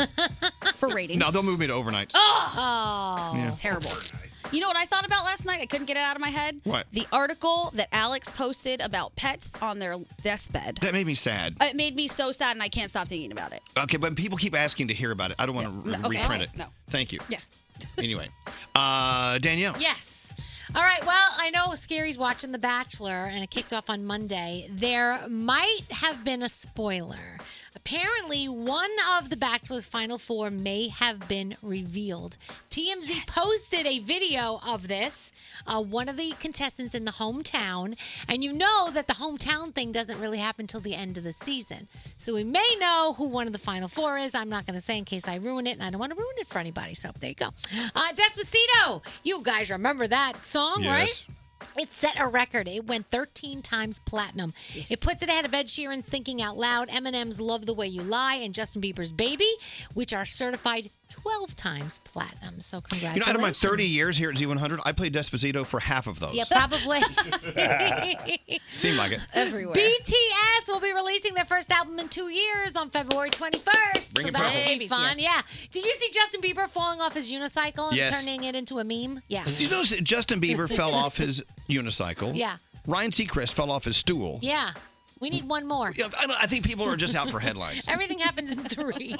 Speaker 6: for ratings.
Speaker 5: No, they'll move me to overnight.
Speaker 6: Oh,
Speaker 5: Yeah.
Speaker 6: terrible. You know what I thought about last night? I couldn't get it out of my head.
Speaker 5: What?
Speaker 6: The article that Alex posted about pets on their deathbed.
Speaker 5: That made me sad.
Speaker 6: It made me so sad, and I can't stop thinking about it.
Speaker 5: Okay, but people keep asking to hear about it. I don't want to
Speaker 6: No, okay.
Speaker 5: reprint it.
Speaker 6: No.
Speaker 5: Thank you.
Speaker 6: Yeah.
Speaker 5: anyway, uh, Danielle.
Speaker 9: Yes. All right. Well, I know Scary's watching The Bachelor, and it kicked off on Monday. There might have been a spoiler. Apparently, one of The Bachelor's final four may have been revealed. TMZ posted a video of this. Uh, one of the contestants in the hometown, and you know that the hometown thing doesn't really happen till the end of the season. So we may know who one of the final four is. I'm not going to say in case I ruin it, and I don't want to ruin it for anybody. So there you go. Uh, Despacito, you guys remember that song, right? It set a record. It went 13 times platinum. It puts it ahead of Ed Sheeran's Thinking Out Loud, Eminem's Love the Way You Lie, and Justin Bieber's Baby, which are certified 12 times platinum. So
Speaker 5: You know,
Speaker 9: congratulations.
Speaker 5: out of my 30 years here at Z100, I played Desposito for half of those.
Speaker 9: Yeah, probably.
Speaker 5: Seemed like it.
Speaker 6: Everywhere.
Speaker 9: BTS will be releasing their first album in two years on February 21st.
Speaker 5: Bring
Speaker 9: so
Speaker 5: it
Speaker 9: that
Speaker 5: purple.
Speaker 9: will be
Speaker 5: Hey,
Speaker 9: fun.
Speaker 5: BTS.
Speaker 9: Yeah. Did you see Justin Bieber falling off his unicycle and
Speaker 5: Yes.
Speaker 9: turning it into a meme? Yeah.
Speaker 5: Did you notice that Justin Bieber fell off his unicycle?
Speaker 9: Yeah.
Speaker 5: Ryan Seacrest fell off his stool.
Speaker 9: Yeah. We need one more.
Speaker 5: Yeah, I, don't- I think people are just out for headlines.
Speaker 9: Everything happens in threes.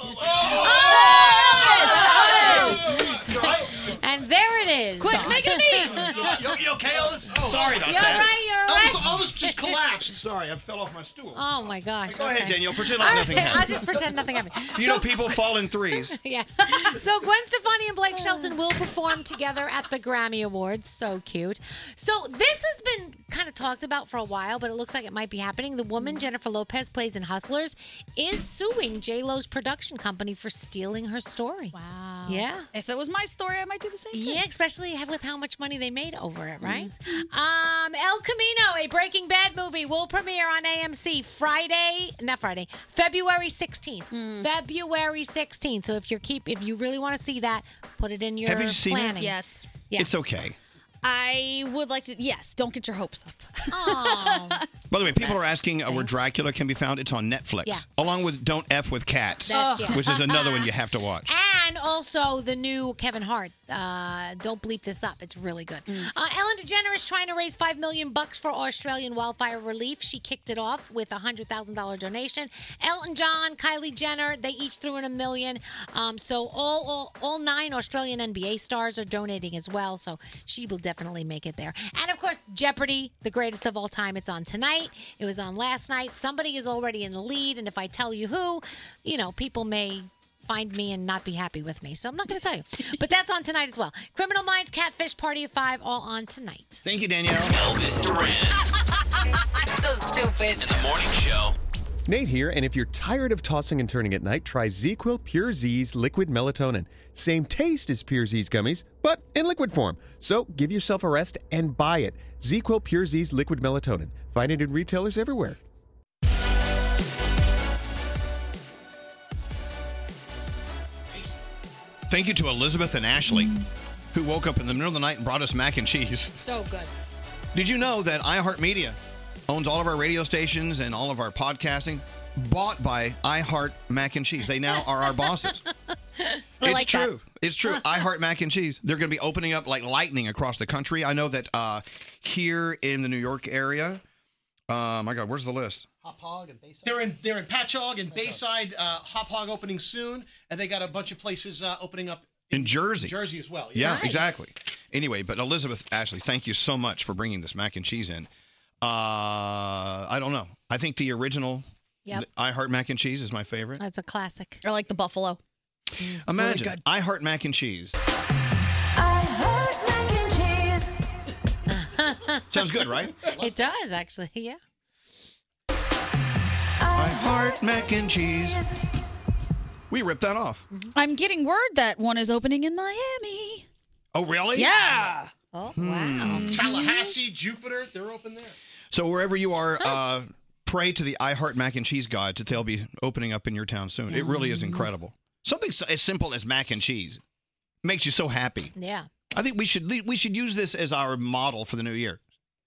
Speaker 28: Oh!
Speaker 9: Oh! And there it is.
Speaker 28: Quick,
Speaker 7: make it
Speaker 28: me. You- you okay, Elvis? Oh, Sorry about
Speaker 9: You're
Speaker 28: that.
Speaker 9: right, you're right.
Speaker 28: Elvis, Elvis just collapsed. Sorry, I fell off my stool.
Speaker 9: Oh my gosh.
Speaker 28: Go ahead, Danielle, pretend
Speaker 9: All
Speaker 28: like nothing
Speaker 9: I'll
Speaker 28: happened.
Speaker 9: just pretend nothing happened.
Speaker 5: You know, people fall in threes.
Speaker 9: yeah. So Gwen Stefani and Blake Shelton will perform together at the Grammy Awards. So cute. So this has been kind of talked about for a while, but it looks like it might be happening. The woman Jennifer Lopez plays in Hustlers is suing J Lo's production company for stealing her story. Wow. Yeah.
Speaker 6: If it was my story, I might do the same thing. Mm-hmm.
Speaker 9: Yeah, especially with how much money they made over it, right? Um, El Camino, a Breaking Bad movie, will premiere on AMC Friday, not Friday, February sixteenth.
Speaker 6: Hmm.
Speaker 9: February sixteenth. So if you're keep, if you really want to see that, put it in your
Speaker 5: Have you seen it?
Speaker 9: planning.
Speaker 6: Yes.
Speaker 9: Yeah.
Speaker 5: It's okay.
Speaker 6: I would like to. Yes, don't get your hopes up.
Speaker 5: By the way, people are asking uh, where Dracula can be found. It's on Netflix,
Speaker 9: Yeah.
Speaker 5: along with Don't F with Cats,
Speaker 9: That's- yeah.
Speaker 5: which is another one you have to watch.
Speaker 9: And also the new Kevin Hart. Uh, don't bleep this up. It's really good. Uh, Ellen DeGeneres trying to raise five million bucks for Australian wildfire relief. She kicked it off with a hundred thousand dollar donation. Elton John, Kylie Jenner, they each threw in a million. Um, so all, all all nine Australian NBA stars are donating as well. So she will definitely make it there. And of course, Jeopardy, the greatest of all time. It's on tonight. It was on last night. Somebody is already in the lead, and if I tell you who, you know, people may find me and not be happy with me. So I'm not going to tell you. But that's on tonight as well. Criminal Minds, Catfish, Party of Five, all on tonight.
Speaker 5: Thank you, Danielle.
Speaker 4: Elvis Duran
Speaker 9: so stupid.
Speaker 4: in the morning show.
Speaker 12: Nate here, and if you're tired of tossing and turning at night, try ZQL Pure Z's liquid melatonin. Same taste as Pure Z's gummies, but in liquid form. So give yourself a rest and buy it. ZQL Pure Z's liquid melatonin. Find it in retailers everywhere.
Speaker 5: Thank you to Elizabeth and Ashley, who woke up in the middle of the night and brought us mac and cheese.
Speaker 9: So good.
Speaker 5: Did you know that iHeartMedia owns all of our radio stations and all of our podcasting? Bought by iHeart Mac and Cheese. They now are our bosses.
Speaker 9: I
Speaker 5: it's
Speaker 9: like that.
Speaker 5: true. It's true. iHeart Mac and Cheese. They're going to be opening up like lightning across the country. I know that uh, here in the New York area. Uh, my God, where's the list?
Speaker 7: Hop Hog and Bayside. They're in they're in Patchogue and Bayside. Uh, Hop Hog opening soon, and they got a bunch of places uh, opening up
Speaker 5: In Jersey.
Speaker 7: Jersey as well.
Speaker 5: Yeah, exactly. Anyway, but Elizabeth Ashley, thank you so much for bringing this mac and cheese in. Uh, I don't know. I think the original
Speaker 9: Yep.
Speaker 5: I Heart Mac and Cheese is my favorite.
Speaker 9: That's a classic.
Speaker 6: Or like the Buffalo.
Speaker 15: Mm-hmm.
Speaker 5: Imagine I Heart Mac and Cheese. Sounds good, right?
Speaker 9: it does, actually. Yeah.
Speaker 5: I Heart Mac and Cheese. We ripped that off.
Speaker 6: I'm getting word that one is opening in Miami.
Speaker 5: Oh, really?
Speaker 6: Yeah.
Speaker 9: Oh,
Speaker 5: wow.
Speaker 7: Tallahassee, Jupiter, they're open there.
Speaker 5: So wherever you are, uh, pray to the I Heart Mac and Cheese God that they'll be opening up in your town soon. It really
Speaker 6: Mm-hmm.
Speaker 5: is incredible. Something so, as simple as mac and cheese makes you so happy.
Speaker 9: Yeah.
Speaker 5: I think we should we should use this as our model for the new year: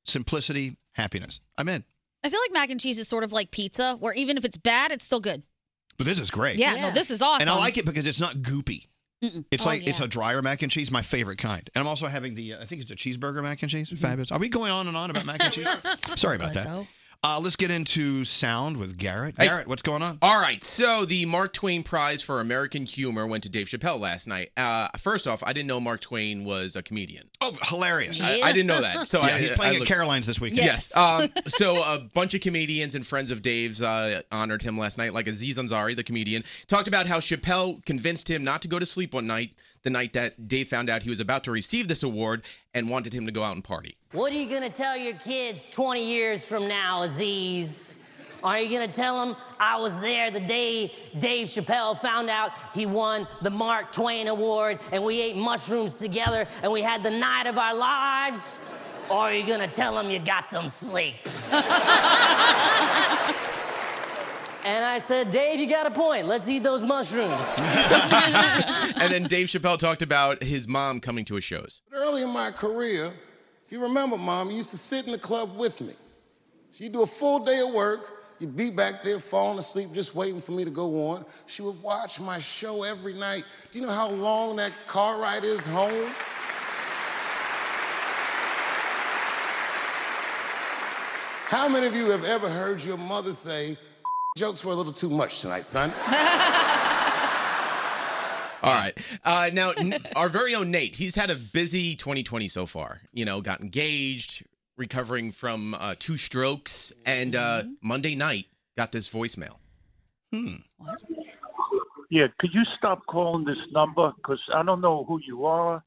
Speaker 5: simplicity, happiness. I'm in.
Speaker 6: I feel like mac and cheese is sort of like pizza, where even if it's bad, it's still good.
Speaker 5: But this is great.
Speaker 6: Yeah, no, this is awesome.
Speaker 5: And I like it because it's not goopy.
Speaker 6: Mm-mm.
Speaker 5: It's
Speaker 6: Oh,
Speaker 5: like it's
Speaker 6: yeah.
Speaker 5: a drier mac and cheese, my favorite kind. And I'm also having the uh, I think it's a cheeseburger mac and
Speaker 6: Mm-hmm.
Speaker 5: cheese. Fabulous. Are we going on and on about mac and cheese? Sorry about that. Uh, let's get into sound with Garrett.
Speaker 17: Hey.
Speaker 5: Garrett, what's going on?
Speaker 17: All right, so the Mark Twain Prize for American Humor went to Dave Chappelle last night. Uh, first off, I didn't know Mark Twain was a comedian.
Speaker 5: Oh, hilarious!
Speaker 17: I, I didn't know that. So
Speaker 5: Yeah,
Speaker 17: I,
Speaker 5: he's
Speaker 17: I
Speaker 5: playing at
Speaker 17: looked-
Speaker 5: Caroline's this weekend.
Speaker 17: Yes. um, so a bunch of comedians and friends of Dave's uh, honored him last night, like Aziz Ansari, the comedian, talked about how Chappelle convinced him not to go to sleep one night, the night that Dave found out he was about to receive this award, and wanted him to go out and party.
Speaker 18: What are you gonna tell your kids 20 years from now, Aziz? Are you gonna tell them I was there the day Dave Chappelle found out he won the Mark Twain Award and we ate mushrooms together and we had the night of our lives? Or are you gonna tell them you got some sleep? and I said, Dave, you got a point. Let's eat those mushrooms.
Speaker 17: and then Dave Chappelle talked about his mom coming to his shows.
Speaker 2: But early in my career, if you remember, Mom, you used to sit in the club with me. She'd do a full day of work. You'd be back there falling asleep, just waiting for me to go on. She would watch my show every night. Do you know how long that car ride is home? How many of you have ever heard your mother say, jokes were a little too much tonight, son?
Speaker 17: All right. Uh, now, n- our very own Nate, he's had a busy 2020 so far. You know, got engaged, recovering from uh, two strokes, and uh, Monday night got this voicemail.
Speaker 28: Hmm. Yeah, could you stop calling this number? Because I don't know who you are.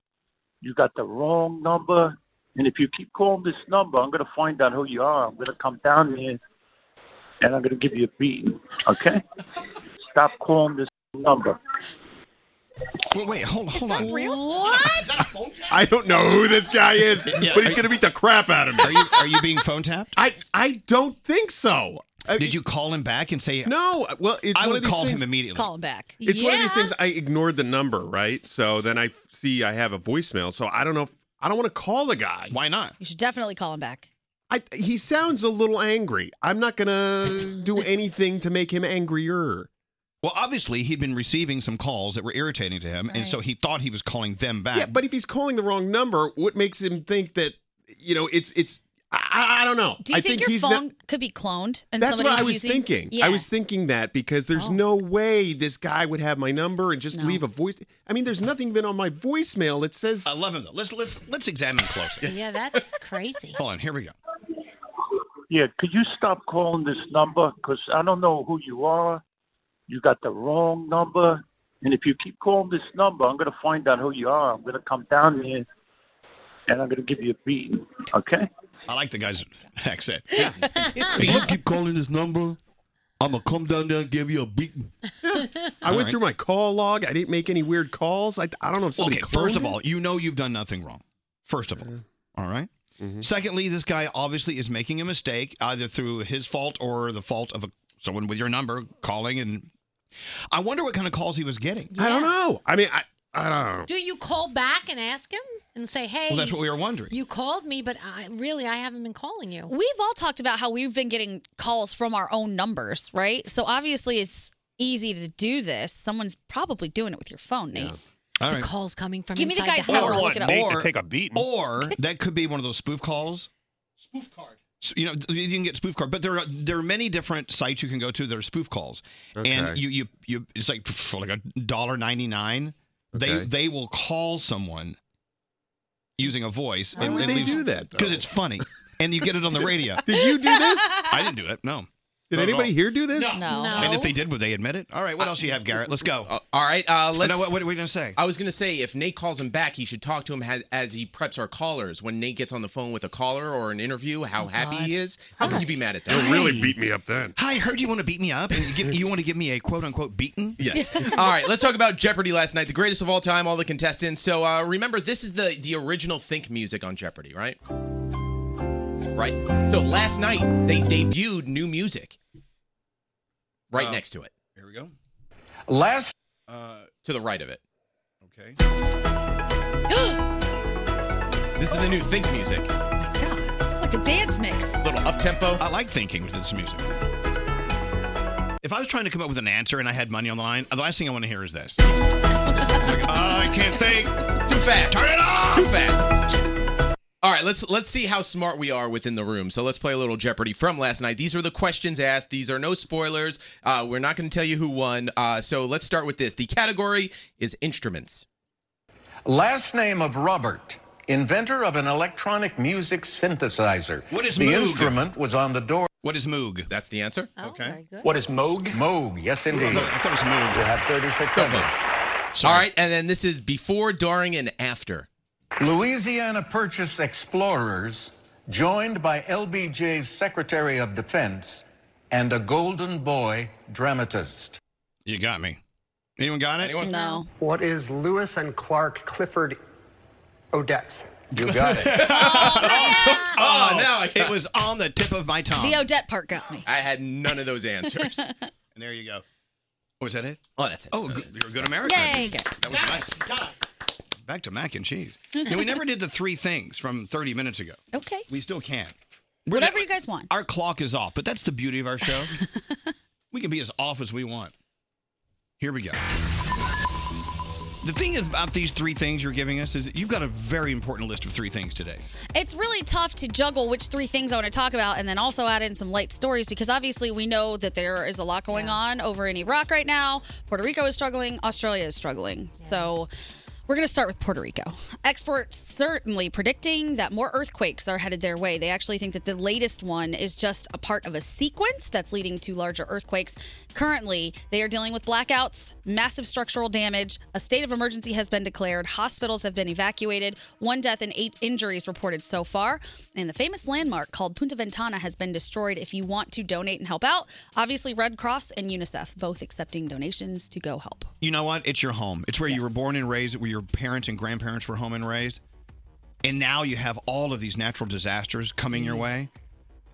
Speaker 28: You got the wrong number. And if you keep calling this number, I'm going to find out who you are. I'm going to come down here and I'm going to give you a beating. Okay? stop calling this number.
Speaker 5: Wait, wait hold, hold on.
Speaker 28: What?
Speaker 5: I don't know who this guy is,
Speaker 28: but he's
Speaker 5: going to beat the crap out of me. Are you, are you being phone tapped?
Speaker 15: I, I don't think so.
Speaker 5: Did you call him back and say
Speaker 15: no? Well, it's
Speaker 5: I
Speaker 15: one
Speaker 5: would
Speaker 15: of these
Speaker 5: call
Speaker 15: things-
Speaker 5: him immediately.
Speaker 6: Call him back.
Speaker 15: It's one of these
Speaker 6: Yeah.
Speaker 15: things I ignored the number, right? So then I f- see I have a voicemail. So I don't know. If, I don't want to call the guy.
Speaker 5: Why not?
Speaker 6: You should definitely call him back.
Speaker 15: I, he sounds a little angry. I'm not gonna do anything to make him angrier.
Speaker 5: Well, obviously, he'd been receiving some calls that were irritating to him, and so he thought he was calling them back.
Speaker 15: Yeah, but if he's calling the wrong number, what makes him think that you know it's it's I, I- I don't know.
Speaker 6: Do you
Speaker 15: I
Speaker 6: think, your
Speaker 15: he's
Speaker 6: phone
Speaker 15: not-
Speaker 6: could be cloned? And
Speaker 15: that's
Speaker 6: somebody's
Speaker 15: what I was
Speaker 6: using-
Speaker 15: thinking.
Speaker 6: Yeah. Oh.
Speaker 15: I was thinking that because there's no way this guy would have my number and just leave a voice. I mean, there's nothing even on my voicemail that says. I
Speaker 5: love him though. Let's let's let's examine closer.
Speaker 9: Yeah, that's crazy.
Speaker 5: Hold on, here we go.
Speaker 28: Yeah, could you stop calling this number? Because I don't know who you are. You got the wrong number. And if you keep calling this number, I'm going to find out who you are. I'm going to come down here and I'm going to give you a beating. Okay?
Speaker 5: I like the guy's accent.
Speaker 28: if
Speaker 22: you keep calling this number, I'm gonna come down there and give you a beating.
Speaker 15: I went through my call log. I didn't make any weird calls. I, I don't know if somebody.
Speaker 5: Okay, first of
Speaker 15: cloned it.
Speaker 5: all, you know you've done nothing wrong. First of all, all right?
Speaker 9: Mm-hmm.
Speaker 5: Secondly, this guy obviously is making a mistake, either through his fault or the fault of a, someone with your number calling. And I wonder what kind of calls he was getting.
Speaker 9: I don't Yeah.
Speaker 15: know. I mean, I, I don't know.
Speaker 9: Do you call back and ask him and say, hey,
Speaker 5: Well, that's what we were wondering.
Speaker 9: you called me, but I, really, I haven't been calling you.
Speaker 6: We've all talked about how we've been getting calls from our own numbers, right? So obviously it's easy to do this. Someone's probably doing it with your phone, Nate.
Speaker 5: All
Speaker 9: The call's coming from
Speaker 6: Give me the
Speaker 9: inside
Speaker 6: guy's
Speaker 9: house.
Speaker 6: number. I'll look it up.
Speaker 5: Or- Or that could be one of those spoof calls.
Speaker 7: Spoof card.
Speaker 5: So, you know, you can get spoof card, but there are there are many different sites you can go to that are spoof calls, and
Speaker 15: Okay.
Speaker 5: you you you it's like for like a dollar ninety nine. They
Speaker 15: Okay.
Speaker 5: they will call someone using a voice.
Speaker 15: Why would they do that, though?
Speaker 5: Because it's funny, and you get it on the radio.
Speaker 15: Did you do this?
Speaker 5: I didn't do it. No.
Speaker 15: Did
Speaker 5: Not at
Speaker 15: anybody
Speaker 5: all.
Speaker 15: here do this?
Speaker 6: No.
Speaker 17: No.
Speaker 5: And if they did, would they admit it? All right. What else you have, Garrett? Let's go.
Speaker 17: all right. Uh, let's.
Speaker 5: No, what, what are we gonna say?
Speaker 17: I was gonna say if Nate calls him back, he should talk to him as, as he preps our callers. When Nate gets on the phone with a caller or an interview,
Speaker 5: Oh,
Speaker 17: how happy he is. How could you be mad at that?
Speaker 5: You'll really
Speaker 15: beat me up then.
Speaker 5: Hi, I heard you want to beat me up, and you, give, you want to give me a quote unquote beaten.
Speaker 17: Yes. all right, let's talk about Jeopardy last night, the greatest of all time, all the contestants. So uh, remember, this is the the original Think music on Jeopardy, right? Right. So last night they debuted new music right
Speaker 5: Uh,
Speaker 17: next to it.
Speaker 5: Here we go.
Speaker 17: Last uh, to the right of it.
Speaker 5: Okay.
Speaker 17: This is the new Think music.
Speaker 6: It's like a dance mix.
Speaker 17: little up tempo.
Speaker 5: I like thinking with this music. If I was trying to come up with an answer and I had money on the line, the last thing I want to hear is this. Like, I can't think.
Speaker 17: Too fast.
Speaker 5: Turn it off.
Speaker 17: Too fast. All right, let's let's see how smart we are within the room. So let's play a little Jeopardy from last night. These are the questions asked. These are no spoilers. Uh, we're not going to tell you who won. Uh, so let's start with this. The category is instruments.
Speaker 23: Last name of Robert, inventor of an electronic music synthesizer.
Speaker 5: What is
Speaker 23: the
Speaker 5: Moog?
Speaker 23: instrument was on the door.
Speaker 5: What is Moog?
Speaker 17: That's the answer.
Speaker 5: okay.
Speaker 23: What is Moog? Moog, Oh, yes indeed.
Speaker 5: I thought it was Moog.
Speaker 23: You have 36 seconds.
Speaker 17: All right, and then this is before, during, and after.
Speaker 23: Louisiana Purchase explorers, joined by LBJ's Secretary of Defense and a Golden Boy dramatist.
Speaker 5: You got me. Anyone got it? Anyone?
Speaker 6: No.
Speaker 29: What is Lewis and Clark Clifford Odets?
Speaker 23: You got it.
Speaker 5: Oh,
Speaker 17: now I
Speaker 5: it was on the tip of my tongue.
Speaker 6: The Odette part got me.
Speaker 17: I had none of those answers.
Speaker 5: And there you go. Was that it? Oh, that's it. Oh, good, you're a good American.
Speaker 6: Yay.
Speaker 5: That was nice. Back to mac and cheese. yeah, we never did the three things from 30 minutes ago.
Speaker 6: Okay.
Speaker 5: We still can. We're
Speaker 6: Whatever you guys want.
Speaker 5: Our clock is off, but that's the beauty of our show. we can be as off as we want. Here we go. The thing is about these three things you're giving us is that you've got a very important list of three things today.
Speaker 6: It's really tough to juggle which three things I want to talk about and then also add in some light stories because obviously we know that there is a lot going on over in Iraq right now. Puerto Rico is struggling, Australia is struggling. So we're going to start with Puerto Rico. Experts certainly predicting that more earthquakes are headed their way. They actually think that the latest one is just a part of a sequence that's leading to larger earthquakes. Currently, they are dealing with blackouts, massive structural damage, a state of emergency has been declared, hospitals have been evacuated, one death and eight injuries reported so far, and the famous landmark called Punta Ventana has been destroyed. If you want to donate and help out, obviously Red Cross and UNICEF both accepting donations to go help.
Speaker 5: You know what? It's your home. It's where you were born and raised, where your parents and grandparents were home and raised. And now you have all of these natural disasters coming your way.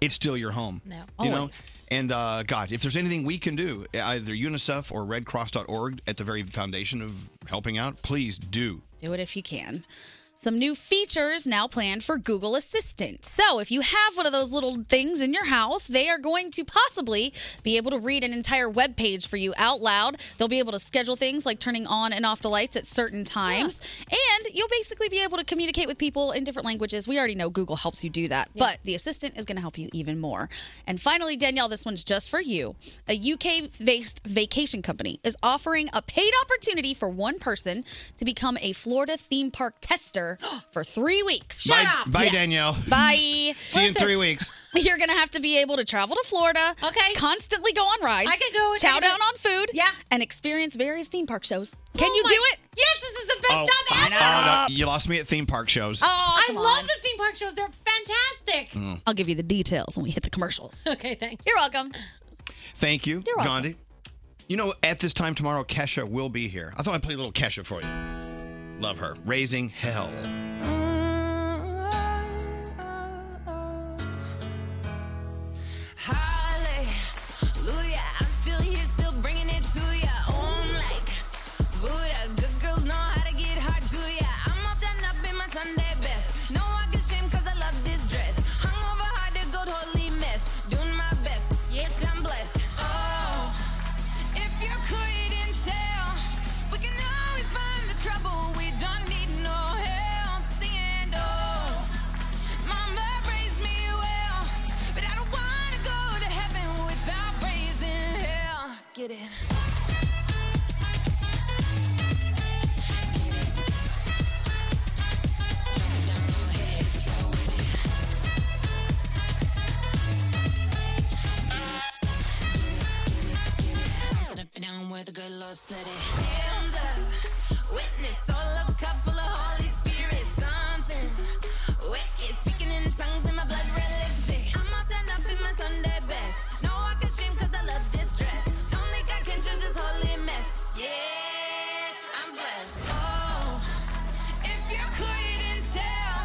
Speaker 5: It's still your home.
Speaker 9: Mm. No.
Speaker 5: You know? And uh, God, if there's anything we can do, either UNICEF or RedCross.org at the very foundation of helping out, please do.
Speaker 6: Do it if you can. Some new features now planned for Google Assistant. So, if you have one of those little things in your house, they are going to possibly be able to read an entire web page for you out loud. They'll be able to schedule things like turning on and off the lights at certain times. And you'll basically be able to communicate with people in different languages. We already know Google helps you do that, but the assistant is going to help you even more. And finally, Danielle, this one's just for you. A UK based vacation company is offering a paid opportunity for one person to become a Florida theme park tester for three weeks.
Speaker 5: bye, Bye, Danielle.
Speaker 6: Bye.
Speaker 5: See you in three weeks.
Speaker 6: You're gonna have to be able to travel to Florida. Okay. Constantly go on rides. I can go
Speaker 9: and-
Speaker 6: chow down on food. Yeah. And experience various theme park shows. Can you do it?
Speaker 9: Oh Yes, this is the best
Speaker 5: Oh,
Speaker 9: job ever. Oh,
Speaker 5: oh, no, you lost me at theme park shows.
Speaker 9: I love the theme park shows. They're fantastic.
Speaker 5: Hmm.
Speaker 6: I'll give you the details when we hit the commercials.
Speaker 9: Okay, thanks.
Speaker 6: You're welcome.
Speaker 5: Thank you,
Speaker 6: You're welcome.
Speaker 5: Gandhi. You know, at this time tomorrow, Kesha will be here. I thought I'd play a little Kesha for you. Love her. Raising hell.
Speaker 3: Hallelujah. I'm still here, still bringing it to ya. Oh, I'm like Buddha. Good girls know how to get hard to ya. I'm up and up in my Sunday best. No, I get shame cause I love this dress. Hung over hard, the gold holy mess. Doing my best. Yes, I'm blessed. Oh, if you couldn't tell, we can always find the trouble. We don't need no help. Singing, oh, mama raised me well. But I don't wanna go to heaven without raising hell. Get it. Sit up and down where the good Lord split it. Hands up, witness, all a cup full of Holy Spirit. Something wicked, speaking in tongues in my blood red lipstick. I'm all done up in my Sunday best. No, I can stream cause I love this dress. Don't think I can judge this holy mess. Yes, I'm blessed. Oh, if you couldn't tell,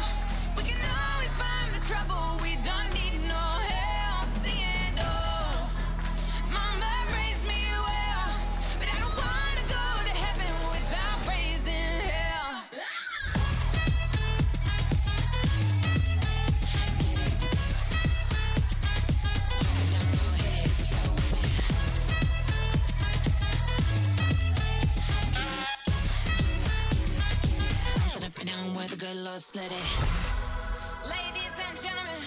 Speaker 3: we can always find the trouble. We don't need no help. Seeing, oh. Mama raised me well, but I don't wanna go to heaven without raising hell. Sit up and down where the good Lord split it. Ladies and gentlemen,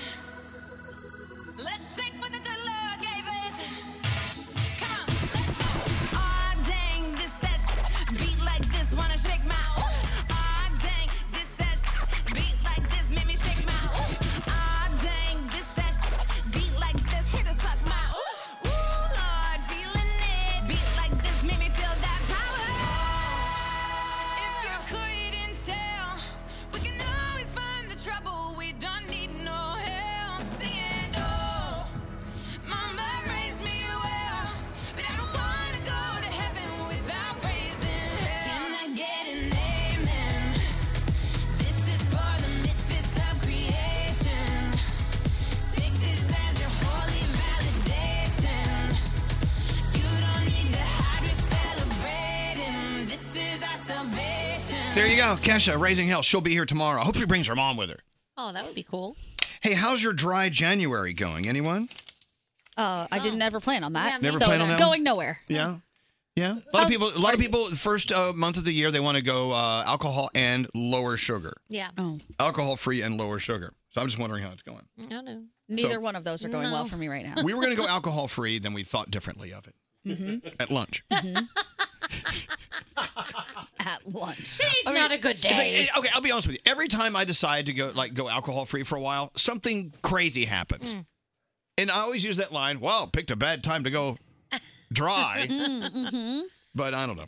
Speaker 3: let's shake what the good Lord gave us. Ah dang, this that sh- beat like this, wanna shake my ooh. Ah dang, this that sh- beat like this, make me shake my ooh. Ah dang, this that sh- beat like this, hit us suck my ooh. Ooh Lord, feeling it. Beat like this, make me feel that power. If you couldn't tell, we can always find the "Oh,
Speaker 5: There you go. Kesha, Raising Hell. She'll be here tomorrow. I hope she brings her mom with her.
Speaker 9: Oh, that would be cool.
Speaker 5: Hey, how's your dry January going? Anyone?
Speaker 6: Uh, I didn't ever plan on that.
Speaker 5: Never
Speaker 6: so
Speaker 5: plan on
Speaker 6: it's
Speaker 5: that one?
Speaker 6: going nowhere.
Speaker 5: Yeah. Yeah. A lot of people. A lot of people. The first uh, month of the year, they want to go uh, alcohol and lower sugar,
Speaker 9: Yeah.
Speaker 6: Oh.
Speaker 5: alcohol free and lower sugar. So I'm just wondering how it's going.
Speaker 6: Mm,
Speaker 9: No, no.
Speaker 6: Neither
Speaker 5: So-
Speaker 6: one of those are going well
Speaker 9: No.
Speaker 6: for me right now.
Speaker 5: We were going to go alcohol free, then we thought differently of it
Speaker 6: hmm
Speaker 5: at lunch.
Speaker 6: At lunch.
Speaker 9: Today's not a good
Speaker 5: It's like,
Speaker 9: day.
Speaker 5: eh, okay, I'll be honest with you. Every time I decide to go like go alcohol free for a while, something crazy happens,
Speaker 20: Hmm.
Speaker 9: Mm.
Speaker 5: and I always use that line. Wow, picked a bad time to go dry,
Speaker 6: mm-hmm.
Speaker 5: but I don't know.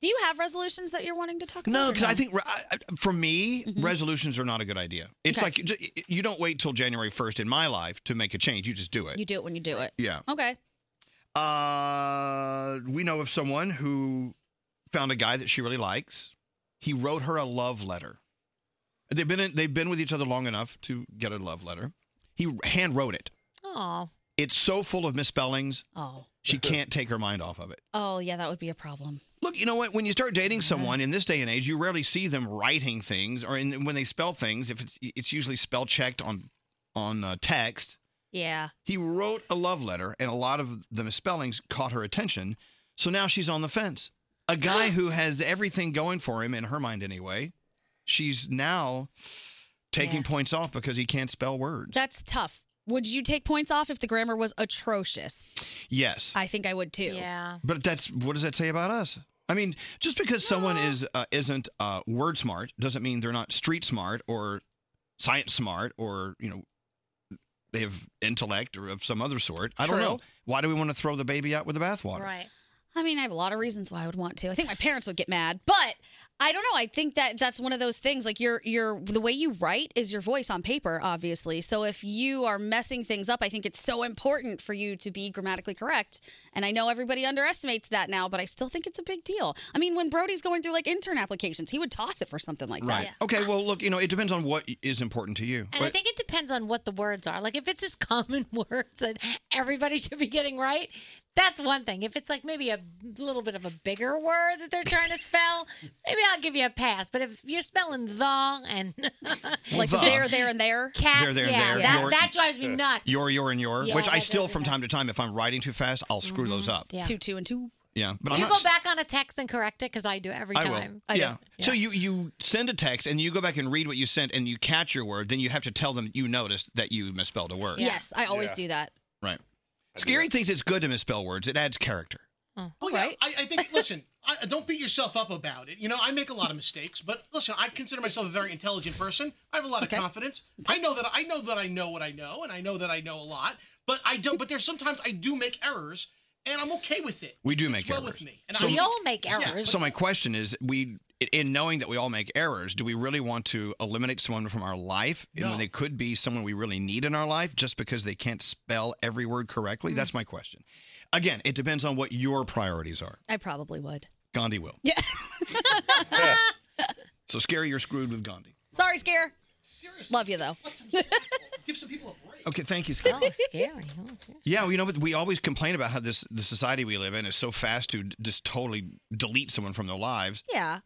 Speaker 6: Do you have resolutions that you're wanting to talk about?
Speaker 5: No,
Speaker 6: or
Speaker 5: because I think re- I- I- for me,
Speaker 6: Mhm.
Speaker 5: resolutions are not a good idea. It's
Speaker 6: Okay.
Speaker 5: like you ju- you don't wait till January first in my life to make a change. You just do it.
Speaker 6: you do it when you do it.
Speaker 5: Yeah.
Speaker 6: Okay.
Speaker 5: Uh, we know of someone who found a guy that she really likes. He wrote her a love letter. They've been in, they've been with each other long enough to get a love letter. He hand wrote it.
Speaker 9: Oh.
Speaker 5: It's so full of misspellings.
Speaker 6: Oh.
Speaker 5: She can't take her mind off of it.
Speaker 6: Oh, yeah, that would be a problem.
Speaker 5: Look, you know what? When you start dating someone in this day and age, you rarely see them writing things, or in, when they spell things, if it's it's usually spell checked on on uh, text.
Speaker 6: Yeah.
Speaker 5: He wrote a love letter, and a lot of the misspellings caught her attention. So now she's on the fence. A guy who has everything going for him, in her mind anyway, she's now taking points off because he can't spell words.
Speaker 6: That's tough. Would you take points off if the grammar was atrocious?
Speaker 5: Yes.
Speaker 6: I think I would too. Yeah.
Speaker 5: But that's what does that say about us? I mean, just because someone is uh, isn't uh, word smart doesn't mean they're not street smart or science smart or you know they have intellect or of some other sort. I don't
Speaker 6: True.
Speaker 5: know. Why do we want to throw the baby out with the bathwater?
Speaker 6: Right. I mean, I have a lot of reasons why I would want to. I think my parents would get mad, but I don't know. I think that that's one of those things. Like your your the way you write is your voice on paper, obviously. So if you are messing things up, I think it's so important for you to be grammatically correct. And I know everybody underestimates that now, but I still think it's a big deal. I mean, when Brody's going through like intern applications, he would toss it for something like
Speaker 5: Right.
Speaker 6: that.
Speaker 5: Okay. Well, look, you know, it depends on what is important to you.
Speaker 9: And I think it depends on what the words are. Like if it's just common words that everybody should be getting right, that's one thing. If it's like maybe a little bit of a bigger word that they're trying to spell, maybe I'll give you a pass. But if you're spelling the and
Speaker 6: Like
Speaker 5: the.
Speaker 6: there, there, and there.
Speaker 9: cat,
Speaker 5: there, there,
Speaker 9: yeah,
Speaker 5: there.
Speaker 9: That,
Speaker 5: Your-
Speaker 9: that drives me nuts.
Speaker 5: Your, your, and your,
Speaker 9: Yeah,
Speaker 5: which I
Speaker 9: that
Speaker 5: still,
Speaker 9: doesn't
Speaker 5: from time to time, if I'm writing too fast, I'll screw those up.
Speaker 9: Mm-hmm. yeah.
Speaker 6: Two, two, and two.
Speaker 5: Yeah, but
Speaker 9: do
Speaker 5: I'm
Speaker 9: you
Speaker 5: not
Speaker 9: go back on a text and correct it? Because I do every
Speaker 5: I
Speaker 9: time.
Speaker 5: will. yeah. So you you send a text and you go back and read what you sent and you catch your word, then you have to tell them you noticed that you misspelled a word.
Speaker 6: Yes, I always do that.
Speaker 5: Right. Scary thinks it's good to misspell words. It adds character.
Speaker 7: Well, Oh, yeah, I, I think. Listen, I, I don't beat yourself up about it. You know, I make a lot of mistakes, but listen, I consider myself a very intelligent person. I have a lot of confidence. I know that I know that I know what I know, and I know that I know a lot. But I don't. But there's sometimes I do make errors, and I'm okay with it.
Speaker 5: We do make
Speaker 7: well
Speaker 5: errors.
Speaker 7: with me. And
Speaker 5: So-
Speaker 7: I-
Speaker 9: we all make
Speaker 7: Yeah.
Speaker 9: errors.
Speaker 5: So my question is, we in knowing that we all make errors, do we really want to eliminate someone from our life and
Speaker 9: No.
Speaker 5: when they could be someone we really need in our life just because they can't spell every word
Speaker 7: Mm-hmm.
Speaker 5: correctly? That's my question. Again, it depends on what your priorities are.
Speaker 6: I probably would.
Speaker 5: Gandhi will.
Speaker 6: Yeah.
Speaker 5: so scary, you're screwed with Gandhi.
Speaker 6: Sorry, Scare. Seriously. Love you though.
Speaker 7: Give some people a
Speaker 5: Okay, thank you,
Speaker 9: Oh,
Speaker 5: Scary.
Speaker 9: scary.
Speaker 5: Yeah, well, you know, but we always complain about how this the society we live in is so fast to d- just totally delete someone from their lives.
Speaker 6: Yeah.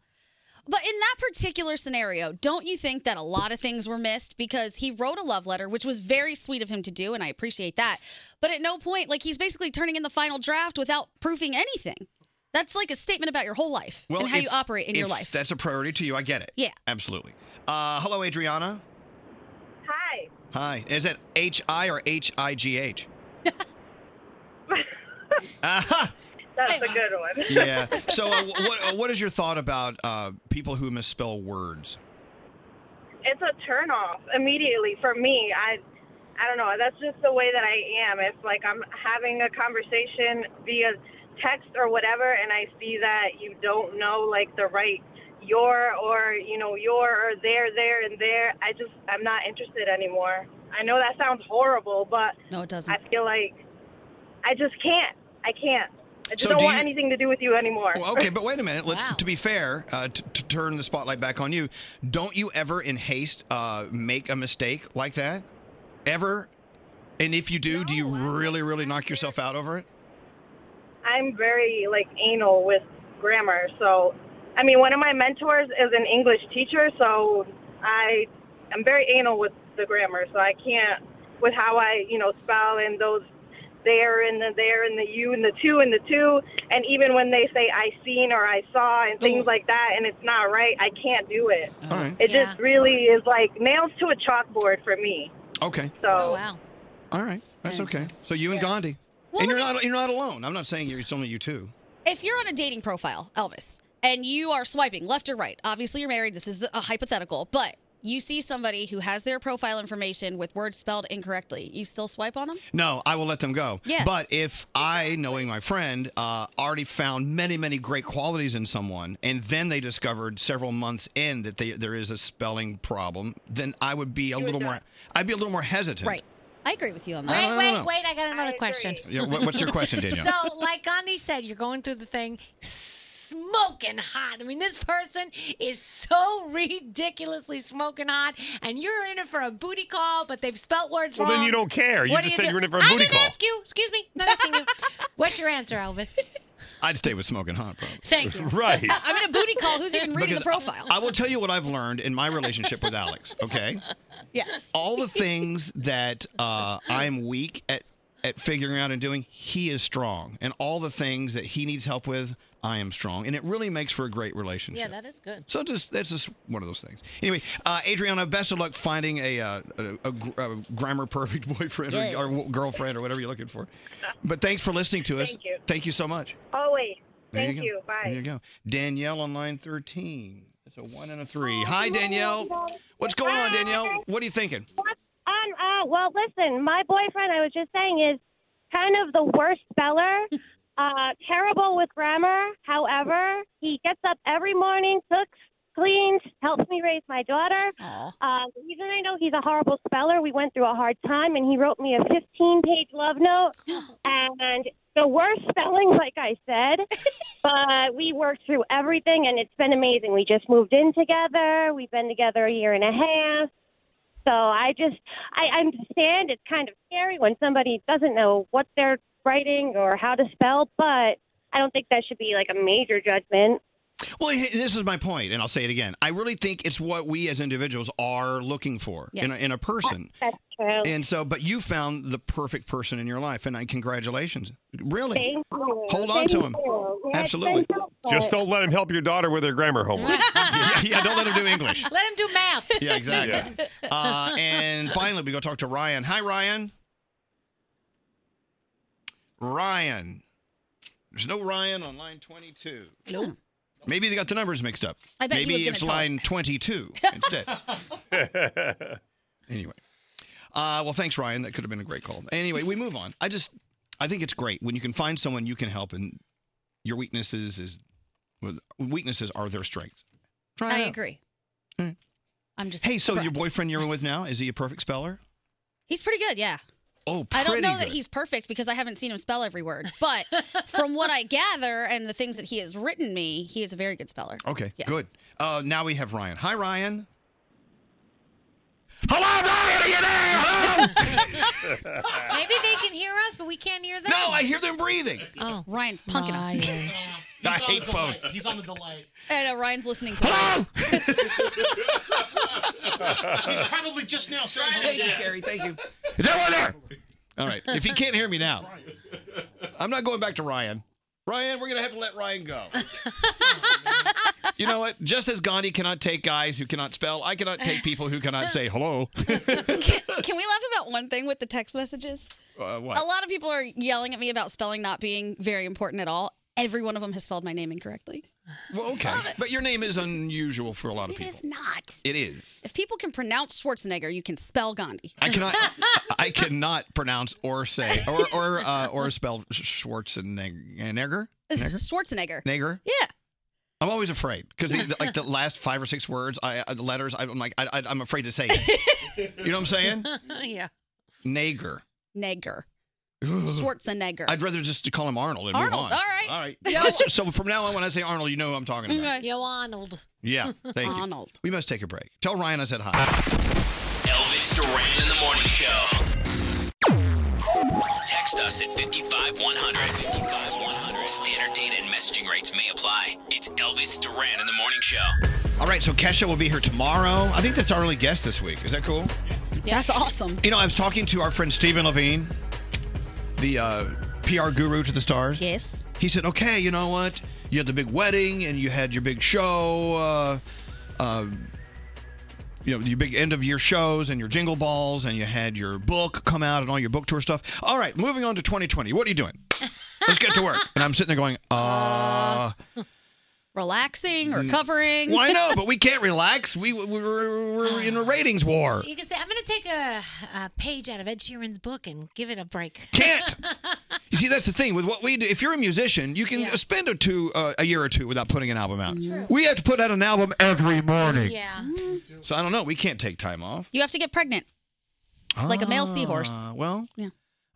Speaker 6: But in that particular scenario, don't you think that a lot of things were missed because he wrote a love letter, which was very sweet of him to do, and I appreciate that. But at no point, like he's basically turning in the final draft without proofing anything. That's like a statement about your whole life and how
Speaker 5: if-
Speaker 6: you operate in your
Speaker 5: if
Speaker 6: life.
Speaker 5: That's a priority to you. I get it.
Speaker 6: Yeah.
Speaker 5: absolutely. Uh, hello, Adriana.
Speaker 19: Hi.
Speaker 5: Hi. Is it H I or H I G H? Aha.
Speaker 19: That's a good one.
Speaker 5: Yeah. So, uh, what what is your thought about uh, people who misspell words?
Speaker 19: it's a turnoff immediately for me. I I don't know. That's just the way that I am. It's like I'm having a conversation via text or whatever, and I see that you don't know like the right your or you know your or there there and there. I just I'm not interested anymore. I know that sounds horrible, but
Speaker 6: no, it doesn't.
Speaker 19: I feel like I just can't. I can't. I just
Speaker 5: So
Speaker 19: don't
Speaker 5: do
Speaker 19: want
Speaker 5: you-
Speaker 19: anything to do with you anymore.
Speaker 5: Well, okay, but wait a minute. Let's to be fair, uh, t- to turn the spotlight back on you. Don't you ever, in haste, uh, make a mistake like that? Ever? And if you do, do you really, really knock yourself out over it?
Speaker 19: I'm very like anal with grammar, so I mean, one of my mentors is an English teacher, so I am very anal with the grammar, so I can't with how I you know spell and those there and the there and the you and the two and the two, and even when they say I seen or I saw and things like that, and it's not right, I can't do it.
Speaker 5: Oh. All right.
Speaker 19: It just really is like nails to a chalkboard for me.
Speaker 5: Okay.
Speaker 19: So. wow.
Speaker 5: All right. That's okay. So you and Gandhi. and you're not you're not alone. I'm not saying you're, it's only you two.
Speaker 6: If you're on a dating profile, Elvis, and you are swiping left or right, obviously you're married, this is a hypothetical, but you see somebody who has their profile information with words spelled incorrectly, you still swipe on them?
Speaker 5: No, I will let them go.
Speaker 6: Yeah.
Speaker 5: But if I, knowing my friend, uh, already found many, many great qualities in someone, and then they discovered several months in that they, there is a spelling problem, then I would be a little more. I'd be a little more hesitant.
Speaker 6: Right. I agree with you on
Speaker 5: I
Speaker 6: that.
Speaker 5: don't- I
Speaker 9: Wait,
Speaker 5: don't
Speaker 9: wait,
Speaker 5: know.
Speaker 9: wait! I got another question.
Speaker 5: Yeah, what- what's your question, Danielle?
Speaker 9: So, like Gandhi said, you're going through the thing smoking hot. I mean, this person is so ridiculously smoking hot, and you're in it for a booty call, but they've spelt words
Speaker 11: Well,
Speaker 9: wrong.
Speaker 11: then you don't care. You
Speaker 9: What do
Speaker 11: just said
Speaker 9: do?
Speaker 11: you were in it for a
Speaker 9: I
Speaker 11: booty
Speaker 9: didn't
Speaker 11: call.
Speaker 9: ask you. Excuse me. Not asking you. What's your answer, Elvis?
Speaker 5: I'd stay with smoking hot, probably.
Speaker 9: Thank you.
Speaker 5: Right.
Speaker 6: I mean, Uh, a booty call. Who's even reading the
Speaker 5: Because
Speaker 6: profile?
Speaker 5: I will tell you what I've learned in my relationship with Alex. Okay.
Speaker 6: Yes.
Speaker 5: all the things that uh, I'm weak at at figuring out and doing, he is strong, and all the things that he needs help with, I am strong, and it really makes for a great relationship.
Speaker 9: Yeah, that is good.
Speaker 5: So just that's just one of those things. Anyway, uh, Adriana, best of luck finding a uh, a, a, gr- a grammar perfect boyfriend or- or,
Speaker 19: Yes.
Speaker 5: girlfriend or whatever you're looking for. But thanks for listening to us.
Speaker 19: Thank you.
Speaker 5: so much.
Speaker 19: Always.
Speaker 5: There
Speaker 19: Thank
Speaker 5: go.
Speaker 19: you. Bye.
Speaker 5: There you go. Danielle on line thirteen. That's a one and a three. Hi, Danielle. What's going on, Danielle? What are you thinking?
Speaker 1: Um, uh, well, listen, my boyfriend, I was just saying, is kind of the worst speller, uh, terrible with grammar. However, he gets up every morning, cooks, cleans, helps me raise my daughter. Uh, the reason I know he's a horrible speller, we went through a hard time, and he wrote me a 15 page love note. and the worst spelling, like I said, but we worked through everything, and it's been amazing. We just moved in together, we've been together a year and a half. So I just I I understand it's kind of scary when somebody doesn't know what they're writing or how to spell, but I don't think that should be like a major judgment.
Speaker 5: Well, h- this is my point, and I'll say it again. I really think it's what we as individuals are looking for in, a,
Speaker 1: Yes.
Speaker 5: in a person.
Speaker 1: That's true.
Speaker 5: And so, but you found the perfect person in your life, and I, congratulations. Really?
Speaker 1: Thank you.
Speaker 5: Hold on
Speaker 1: Thank
Speaker 5: to him.
Speaker 1: you. Yeah, it's been
Speaker 5: Absolutely.
Speaker 1: so fun.
Speaker 11: Just don't let him help your daughter with her grammar homework.
Speaker 5: yeah, yeah, don't let him do English.
Speaker 9: Let him do math.
Speaker 5: Yeah, exactly. Uh, and finally, we go talk to Ryan. Hi, Ryan. Ryan. There's no Ryan on line 22.
Speaker 6: No.
Speaker 5: Maybe they got the numbers mixed up.
Speaker 6: I bet he
Speaker 5: Maybe
Speaker 6: was gonna
Speaker 5: it's
Speaker 6: tell us
Speaker 5: line 22 instead. anyway. Uh, well, thanks, Ryan. That could have been a great call. Anyway, we move on. I just, I think it's great when you can find someone you can help, and your weaknesses is, well, weaknesses are their strengths.
Speaker 6: I agree. I'm just
Speaker 5: Mm. Hey, so your
Speaker 6: surprised.
Speaker 5: boyfriend you're with now is he a perfect speller?
Speaker 6: He's pretty good, yeah.
Speaker 5: Oh, pretty
Speaker 6: I don't know
Speaker 5: good.
Speaker 6: that he's perfect because I haven't seen him spell every word, but from what I gather and the things that he has written me, he is a very good speller.
Speaker 5: Okay,
Speaker 6: Yes.
Speaker 5: good. Uh, now we have Ryan. Hi, Ryan. Hello, Ryan. Are you there? Hello?
Speaker 9: Maybe they can hear us, but we can't hear them.
Speaker 5: no, I hear them breathing.
Speaker 9: Oh,
Speaker 6: Ryan's punking us.
Speaker 5: I hate phone.
Speaker 7: He's on the delay.
Speaker 6: I know Ryan's listening to Hello?
Speaker 7: He's probably just now saying,
Speaker 5: Thank you, Gary. Uh. Thank you. Is there one there? All right. If he can't hear me now, I'm not going back to Ryan. Ryan, we're gonna have to let Ryan go. You know what? Just as Gandhi cannot take guys who cannot spell, I cannot take people who cannot say hello.
Speaker 6: Can we laugh about one thing with the text messages?
Speaker 5: Uh,
Speaker 6: A lot of people are yelling at me about spelling not being very important at all. Every one of them has spelled my name incorrectly.
Speaker 5: Well, okay. But your name is unusual for a lot of
Speaker 6: It
Speaker 5: people.
Speaker 6: is not.
Speaker 5: It is.
Speaker 6: If people can pronounce Schwarzenegger, you can spell Gandhi.
Speaker 5: I cannot. I cannot pronounce or say or or uh, or spell Schwarzenegger. Negger.
Speaker 6: Schwarzenegger.
Speaker 5: Negger.
Speaker 6: Yeah.
Speaker 5: I'm always afraid because like the last five or six words, I uh, the letters, I'm like I, I, I'm afraid to say it. You know what I'm saying?
Speaker 9: yeah.
Speaker 5: Nager.
Speaker 6: Negger.
Speaker 5: Ugh.
Speaker 6: Schwarzenegger.
Speaker 5: I'd rather just call him Arnold and
Speaker 6: Arnold,
Speaker 5: move on.
Speaker 6: all right.
Speaker 5: All right.
Speaker 6: Yeah.
Speaker 5: So from now on, when I say Arnold, you know who I'm talking about.
Speaker 9: Yo, Arnold.
Speaker 5: Yeah. Thank you.
Speaker 6: Arnold.
Speaker 5: We must take a break. Tell Ryan I said hi.
Speaker 4: Elvis Duran in the Morning Show. Text us at 55100. 55100. Standard data and messaging rates may apply. It's Elvis Duran in the morning show.
Speaker 5: All right, so Kesha will be here tomorrow. I think that's our only guest this week. Is that cool?
Speaker 6: That's awesome.
Speaker 5: You know, I was talking to our friend Stephen Levine, the uh, PR guru to the stars.
Speaker 6: Yes.
Speaker 5: He said, okay, you know what? You had the big wedding and you had your big show, uh, uh, you know, your big end of year shows and your jingle balls and you had your book come out and all your book tour stuff. All right, moving on to 2020. What are you doing? Let's get to work. And I'm sitting there going, uh,
Speaker 6: Relaxing, recovering.
Speaker 5: well, I know, but we can't relax. We, we, we're, we're in a ratings war.
Speaker 9: You can say, I'm going to take a, a page out of Ed Sheeran's book and give it a break.
Speaker 5: Can't. You see, that's the thing with what we do. If you're a musician, you can spend a two uh, a year or two without putting an album out. We have to put out an album every morning.
Speaker 6: Yeah.
Speaker 5: So I don't know. We can't take time off.
Speaker 6: You have to get pregnant. Like a male seahorse.
Speaker 5: Ah, Well.
Speaker 6: Yeah.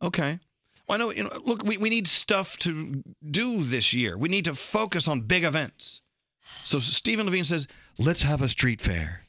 Speaker 5: Okay. Well, I know. You know. Look, we, we need stuff to do this year. We need to focus on big events. So Stephen Levine says, "Let's have a street fair."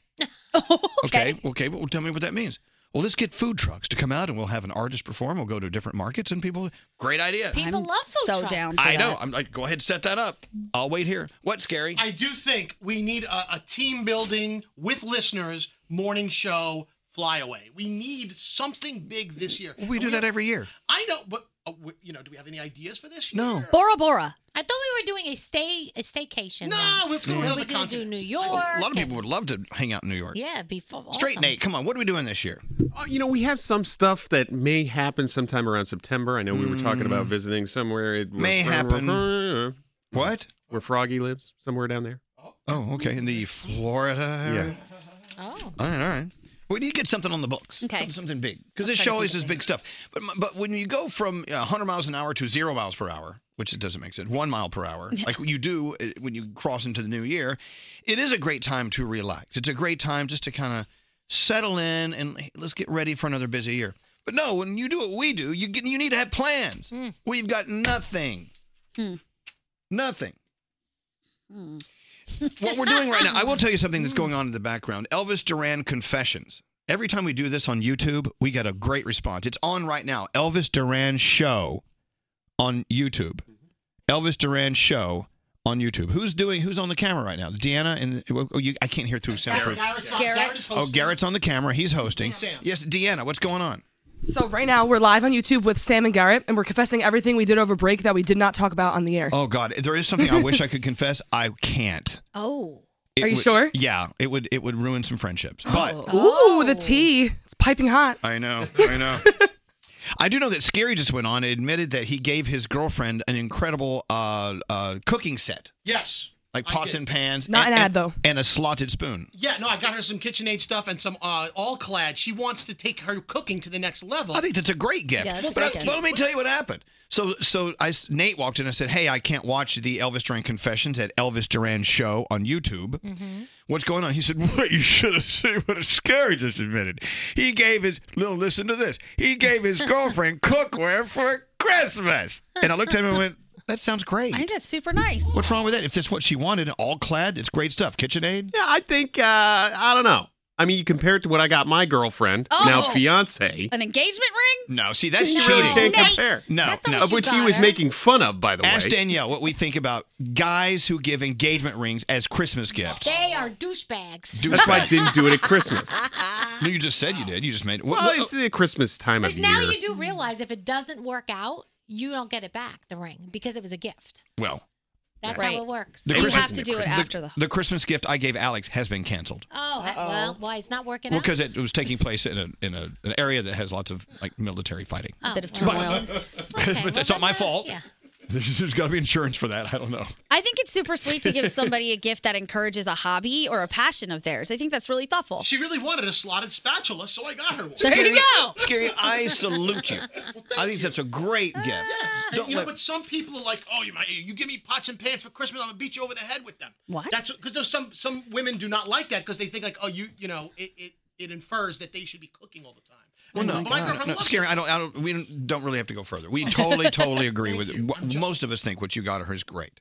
Speaker 5: okay. Okay. Well, tell me what that means. Well, let's get food trucks to come out, and we'll have an artist perform. We'll go to different markets, and people. Great idea.
Speaker 9: People love food
Speaker 6: so
Speaker 9: trucks.
Speaker 6: down. For
Speaker 5: I know.
Speaker 6: that.
Speaker 5: I'm like, go ahead, set that up. I'll wait here. What, Scary?
Speaker 7: I do think we need a, a team building with listeners morning show flyaway. We need something big this year.
Speaker 5: We do that every year.
Speaker 7: I know, but uh, w- you know, do we have any ideas for this year?
Speaker 5: No.
Speaker 6: Bora Bora.
Speaker 9: I thought we were doing a stay a staycation.
Speaker 7: No, let's go to
Speaker 9: We're
Speaker 7: another
Speaker 9: going to do New York.
Speaker 5: A lot of people would love to hang out in New York.
Speaker 9: Yeah, before
Speaker 5: Straight Nate, come on. What are we doing this year?
Speaker 15: Oh, you know, we have some stuff that may happen sometime around September. I know we were talking about visiting somewhere. It
Speaker 5: May happen. What?
Speaker 15: Where Froggy lives, somewhere down there.
Speaker 5: Oh, okay. In the Florida area.
Speaker 9: Oh.
Speaker 5: All right, all right. We need to get something on the books.
Speaker 6: Okay.
Speaker 5: Something, something big. Because this show always is big stuff. But my- but when you go from uh, 100 miles an hour to zero miles per hour, which it doesn't make sense, one mile per hour, like you do uh, when you cross into the new year, it is a great time to relax. It's a great time just to kind of settle in and hey, let's get ready for another busy year. But no, when you do what we do, you get, you need to have plans. We've got nothing. Nothing. what we're doing right now, I will tell you something that's going on in the background. Elvis Duran confessions. Every time we do this on YouTube, we get a great response. It's on right now. Elvis Duran show on YouTube. Elvis Duran show on YouTube. Who's doing? Who's on the camera right now? Deanna and oh, you, I can't hear through soundproof.
Speaker 8: Garrett. Garrett.
Speaker 5: Oh, Garrett's on the camera. He's hosting. Yes, Deanna. What's going on?
Speaker 8: So right now we're live on YouTube with Sam and Garrett, and we're confessing everything we did over break that we did not talk about on the air.
Speaker 5: Oh God, there is something I wish I could confess. I can't.
Speaker 6: Oh.
Speaker 5: It
Speaker 8: Are you
Speaker 5: would-
Speaker 8: sure?
Speaker 5: Yeah, it would. It would ruin some friendships. But
Speaker 8: Ooh, the tea. It's piping hot.
Speaker 5: I know. I know. I do know that Scary just went on and admitted that he gave his girlfriend an incredible uh, uh, cooking set,
Speaker 7: Yes.
Speaker 5: like
Speaker 7: I
Speaker 5: pots
Speaker 7: did.
Speaker 5: and pans.
Speaker 7: Not
Speaker 5: and,
Speaker 7: an ad,
Speaker 5: and-
Speaker 7: though.
Speaker 5: And a slotted spoon.
Speaker 7: Yeah, no, I got her some KitchenAid stuff and some uh, all clad. She wants to take her cooking to the next level.
Speaker 5: I think that's a great gift. but, I- but let me tell you what happened. So, so I s Nate walked in and said, "Hey, I can't watch the Elvis Duran confessions at Elvis Duran show on YouTube. What's going on?" He said, "What you should have seen what Scary just admitted. He gave his no. Listen to this. He gave his girlfriend cookware for Christmas." And I looked at him and went, "That sounds great."
Speaker 6: I think that's super nice.
Speaker 5: What's wrong with that? If that's what she wanted, all clad, it's great stuff. KitchenAid.
Speaker 15: Yeah, I think, uh, I don't know. I mean, you compare it to what I got my girlfriend, now
Speaker 6: Oh.
Speaker 15: fiance.
Speaker 6: An engagement ring?
Speaker 5: No, see, that's
Speaker 15: You
Speaker 5: cheating.
Speaker 15: can't compare.
Speaker 5: No, no.
Speaker 15: Of which he was making fun of, by the
Speaker 5: Ask
Speaker 15: way.
Speaker 5: Danielle what we think about guys who give engagement rings as Christmas gifts.
Speaker 9: They are douchebags.
Speaker 15: That's why I didn't do it at Christmas.
Speaker 5: No, you just said you did. You just made it.
Speaker 15: Well, it's the Christmas time of
Speaker 9: Because now
Speaker 15: year.
Speaker 9: you do realize if it doesn't work out, you don't get it back, the ring, because it was a gift.
Speaker 5: Well,
Speaker 9: That's how it works.
Speaker 5: The Christmas- the. Christmas gift I gave Alex has been canceled.
Speaker 9: Oh, that- well, why it's not working
Speaker 5: Well,
Speaker 9: out?
Speaker 5: because it was taking place in, a, in a, an area that has lots of like military fighting.
Speaker 9: Oh,
Speaker 6: bit of
Speaker 9: well.
Speaker 6: turmoil.
Speaker 5: but that's not my fault. There's, there's got to be insurance for that. I don't know.
Speaker 6: I think it's super sweet to give somebody a gift that encourages a hobby or a passion of theirs. I think that's really thoughtful.
Speaker 7: She really wanted a slotted spatula, so I got her one.
Speaker 6: There you go.
Speaker 5: Scary, I salute you. I think that's a great gift.
Speaker 7: Yes. And,
Speaker 5: Don't
Speaker 7: you know,
Speaker 5: let-
Speaker 7: but some people are like, "Oh, you might, you give me pots and pans for Christmas, I'm gonna beat you over the head with them."
Speaker 6: What?
Speaker 7: That's because there's some some women do not like that because they think like, "Oh, you you know, it it, it infers that they should be cooking all the time."
Speaker 5: Well,
Speaker 7: And
Speaker 5: no,
Speaker 7: Oh my girlfriend
Speaker 5: no,
Speaker 7: loves
Speaker 5: scary. I don't, I don't. We don't- don't really have to go further. We totally, totally agree with what most of us think. What you got her is great.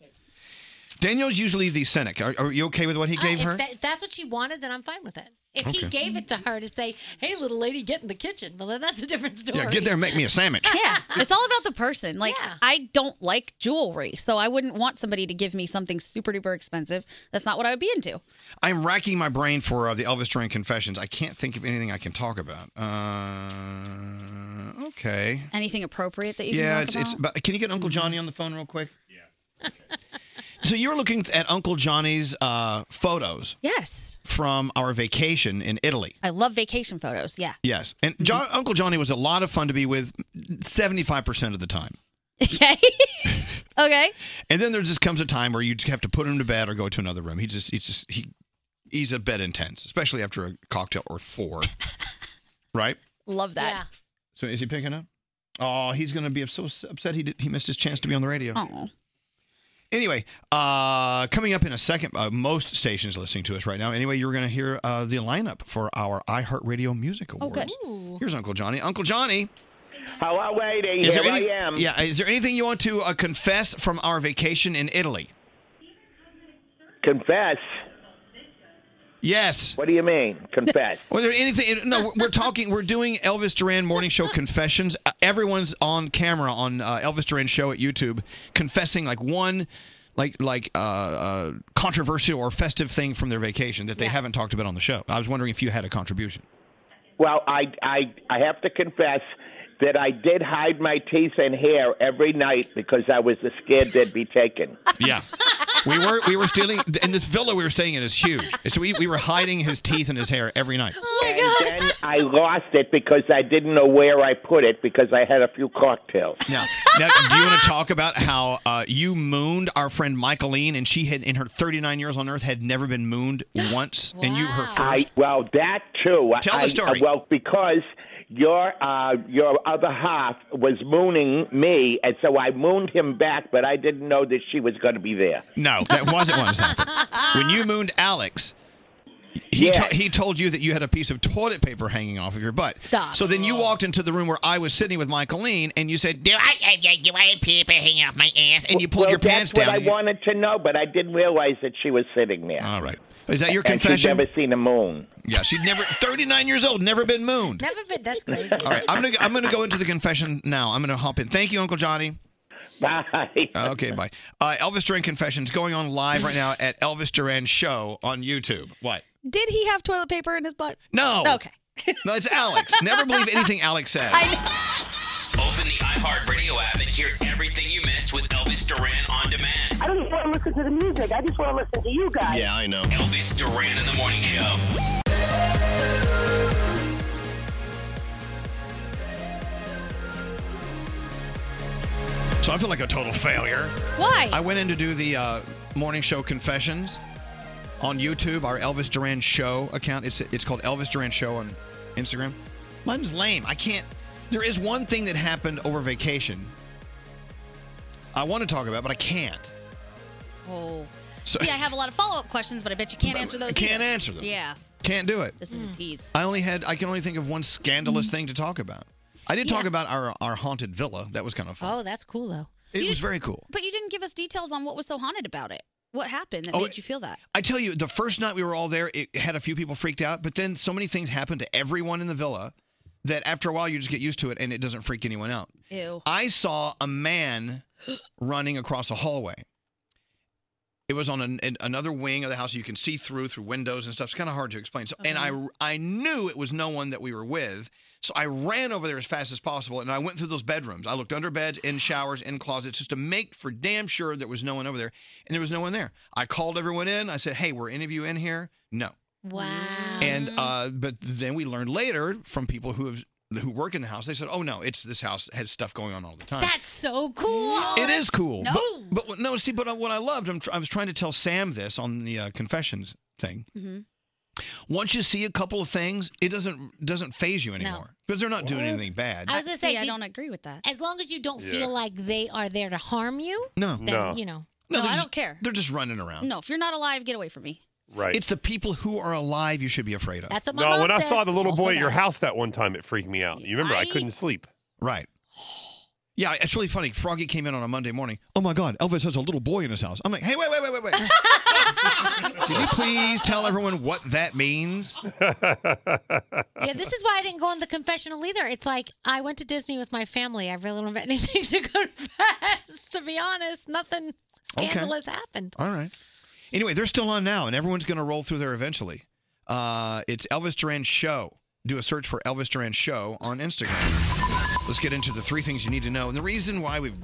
Speaker 5: Danielle's usually the cynic. Are, are you okay with what he gave
Speaker 9: Ah, if
Speaker 5: her?
Speaker 9: that- if that's what she wanted, then I'm fine with it. If he
Speaker 5: Okay.
Speaker 9: gave it to her to say, "Hey, little lady, get in the kitchen," well, then that's a different story.
Speaker 5: yeah, get there and make me a sandwich.
Speaker 6: Yeah, it's all about the person. Like, I don't like jewelry, so I wouldn't want somebody to give me something super duper expensive. That's not what I would be into.
Speaker 5: I'm racking my brain for uh, the Elvis Duran confessions. I can't think of anything I can talk about. Uh, okay.
Speaker 6: Anything appropriate that you
Speaker 5: Yeah,
Speaker 6: can talk
Speaker 5: it's it's.
Speaker 6: about? Mm-hmm.
Speaker 5: But can you get Uncle Johnny on the phone real quick? Yeah. so you're looking at Uncle Johnny's uh, photos
Speaker 6: yes,
Speaker 5: from our vacation in Italy.
Speaker 6: I love vacation photos. Yeah,
Speaker 5: Yes, and
Speaker 6: Mm-hmm.
Speaker 5: Jo- Uncle Johnny was a lot of fun to be with, seventy-five percent of the time.
Speaker 6: okay.
Speaker 5: And then there just comes a time where you just have to put him to bed or go to another room. He just, he just, he, he's a bed intense, especially after a cocktail or four, right?
Speaker 6: Love that.
Speaker 5: So is he picking up? Oh, he's going to be so s- upset he did, he missed his chance to be on the radio.
Speaker 6: Oh.
Speaker 5: Anyway, uh, coming up in a second, uh, most stations listening to us right now. Anyway, you're going to hear uh, the lineup for our iHeartRadio Music
Speaker 6: Oh,
Speaker 5: Awards. Here's Uncle Johnny. Uncle Johnny.
Speaker 13: How are waiting? Here
Speaker 5: any-
Speaker 13: I am.
Speaker 5: Yeah, is there anything you want to uh, confess from our vacation in Italy?
Speaker 13: Confess.
Speaker 5: Yes.
Speaker 13: What do you mean? Confess.
Speaker 5: Well, there anything? No, we're talking. We're doing Elvis Duran morning show confessions. Uh, Everyone's on camera on uh, Elvis Duran show at YouTube, confessing like one, like like uh, uh, controversial or festive thing from their vacation that they haven't talked about on the show. I was wondering if you had a contribution.
Speaker 13: Well, I, I, I have to confess that I did hide my teeth and hair every night because I was scared they'd be taken.
Speaker 5: Yeah. We were we were stealing, and this villa we were staying in is huge. So we, we were hiding his teeth and his hair every night.
Speaker 13: and then I lost it because I didn't know where I put it because I had a few cocktails.
Speaker 5: Now, now do you want to talk about how uh, you mooned our friend Michaeline, and she had, in her 39 years on Earth, had never been mooned once, and you her first?
Speaker 13: I, well, that too.
Speaker 5: Tell the
Speaker 13: I,
Speaker 5: story.
Speaker 13: I- well, because your uh, your other half was mooning me, and so I mooned him back, but I didn't know that she was going to be there.
Speaker 5: No, that wasn't what was happening. When you mooned Alex, he to- he told you that you had a piece of toilet paper hanging off of your butt.
Speaker 3: Stop.
Speaker 5: So then you walked into the room where I was sitting with Michaeline, and you said, "Do
Speaker 3: Do
Speaker 5: I?"
Speaker 3: I, uh, do I- do I have paper hanging off my ass?
Speaker 5: And you pulled
Speaker 13: well,
Speaker 5: your pants
Speaker 13: that's what
Speaker 5: down.
Speaker 13: I
Speaker 5: You-
Speaker 13: wanted to know, but I didn't realize that she was sitting there. All
Speaker 5: right. Is that your
Speaker 13: and
Speaker 5: confession?
Speaker 13: She'd never seen a moon.
Speaker 5: Yeah, she'd never. 39 years old, never been mooned.
Speaker 9: Never been. That's crazy.
Speaker 5: All right, I'm gonna I'm gonna go into the confession now. I'm gonna hop in. Thank you, Uncle Johnny.
Speaker 13: Bye.
Speaker 5: Okay, bye. Uh, Elvis Duran confessions going on live right now at Elvis Duran Show on YouTube. What?
Speaker 6: Did he have toilet paper in his butt?
Speaker 5: No.
Speaker 6: Okay.
Speaker 5: No, it's Alex. Never believe anything Alex says.
Speaker 4: Open the iHeartRadio app and hear everything you missed with Elvis Duran on demand.
Speaker 14: I don't want to listen to the music. I just want to listen to you guys.
Speaker 4: Yeah, I know. Elvis Duran in the Morning Show.
Speaker 5: So I feel like a total failure.
Speaker 6: Why?
Speaker 5: I went in to do the uh, morning show confessions on YouTube, our Elvis Duran Show account. It's it's called Elvis Duran Show on Instagram. Mine's lame. I can't. There is one thing that happened over vacation. I want to talk about, but I can't.
Speaker 6: Oh.
Speaker 5: So-
Speaker 6: See, I have a lot of follow up questions, but I bet you can't answer those.
Speaker 5: Can't
Speaker 6: either.
Speaker 5: answer them.
Speaker 6: Yeah.
Speaker 5: Can't do it.
Speaker 6: This is a tease.
Speaker 5: I only had. I can only think of one scandalous thing to talk about. I did talk about our our haunted villa. That was kind of fun.
Speaker 6: Oh, that's cool though.
Speaker 5: It was very cool.
Speaker 6: But you didn't give us details on what was so haunted about it. What happened that
Speaker 5: Oh,
Speaker 6: made
Speaker 5: it-
Speaker 6: you feel that?
Speaker 5: I tell you, the first night we were all there, it had a few people freaked out, but then so many things happened to everyone in the villa that after a while you just get used to it and it doesn't freak anyone out.
Speaker 6: Ew.
Speaker 5: I saw a man running across a hallway. It was on an, an- another wing of the house. You can see through through windows and stuff. It's kind of hard to explain. So, and I I knew it was no one that we were with. So I ran over there as fast as possible, and I went through those bedrooms. I looked under beds, in showers, in closets, just to make for damn sure there was no one over there. And there was no one there. I called everyone in. I said, "Hey, were any of you in here?" No. And uh, but then we learned later from people who have who work in the house. They said, "Oh no, it's this house has stuff going on all the time."
Speaker 9: That's so cool.
Speaker 5: it is cool.
Speaker 9: No.
Speaker 5: But, but no, see, but uh, what I loved, I'm tr- I was trying to tell Sam this on the uh, confessions thing.
Speaker 6: Mhm.
Speaker 5: Once you see a couple of things, it doesn't doesn't phase you anymore because they're not doing anything bad.
Speaker 9: I was gonna say
Speaker 6: I
Speaker 9: did-
Speaker 6: don't agree with that.
Speaker 9: As long as you don't
Speaker 5: Yeah.
Speaker 9: feel like they are there to harm you,
Speaker 5: No.
Speaker 9: then
Speaker 5: No.
Speaker 9: you know.
Speaker 5: No, No, I there's- don't
Speaker 6: care.
Speaker 5: They're just running around.
Speaker 6: No, if you're not alive, get away from me.
Speaker 11: Right.
Speaker 5: It's the people who are alive you should be afraid of.
Speaker 6: That's what my
Speaker 11: no,
Speaker 6: mom
Speaker 11: when I saw
Speaker 6: says.
Speaker 11: the little
Speaker 6: Also
Speaker 11: boy at your
Speaker 6: that.
Speaker 11: house that one time, it freaked me out. You remember, I, couldn't sleep.
Speaker 5: Right.
Speaker 30: Yeah, it's really funny. Froggy came in on a Monday morning. Oh my God, Elvis has a little boy in his house. I'm like, hey, wait, wait, wait, wait, wait. Can you please tell everyone what that means?
Speaker 9: Yeah, this is why I didn't go in the confessional either. It's like I went to Disney with my family. I really don't have anything to confess. To be honest, nothing
Speaker 30: Okay.
Speaker 9: scandalous happened.
Speaker 30: All right. Anyway, they're still on now, and everyone's going to roll through there eventually. Uh, it's Elvis Duran Show. Do a search for Elvis Duran Show on Instagram. Let's get into the three things you need to know. And the reason why we've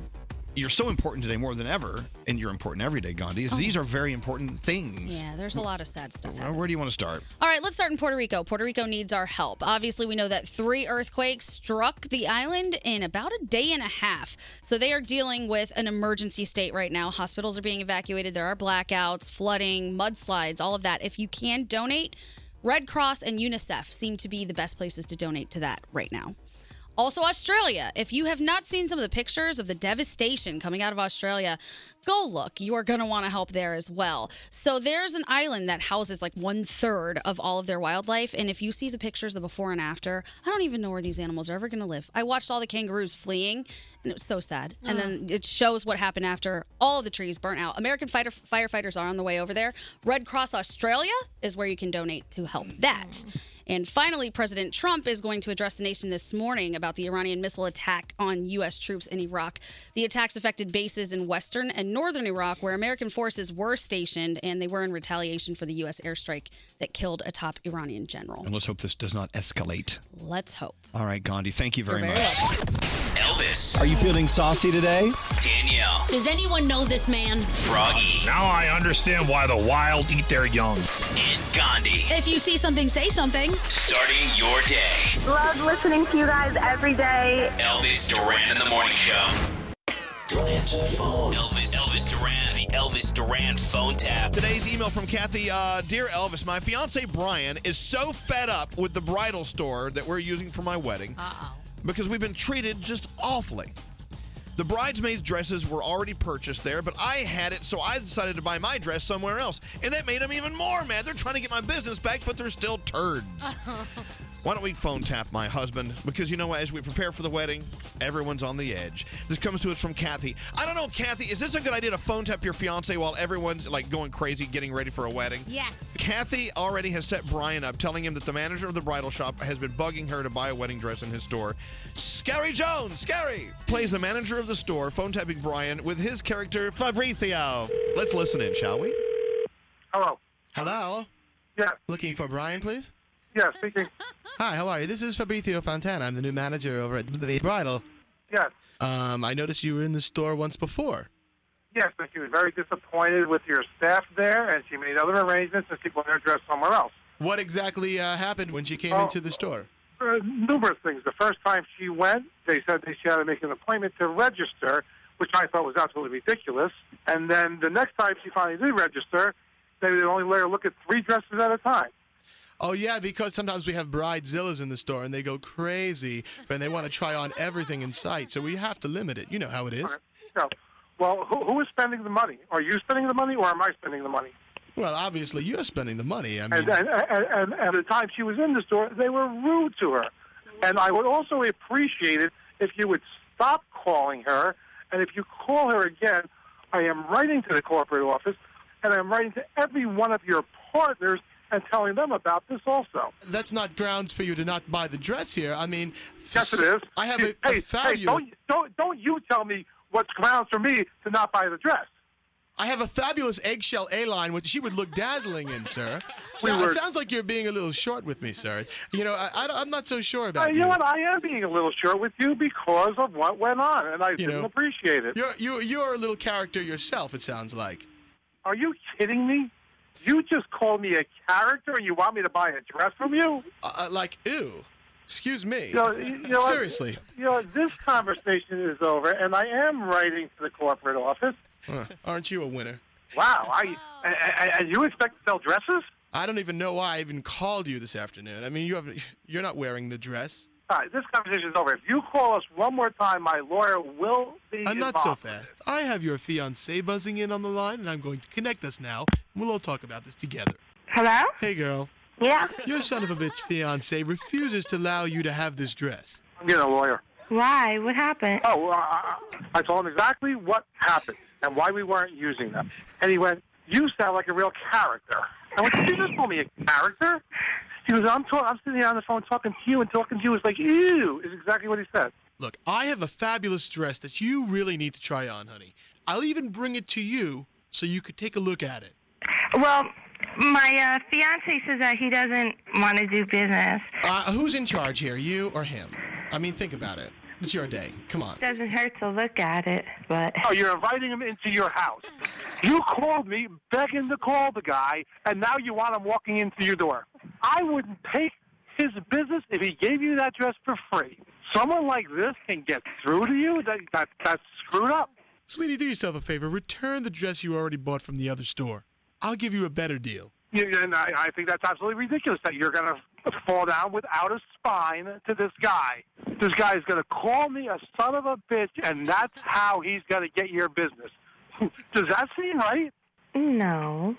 Speaker 30: you're so important today more than ever, and you're important every day, Gandhi,
Speaker 9: Oh.
Speaker 30: is these are very important things.
Speaker 6: Yeah, there's a lot of sad stuff.
Speaker 30: Well, where do you want to start?
Speaker 6: All right, let's start in Puerto Rico. Puerto Rico needs our help. Obviously, we know that three earthquakes struck the island in about a day and a half. So they are dealing with an emergency state right now. Hospitals are being evacuated. There are blackouts, flooding, mudslides, all of that. If you can donate, Red Cross and UNICEF seem to be the best places to donate to that right now. Also, Australia. If you have not seen some of the pictures of the devastation coming out of Australia, go look. You are going to want to help there as well. So, there's an island that houses like one third of all of their wildlife. And if you see the pictures, the before and after, I don't even know where these animals are ever going to live. I watched all the kangaroos fleeing, and it was so sad. And then it shows what happened after all the trees burnt out. American fighter, firefighters are on the way over there. Red Cross Australia is where you can donate to help that. And finally, President Trump is going to address the nation this morning about the Iranian missile attack on U.S. troops in Iraq. The attacks affected bases in western and northern Iraq, where American forces were stationed, and they were in retaliation for the U.S. airstrike that killed a top Iranian general.
Speaker 30: And let's hope this does not escalate.
Speaker 6: Let's hope.
Speaker 30: All right, Gandhi, thank you very,
Speaker 6: You're very
Speaker 30: much.
Speaker 4: Elvis.
Speaker 31: Are you feeling saucy today?
Speaker 4: Danielle.
Speaker 9: Does anyone know this man?
Speaker 4: Froggy.
Speaker 12: Now I understand why the wild eat their young.
Speaker 4: And Gandhi.
Speaker 6: If you see something, say something.
Speaker 4: Starting your day.
Speaker 20: Love listening to you guys every day.
Speaker 4: Elvis Duran in the Morning Show. Don't answer the phone. Elvis, Elvis Duran, the Elvis Duran phone tap.
Speaker 5: Today's email from Kathy uh, Dear Elvis, my fiance Brian is so fed up with the bridal store that we're using for my wedding because we've been treated just awfully. The bridesmaids' dresses were already purchased there, but I had it, so I decided to buy my dress somewhere else. And that made them even more mad. They're trying to get my business back, but they're still turds. Why don't we phone tap my husband? Because you know what? As we prepare for the wedding, everyone's on the edge. This comes to us from Kathy. I don't know, Kathy, is this a good idea to phone tap your fiance while everyone's like going crazy getting ready for a wedding?
Speaker 9: Yes.
Speaker 5: Kathy already has set Brian up, telling him that the manager of the bridal shop has been bugging her to buy a wedding dress in his store. Scary Jones, Scary, plays the manager of the store, phone tapping Brian with his character, Fabrizio. Let's listen in, shall we?
Speaker 12: Hello.
Speaker 24: Hello?
Speaker 12: Yeah.
Speaker 24: Looking for Brian, please?
Speaker 12: Yeah, speaking.
Speaker 24: Hi, how are you? This is Fabrizio Fontana. I'm the new manager over at the Bridal.
Speaker 12: Yes.
Speaker 24: Um, I noticed you were in the store once before.
Speaker 12: Yes, but she was very disappointed with your staff there, and she made other arrangements, and she wanted her dress somewhere else.
Speaker 24: What exactly uh, happened when she came
Speaker 12: Oh.
Speaker 24: into the store?
Speaker 12: Uh, numerous things. The first time she went, they said that she had to make an appointment to register, which I thought was absolutely ridiculous. And then the next time she finally did register, they would only let her look at three dresses at a time.
Speaker 24: Oh, yeah, because sometimes we have bridezillas in the store and they go crazy and they want to try on everything in sight. So we have to limit it. You know how it is.
Speaker 12: So, well, who, who is spending the money? Are you spending the money, or am I spending the money?
Speaker 24: Well, obviously, you're spending the money. I mean,
Speaker 12: and, and, and, and at the time she was in the store, they were rude to her. And I would also appreciate it if you would stop calling her. And if you call her again, I am writing to the corporate office, and I'm writing to every one of your partners and telling them about this also.
Speaker 24: that's not grounds for you to not buy the dress here. I mean,
Speaker 12: Yes, it is.
Speaker 24: I have
Speaker 12: You-
Speaker 24: a, a
Speaker 12: hey,
Speaker 24: value.
Speaker 12: Hey, don't, don't, don't you tell me what's grounds for me to not buy the dress.
Speaker 24: I have a fabulous eggshell A line, which she would look dazzling in, sir. So,
Speaker 12: We were-
Speaker 24: It sounds like you're being a little short with me, sir. You know, I, I, am not so sure
Speaker 12: Uh,
Speaker 24: about
Speaker 12: you
Speaker 24: you.
Speaker 12: know what? I am being a little short with you because of what went on, and I didn't
Speaker 24: know,
Speaker 12: appreciate it.
Speaker 24: You're, you, you're a little character yourself, it sounds like.
Speaker 12: Are you kidding me? You just called me a character and you want me to buy a dress from you?
Speaker 24: Uh, like, ew. Excuse me.
Speaker 12: You know, you know what?
Speaker 24: Seriously.
Speaker 12: You know, this conversation is over, and I am writing to the corporate office.
Speaker 24: Uh, aren't you a winner?
Speaker 12: Wow, I, and- and you expect to sell dresses?
Speaker 24: I don't even know why I even called you this afternoon. I mean, you have, you're not wearing the dress.
Speaker 12: All right, this conversation is over. If you call us one more time, my lawyer will be
Speaker 24: I'm Uh, not so
Speaker 12: involved.
Speaker 24: fast. I have your fiance buzzing in on the line, and I'm going to connect us now, and we'll all talk about this together.
Speaker 20: Hello?
Speaker 24: Hey, girl.
Speaker 20: Yeah?
Speaker 24: Your son of a bitch fiance refuses to allow you to have this dress.
Speaker 12: I'm getting a lawyer. Why? What happened? Oh, well, I, I told him exactly what happened and why we weren't using them. And he went, "You sound like a real character." I went, "Did you just call me a character?" He was, "I'm talk- I'm sitting here on the phone talking to you and talking to you." It's like, "Ew," is exactly what he said.
Speaker 24: Look, I have a fabulous dress that you really need to try on, honey. I'll even bring it to you so you could take a look at it.
Speaker 25: Well, my uh, fiance says that he doesn't want to do business.
Speaker 24: Uh, who's in charge here, you or him? I mean, think about it. It's your day. Come on.
Speaker 25: Doesn't hurt to look at it, but
Speaker 12: Oh, you're inviting him into your house. You called me, begging to call the guy, and now you want him walking into your door. I wouldn't take his business if he gave you that dress for free. Someone like this can get through to you? That, that, that's screwed up.
Speaker 24: Sweetie, do yourself a favor. Return the dress you already bought from the other store. I'll give you a better deal.
Speaker 12: You, and I, I think that's absolutely ridiculous that you're going to fall down without a spine to this guy. This guy's going to call me a son of a bitch, and that's how he's going to get your business. Does that seem right?
Speaker 25: no.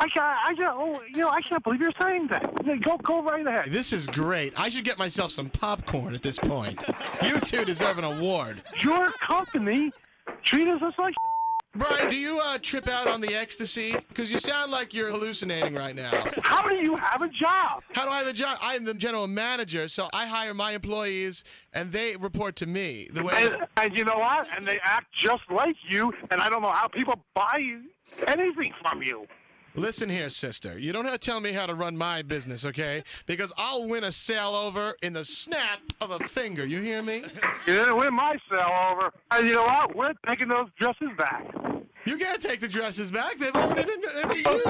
Speaker 12: I can't. I can't. Oh, you know, I can't believe you're saying that. Go, go right ahead.
Speaker 24: This is great. I should get myself some popcorn at this point. you two deserve an award.
Speaker 12: Your company treats us like.
Speaker 24: Brian, do you uh, trip out on the ecstasy? Because you sound like you're hallucinating right now.
Speaker 12: How do you have a job?
Speaker 24: How do I have a job? I am the general manager, so I hire my employees, and they report to me. The way
Speaker 12: And, and you know what? And they act just like you. And I don't know how people buy anything from you.
Speaker 24: Listen here, sister. You don't have to tell me how to run my business, okay? Because I'll win a sale over in the snap of a finger. You hear me?
Speaker 12: You didn't win my sale over. And you know what? We're taking those dresses back.
Speaker 24: You can't take the dresses back. They've already been. They've been
Speaker 12: used.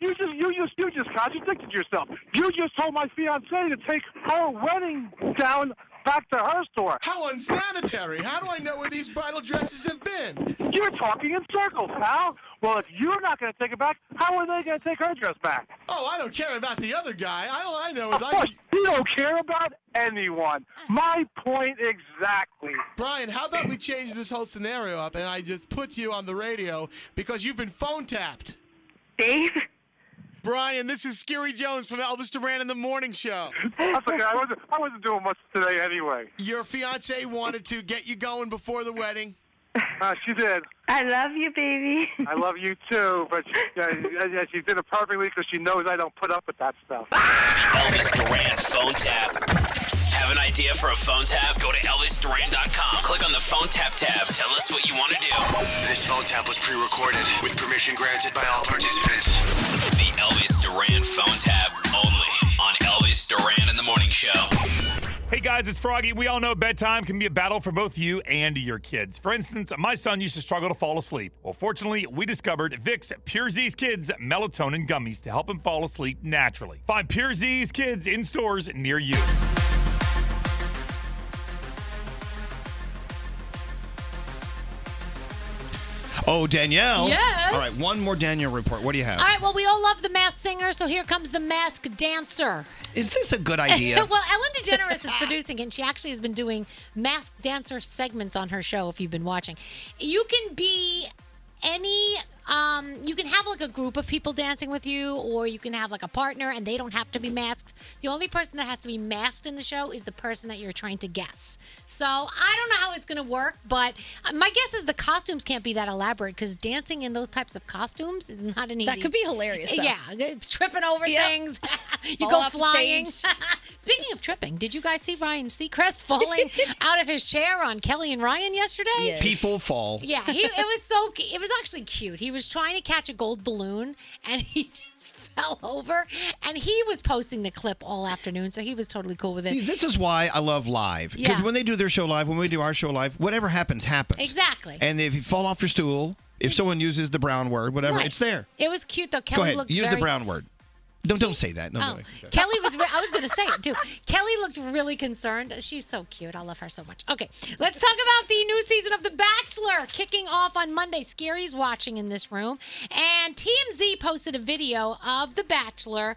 Speaker 12: You just, you just, you just contradicted yourself. You just told my fiance to take her wedding down back to her store.
Speaker 24: How unsanitary! How do I know where these bridal dresses have been?
Speaker 12: You're talking in circles, pal. Well, if you're not going to take it back, how are they going to take her dress back?
Speaker 24: Oh, I don't care about the other guy. All I know is
Speaker 12: Oh,
Speaker 24: I.
Speaker 12: you don't care about anyone. My point exactly.
Speaker 24: Brian, how about we change this whole scenario up and I just put you on the radio because you've been phone tapped?
Speaker 25: Dave?
Speaker 24: Brian, this is Scary Jones from Elvis Duran in the Morning Show.
Speaker 12: That's okay. I wasn't, I wasn't doing much today anyway.
Speaker 24: Your fiance wanted to get you going before the wedding.
Speaker 12: Uh, she did.
Speaker 25: I love you, baby.
Speaker 12: I love you too, but she, uh, yeah, she did it perfectly because she knows I don't put up with that stuff.
Speaker 4: Elvis Duran phone tap. Have an idea for a phone tap? Go to ElvisDuran.com. Click on the phone tap tab. Tell us what you want to do.
Speaker 32: This phone tap was pre-recorded with permission granted by all participants.
Speaker 4: The Elvis Duran phone tap only on Elvis Duran in the Morning Show.
Speaker 11: Hey guys, it's Froggy. We all know bedtime can be a battle for both you and your kids. For instance, my son used to struggle to fall asleep. Well, fortunately, we discovered Vicks Pure Z's Kids melatonin gummies to help him fall asleep naturally. Find Pure Z's Kids in stores near you.
Speaker 5: Oh, Danielle.
Speaker 9: Yes?
Speaker 5: All right, one more Danielle report. What do you have?
Speaker 9: All right, well, we all love the masked singer, so here comes the masked dancer.
Speaker 5: Is this a good idea?
Speaker 9: well, Ellen DeGeneres is producing, and she actually has been doing masked dancer segments on her show. If you've been watching, you can be any. Um, you can have like a group of people dancing with you, or you can have like a partner, and they don't have to be masked. The only person that has to be masked in the show is the person that you're trying to guess. So I don't know how it's going to work, but uh, my guess is the costumes can't be that elaborate because dancing in those types of costumes is not an easy.
Speaker 6: That could be hilarious, though.
Speaker 9: Yeah, tripping over things. you
Speaker 6: Fall
Speaker 9: go
Speaker 6: off the
Speaker 9: flying.
Speaker 6: stage.
Speaker 9: Speaking of tripping, did you guys see Ryan Seacrest falling out of his chair on Kelly and Ryan yesterday?
Speaker 5: People fall.
Speaker 9: Yeah, he, it was so. cu- It was actually cute. He was trying to catch a gold balloon, and he just fell over. And he was posting the clip all afternoon, so he was totally cool with it.
Speaker 5: See, This is why I love live. Because
Speaker 9: Yeah.
Speaker 5: when they do their show live, when we do our show live, whatever happens, happens.
Speaker 9: exactly.
Speaker 5: And if you fall off your stool, if someone uses the brown word, whatever,
Speaker 9: Right.
Speaker 5: it's there.
Speaker 9: It was cute though. Kelly
Speaker 5: Go ahead.
Speaker 9: looked
Speaker 5: Use
Speaker 9: very
Speaker 5: the brown word. Don't don't say that. No,
Speaker 9: Oh.
Speaker 5: no, no.
Speaker 9: Kelly was. Re- I was going to say it too. Kelly looked really concerned. She's so cute. I love her so much. Okay, let's talk about the new season of The Bachelor kicking off on Monday. Scary's watching in this room, and TMZ posted a video of The Bachelor.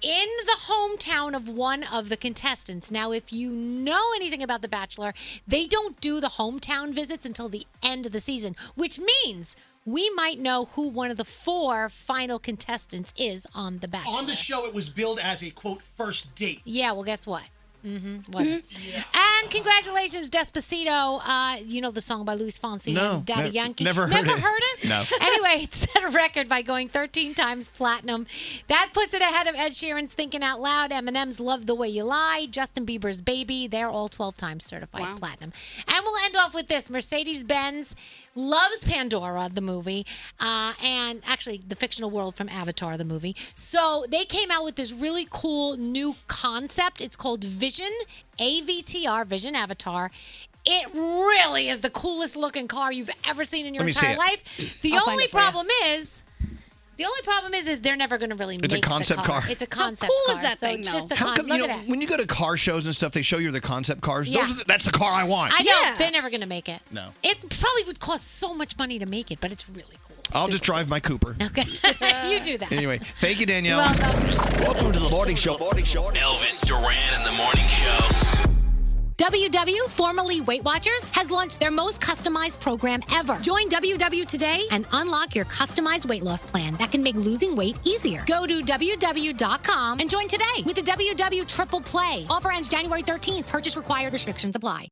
Speaker 9: In the hometown of one of the contestants. Now, if you know anything about The Bachelor, they don't do the hometown visits until the end of the season, which means we might know who one of the four final contestants is on The Bachelor.
Speaker 7: On the show, it was billed as a quote first date.
Speaker 9: Yeah, well, guess what? Mm-hmm. Was it? And congratulations, Despacito. Uh, you know the song by Luis Fonsi
Speaker 3: No,
Speaker 9: and Daddy
Speaker 3: ne-
Speaker 9: Yankee.
Speaker 3: never heard
Speaker 9: never
Speaker 3: it.
Speaker 9: heard it.
Speaker 3: No.
Speaker 9: anyway, it set a record by going 13 times platinum. That puts it ahead of Ed Sheeran's "Thinking Out Loud," Eminem's "Love the Way You Lie," Justin Bieber's "Baby." They're all 12 times certified platinum. And we'll end off with this: Mercedes Benz loves Pandora, the movie, uh, and actually the fictional world from Avatar, the movie. So they came out with this really cool new concept. It's called Vision, AVTR, Vision Avatar. It really is the coolest looking car you've ever seen in your
Speaker 3: Let me see
Speaker 9: entire
Speaker 3: it.
Speaker 9: life. The
Speaker 3: I'll find
Speaker 9: only
Speaker 3: it for you.
Speaker 9: problem is. The only problem is, is they're never going to really
Speaker 5: It's a
Speaker 9: make the
Speaker 5: concept car.
Speaker 9: It's a
Speaker 6: How
Speaker 9: concept
Speaker 6: cool
Speaker 9: car.
Speaker 6: is that
Speaker 9: So
Speaker 6: thing,
Speaker 9: it's just
Speaker 6: though?
Speaker 9: the
Speaker 5: How
Speaker 9: con-
Speaker 5: come
Speaker 9: look
Speaker 5: you
Speaker 9: at
Speaker 5: know
Speaker 9: that.
Speaker 5: when you go to car shows and stuff, they show you the concept cars.
Speaker 9: Yeah.
Speaker 5: Those are the, that's the car I want.
Speaker 9: I know they're never going to make it.
Speaker 5: No.
Speaker 9: It probably would cost so much money to make it, but it's really cool.
Speaker 5: I'll just drive my Cooper.
Speaker 9: Okay. you do that.
Speaker 5: Anyway, thank you, Danielle.
Speaker 4: Welcome to the morning show. Morning show. Elvis Duran and the morning show.
Speaker 18: WW, formerly Weight Watchers, has launched their most customized program ever. Join WW today and unlock your customized weight loss plan that can make losing weight easier. Go to WW.com and join today with the WW Triple Play. Offer ends January 13th. Purchase required. Restrictions apply.